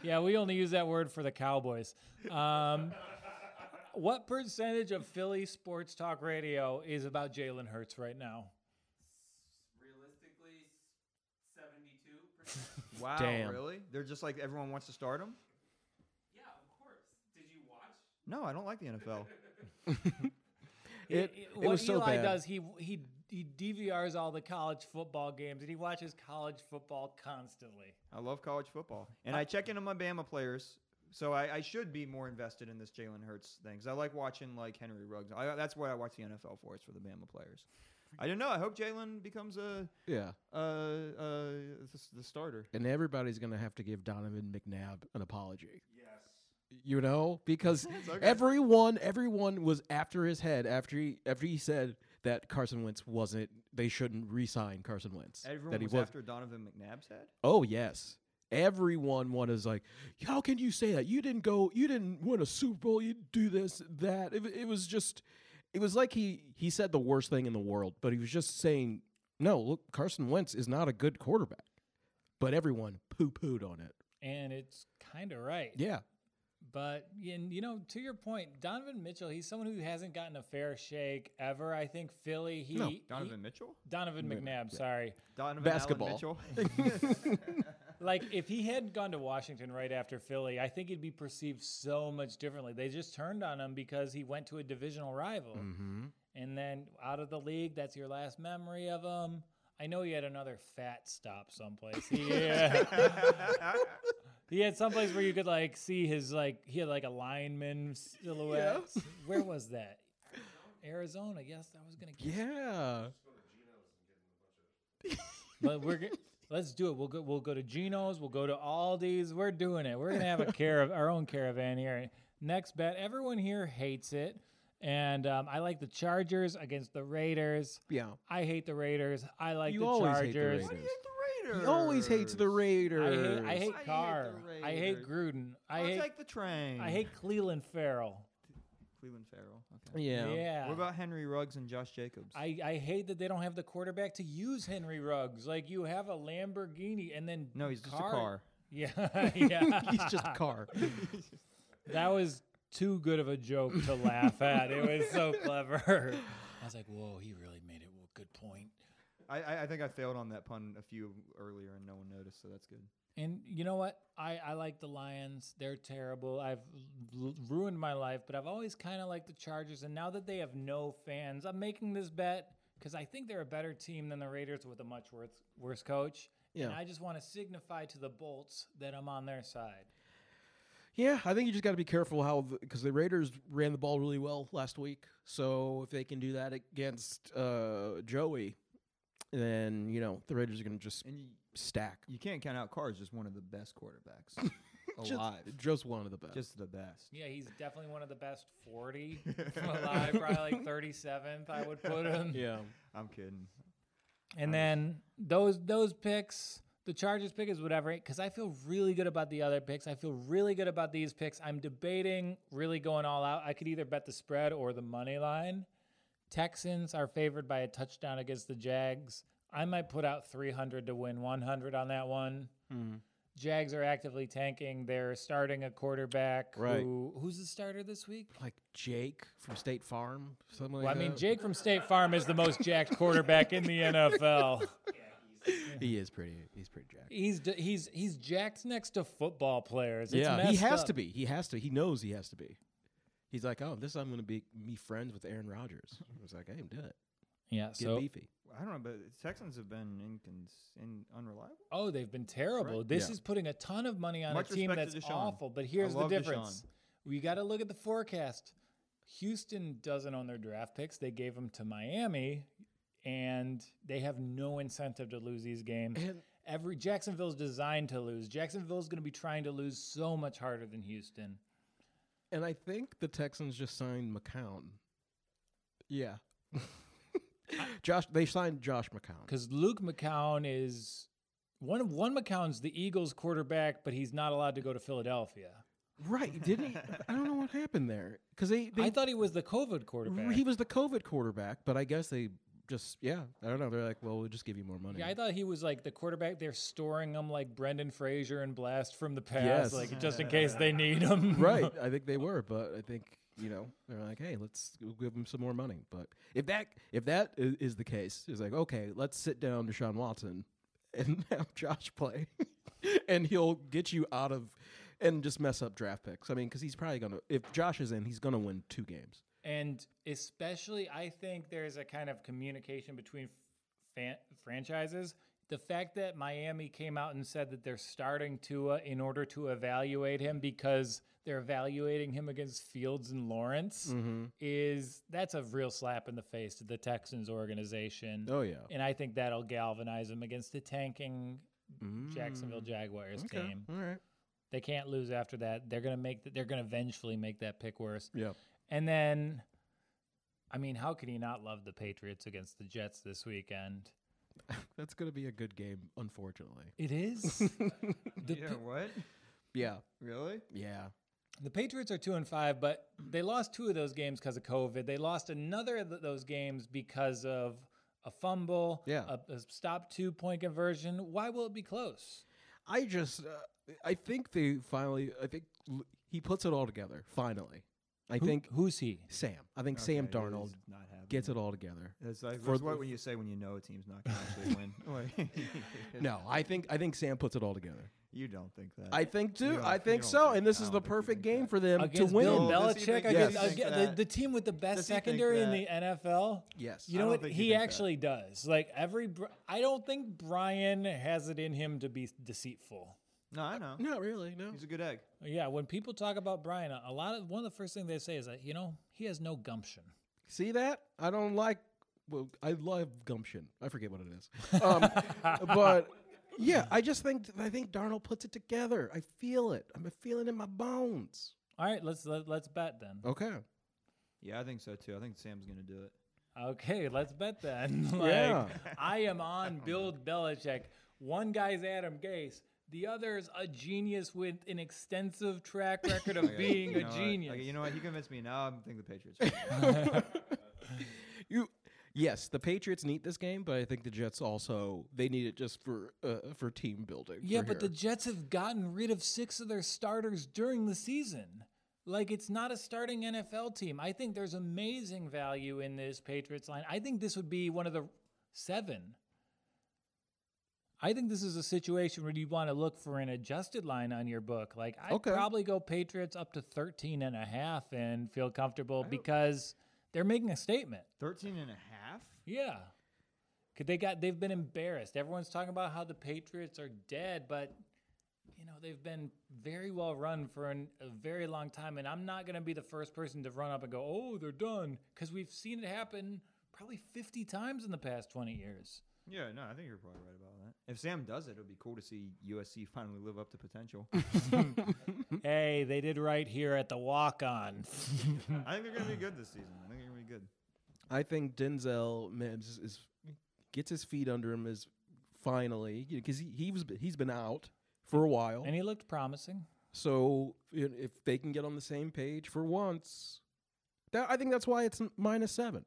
Speaker 2: Yeah, we only use that word for the Cowboys. Um, what percentage of Philly sports talk radio is about Jalen Hurts right now?
Speaker 5: realistically 72
Speaker 3: Wow,
Speaker 4: Damn.
Speaker 3: really? They're just like everyone wants to start him?
Speaker 5: yeah of course did you watch
Speaker 3: No, I don't like the NFL.
Speaker 6: It- it
Speaker 2: what
Speaker 6: was so
Speaker 2: Eli
Speaker 6: bad.
Speaker 2: does, he he he DVRs all the college football games and he watches college football constantly.
Speaker 3: I love college football, and I check in on my Bama players. So I, I should be more invested in this Jalen Hurts thing. 'cause I like watching like Henry Ruggs. I, that's what I watch the NFL for. It's for the Bama players. I don't know. I hope Jalen becomes a
Speaker 1: Yeah.
Speaker 3: uh uh the, the starter.
Speaker 1: And everybody's going to have to give Donovan McNabb an apology.
Speaker 5: Yes.
Speaker 1: You know, because everyone everyone was after his head after he after he said that Carson Wentz wasn't they shouldn't re-sign Carson Wentz.
Speaker 3: Everyone
Speaker 1: that he
Speaker 3: was,
Speaker 1: was-
Speaker 3: after Donovan McNabb's head.
Speaker 1: Oh yes. Everyone one is like, how can you say that? You didn't go, you didn't win a Super Bowl, you didn't do this, that. It, it was just, it was like he he said the worst thing in the world, but he was just saying, no, look, Carson Wentz is not a good quarterback. But everyone poo pooed on it.
Speaker 2: And it's kind of right.
Speaker 1: Yeah,
Speaker 2: But and you know, to your point, Donovan Mitchell, he's someone who hasn't gotten a fair shake ever. I think Philly, he he-
Speaker 3: Donovan Mitchell.
Speaker 2: Donovan McNabb, sorry.
Speaker 3: Donovan
Speaker 1: Basketball.
Speaker 3: Allen Mitchell.
Speaker 2: Like if he hadn't gone to Washington right after Philly, I think he'd be perceived so much differently. They just turned on him because he went to a divisional rival.
Speaker 1: Mm-hmm.
Speaker 2: And then out of the league, that's your last memory of him. I know he had another fat stop someplace. Yeah. He had someplace where you could like see his like he had like a lineman silhouette. Where was that? Arizona. Yes, I was gonna. Guess.
Speaker 1: yeah.
Speaker 2: But we're go- let's do it. We'll go. We'll go to Geno's. We'll go to Aldi's. We're doing it. We're gonna have a care of our own caravan here. Next bet. Everyone here hates it, and um, I like the Chargers against the Raiders.
Speaker 1: Yeah.
Speaker 2: I hate the Raiders. I like
Speaker 1: You
Speaker 2: the
Speaker 1: always hate the
Speaker 2: Chargers.
Speaker 1: Raiders.
Speaker 3: the Raiders.
Speaker 1: He always hates the
Speaker 2: I
Speaker 1: Raiders.
Speaker 2: hate, I hate
Speaker 3: hate the
Speaker 2: Carr. I hate
Speaker 3: Raiders.
Speaker 2: Gruden. I
Speaker 3: I'll
Speaker 2: hate.
Speaker 3: take the train.
Speaker 2: I
Speaker 1: Mm.
Speaker 2: hate Cleveland Farrell.
Speaker 3: Cleveland Farrell. Okay.
Speaker 1: yeah.
Speaker 2: Yeah.
Speaker 3: What about Henry Ruggs and Josh Jacobs?
Speaker 2: I, I hate that they don't have the quarterback to use Henry Ruggs. Like you have a Lamborghini and then
Speaker 3: no, he's just
Speaker 2: Carr-
Speaker 3: a car.
Speaker 2: Yeah, yeah.
Speaker 1: He's just a car.
Speaker 2: That was too good of a joke to laugh at. It was so clever. I was like, whoa, he really made it. Well, good point.
Speaker 3: I- I, I think I failed on that pun a few earlier and no one noticed, so that's good.
Speaker 2: And you know what? I, I like the Lions. They're terrible. I've l- ruined my life, but I've always kind of liked the Chargers. And now that they have no fans, I'm making this bet because I think they're a better team than the Raiders with a much worse, worse coach. And
Speaker 1: Yeah.
Speaker 2: I just want to signify to the Bolts that I'm on their side.
Speaker 1: Yeah, I think you just got to be careful how because the Raiders ran the ball really well last week. So if they can do that against uh, Joey, then you know the Raiders are going to just
Speaker 3: And you,
Speaker 1: stack.
Speaker 3: you can't count out Carr as just one of the best quarterbacks alive.
Speaker 1: Just, just one of the best.
Speaker 3: Just the best.
Speaker 2: Yeah, he's definitely one of the best 40 alive, probably like 37th, I would put him.
Speaker 1: yeah.
Speaker 3: I'm kidding.
Speaker 2: And then those those picks, the Chargers pick is whatever, because I feel really good about the other picks. I feel really good about these picks. I'm debating really going all out. I could either bet the spread or the money line. Texans are favored by a touchdown against the Jags. I might put out 300 to win 100 on that one.
Speaker 1: Mm-hmm.
Speaker 2: Jags are actively tanking. They're starting a quarterback
Speaker 1: Right.
Speaker 2: who who's the starter this week?
Speaker 1: Like Jake from State Farm, something like
Speaker 2: Well, I
Speaker 1: that.
Speaker 2: mean, Jake from State Farm is the most jacked quarterback in the NFL.
Speaker 1: He is pretty. He's pretty jacked.
Speaker 2: He's d- he's he's jacked next to football players. It's
Speaker 1: yeah, he
Speaker 2: messed
Speaker 1: has
Speaker 2: up.
Speaker 1: to be. He has to. He knows he has to be. He's like, oh, this I'm going to be me friends with Aaron Rodgers. I was like, hey, do it.
Speaker 2: Yeah.
Speaker 1: Get
Speaker 2: So
Speaker 1: beefy.
Speaker 3: I don't know, but the Texans have been incons- in, unreliable.
Speaker 2: oh, they've been terrible. This
Speaker 1: Yeah.
Speaker 2: is putting a ton of money on
Speaker 3: Much
Speaker 2: a team
Speaker 3: respect
Speaker 2: that's
Speaker 3: to Deshaun.
Speaker 2: awful. But here's the
Speaker 3: love Deshaun.
Speaker 2: difference: we got to look at the forecast. Houston doesn't own their draft picks. They gave them to Miami, and they have no incentive to lose these games. Every Jacksonville's designed to lose. Jacksonville's going to be trying to lose so much harder than Houston.
Speaker 1: And I think the Texans just signed McCown. Yeah. Josh, they signed Josh McCown.
Speaker 2: because Luke McCown is one of one McCown's the Eagles quarterback, but he's not allowed to go to Philadelphia.
Speaker 1: Right? Didn't he? I don't know what happened there because they, they
Speaker 2: I thought he was the COVID quarterback.
Speaker 1: he was the COVID quarterback, but I guess they just yeah. I don't know. They're like, well, we'll just give you more money.
Speaker 2: yeah, I thought he was like the quarterback. They're storing him like Brendan Fraser and Blast from the past,
Speaker 1: Yes.
Speaker 2: like just in case they need him.
Speaker 1: right. I think they were, but I think you know they're like, hey, let's we'll give them some more money. But if that if that i- is the case, it's like okay, let's sit down Deshaun Watson and have Josh play, and he'll get you out of and just mess up draft picks. I mean, because he's probably gonna if Josh is in, he's gonna win two games.
Speaker 2: And especially, I think there's a kind of communication between fan- franchises. The fact that Miami came out and said that they're starting Tua in order to evaluate him because they're evaluating him against Fields and Lawrence
Speaker 1: Mm.
Speaker 2: is that's a real slap in the face to the Texans organization.
Speaker 1: Oh yeah.
Speaker 2: And I think that'll galvanize him against the tanking Jacksonville Jaguars team.
Speaker 1: Mm. All right.
Speaker 2: They can't lose after that. They're gonna make th- they're gonna vengefully make that pick worse.
Speaker 1: Yeah.
Speaker 2: And then, I mean, how could he not love the Patriots against the Jets this weekend?
Speaker 1: That's gonna be a good game, unfortunately.
Speaker 2: It is. the,
Speaker 3: yeah,
Speaker 2: Pa-
Speaker 3: what?
Speaker 1: Yeah.
Speaker 3: Really?
Speaker 1: Yeah.
Speaker 2: the Patriots are two and five, but they lost two of those games because of COVID. They lost another of th- those games because of a fumble,
Speaker 1: Yeah.
Speaker 2: a, a stop two point conversion. Why will it be close?
Speaker 1: I just, uh, I think they finally, I think l- he puts it all together. Finally, I
Speaker 2: Who-
Speaker 1: think
Speaker 2: who's he?
Speaker 1: Sam. I think Sam
Speaker 3: Okay, it is
Speaker 1: Darnold
Speaker 3: not happening.
Speaker 1: gets it all together.
Speaker 3: That's, like,
Speaker 1: for
Speaker 3: that's
Speaker 1: the-
Speaker 3: what when you say when you know a team's not going to actually win. Like,
Speaker 1: No, I think I think Sam puts it all together.
Speaker 3: you don't think that.
Speaker 1: I think
Speaker 3: You
Speaker 1: too.
Speaker 3: don't-
Speaker 1: I
Speaker 3: you
Speaker 1: think
Speaker 3: don't
Speaker 1: so.
Speaker 3: think-
Speaker 1: And this
Speaker 3: I
Speaker 1: is
Speaker 3: don't
Speaker 1: the
Speaker 3: think you
Speaker 1: perfect
Speaker 3: think
Speaker 1: game
Speaker 3: that.
Speaker 1: for them to
Speaker 2: Against
Speaker 1: win.
Speaker 2: Bill
Speaker 3: No, does he
Speaker 2: Belichick,
Speaker 3: think-
Speaker 2: against,
Speaker 1: does he
Speaker 3: think
Speaker 2: aga- the,
Speaker 3: that?
Speaker 2: the team with the best
Speaker 3: Does he think
Speaker 2: secondary in
Speaker 3: that?
Speaker 2: the NFL.
Speaker 1: Yes.
Speaker 2: You
Speaker 3: I
Speaker 2: know
Speaker 3: don't
Speaker 2: what?
Speaker 3: think you
Speaker 2: He
Speaker 3: think that.
Speaker 2: actually does. Like every, Bri- I don't think Brian has it in him to be deceitful.
Speaker 3: No, I know.
Speaker 1: Not really. No.
Speaker 3: He's a good egg.
Speaker 2: Yeah, when people talk about Brian, a lot of one of the first things they say is that you know he has no gumption.
Speaker 1: See that? I don't like. Well, I love gumption. I forget what it is. Um, but yeah, I just think I think Darnold puts it together. I feel it. I'm feeling it in my bones.
Speaker 2: All right, let's let, let's bet then.
Speaker 1: Okay.
Speaker 3: Yeah, I think so too. I think Sam's going to do it.
Speaker 2: Okay, let's bet then. like,
Speaker 1: Yeah.
Speaker 2: I am on Bill Belichick. One guy's Adam Gase. The other's a genius with an extensive track record of
Speaker 3: Okay,
Speaker 2: being
Speaker 3: you
Speaker 2: a
Speaker 3: know what?
Speaker 2: genius.
Speaker 3: Okay, you know what? He convinced me. Now I am thinking the Patriots. are gonna win.
Speaker 1: You yes, the Patriots need this game, but I think the Jets also they need it just for uh, for team building.
Speaker 2: Yeah,
Speaker 1: for
Speaker 2: but the
Speaker 1: here.
Speaker 2: Jets have gotten rid of six of their starters during the season. Like, it's not a starting NFL team. I think there's amazing value in this Patriots line. I think this would be one of the seven. I think this is a situation where you want to look for an adjusted line on your book. Like, I'd
Speaker 1: Okay.
Speaker 2: probably go Patriots up to 13 and a half and feel comfortable because they're making a statement.
Speaker 3: 13 and a half?
Speaker 2: Yeah. 'Cause they got they've been embarrassed. Everyone's talking about how the Patriots are dead, but you know, they've been very well run for an, a very long time and I'm not going to be the first person to run up and go, "Oh, they're done," cuz we've seen it happen probably 50 times in the past 20 years.
Speaker 3: Yeah, no, I think you're probably right about that. If Sam does it, it'll be cool to see USC finally live up to potential.
Speaker 2: hey, they did right here at the walk-on.
Speaker 3: I think they're going to be good this season. I think they're going to be good.
Speaker 1: I think Denzel Mims is, gets his feet under him is finally because he, he was he's been out for a while.
Speaker 2: and he looked promising.
Speaker 1: So i- if they can get on the same page for once, that I think that's why it's m- minus seven.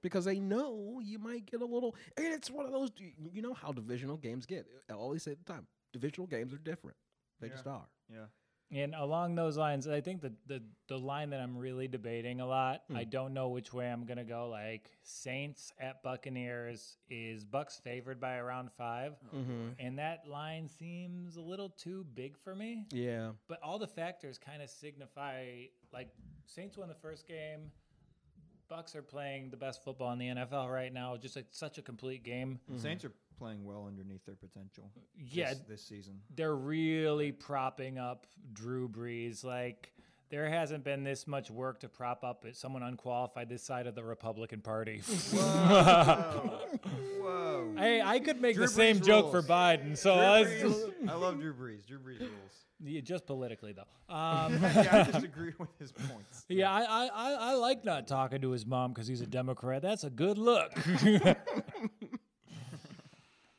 Speaker 1: Because they know you might get a little, and it's one of those. You know how divisional games get. I always say at the time, divisional games are different. They just are.
Speaker 3: Yeah.
Speaker 2: And along those lines, I think the, the the line that I'm really debating a lot, I don't know which way I'm gonna go. Like Saints at Buccaneers is Bucks favored by around five,
Speaker 1: Hmm.
Speaker 2: and that line seems a little too big for me.
Speaker 1: Yeah.
Speaker 2: But all the factors kind of signify like Saints won the first game. Bucks are playing the best football in the NFL right now. Just like such a complete game.
Speaker 3: Saints are playing well underneath their potential.
Speaker 2: Mm-hmm. Yeah,
Speaker 3: This, this season.
Speaker 2: they're really propping up Drew Brees. Like there hasn't been this much work to prop up someone unqualified this side of the Republican Party.
Speaker 3: Whoa.
Speaker 2: hey, I could make
Speaker 3: Drew
Speaker 2: the same
Speaker 3: Brees
Speaker 2: joke for
Speaker 3: rules.
Speaker 2: Biden. So I was
Speaker 3: Drew Brees. I love Drew Brees. Drew Brees rules.
Speaker 2: yeah, just politically though. Um,
Speaker 3: yeah, I disagree with his points.
Speaker 2: yeah, I, I, I, I like not talking to his mom because he's a Democrat. That's a good look.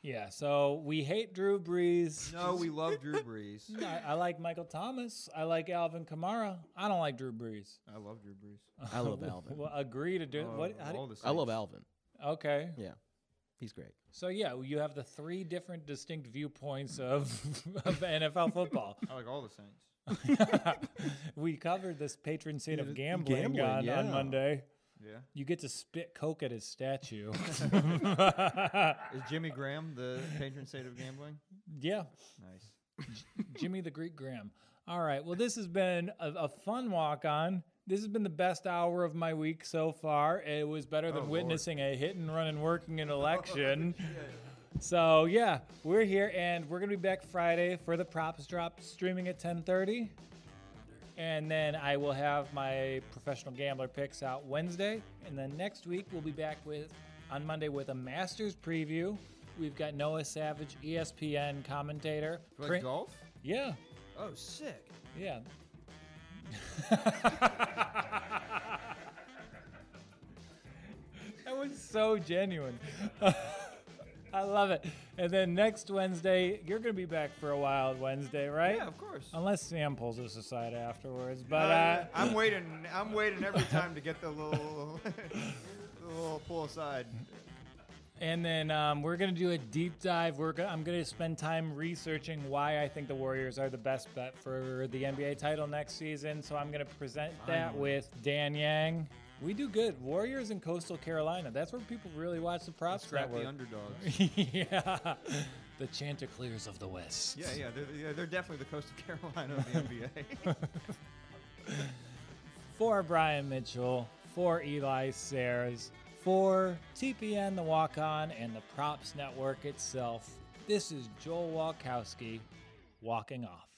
Speaker 2: yeah. So we hate Drew Brees.
Speaker 3: No, we love Drew Brees.
Speaker 2: I, I like Michael Thomas. I like Alvin Kamara. I don't like Drew Brees.
Speaker 3: I love Drew Brees.
Speaker 1: I love Alvin.
Speaker 2: Well, agree to do
Speaker 1: Oh,
Speaker 3: I
Speaker 2: what?
Speaker 3: love
Speaker 2: How do,
Speaker 3: all the
Speaker 1: I love
Speaker 3: Saints.
Speaker 1: Alvin.
Speaker 2: Okay.
Speaker 1: Yeah, he's great.
Speaker 2: So yeah, you have the three different distinct viewpoints of, of NFL football.
Speaker 3: I like all the Saints.
Speaker 2: we covered this patron saint of gambling,
Speaker 1: gambling,
Speaker 2: on,
Speaker 1: yeah.
Speaker 2: on Monday.
Speaker 3: Yeah.
Speaker 2: You get to spit coke at his statue.
Speaker 3: Is Jimmy Graham the patron saint of gambling?
Speaker 2: yeah,
Speaker 3: Nice.
Speaker 2: Jimmy the Greek Graham. All right. Well, this has been a, a fun walk on. This has been the best hour of my week so far. It was better than
Speaker 3: Lord.
Speaker 2: witnessing a hit and run and working an election. so yeah, we're here and we're gonna be back Friday for the props drop streaming at 10:30. And then I will have my professional gambler picks out Wednesday. And then next week we'll be back with on Monday with a Masters preview. We've got Noah Savage, E ESPN commentator.
Speaker 3: Like
Speaker 2: Print-
Speaker 3: golf?
Speaker 2: yeah,
Speaker 3: Oh, sick.
Speaker 2: yeah. that was so genuine. I love it. And then next Wednesday, you're going to be back for a Wild Wednesday, right?
Speaker 3: Yeah, of course.
Speaker 2: Unless Sam pulls us aside afterwards. But uh,
Speaker 3: I, am waiting. I'm waiting every time to get the little, the little pull aside.
Speaker 2: And then um, we're gonna do a deep dive. We're gonna, I'm gonna spend time researching why I think the Warriors are the best bet for the NBA title next season. So I'm gonna present that with Dan Yang. We do good. Warriors in Coastal Carolina. That's where people really watch the props
Speaker 3: Scrap the
Speaker 2: network.
Speaker 3: underdogs.
Speaker 2: yeah, the Chanticleers of the West.
Speaker 3: Yeah, yeah, they're, yeah, they're definitely the coast of Carolina of the NBA.
Speaker 2: For Brian Mitchell, for Eli Sayers, for TPN The Walk On, and the Props Network itself, this is Joel Walkowski walking off.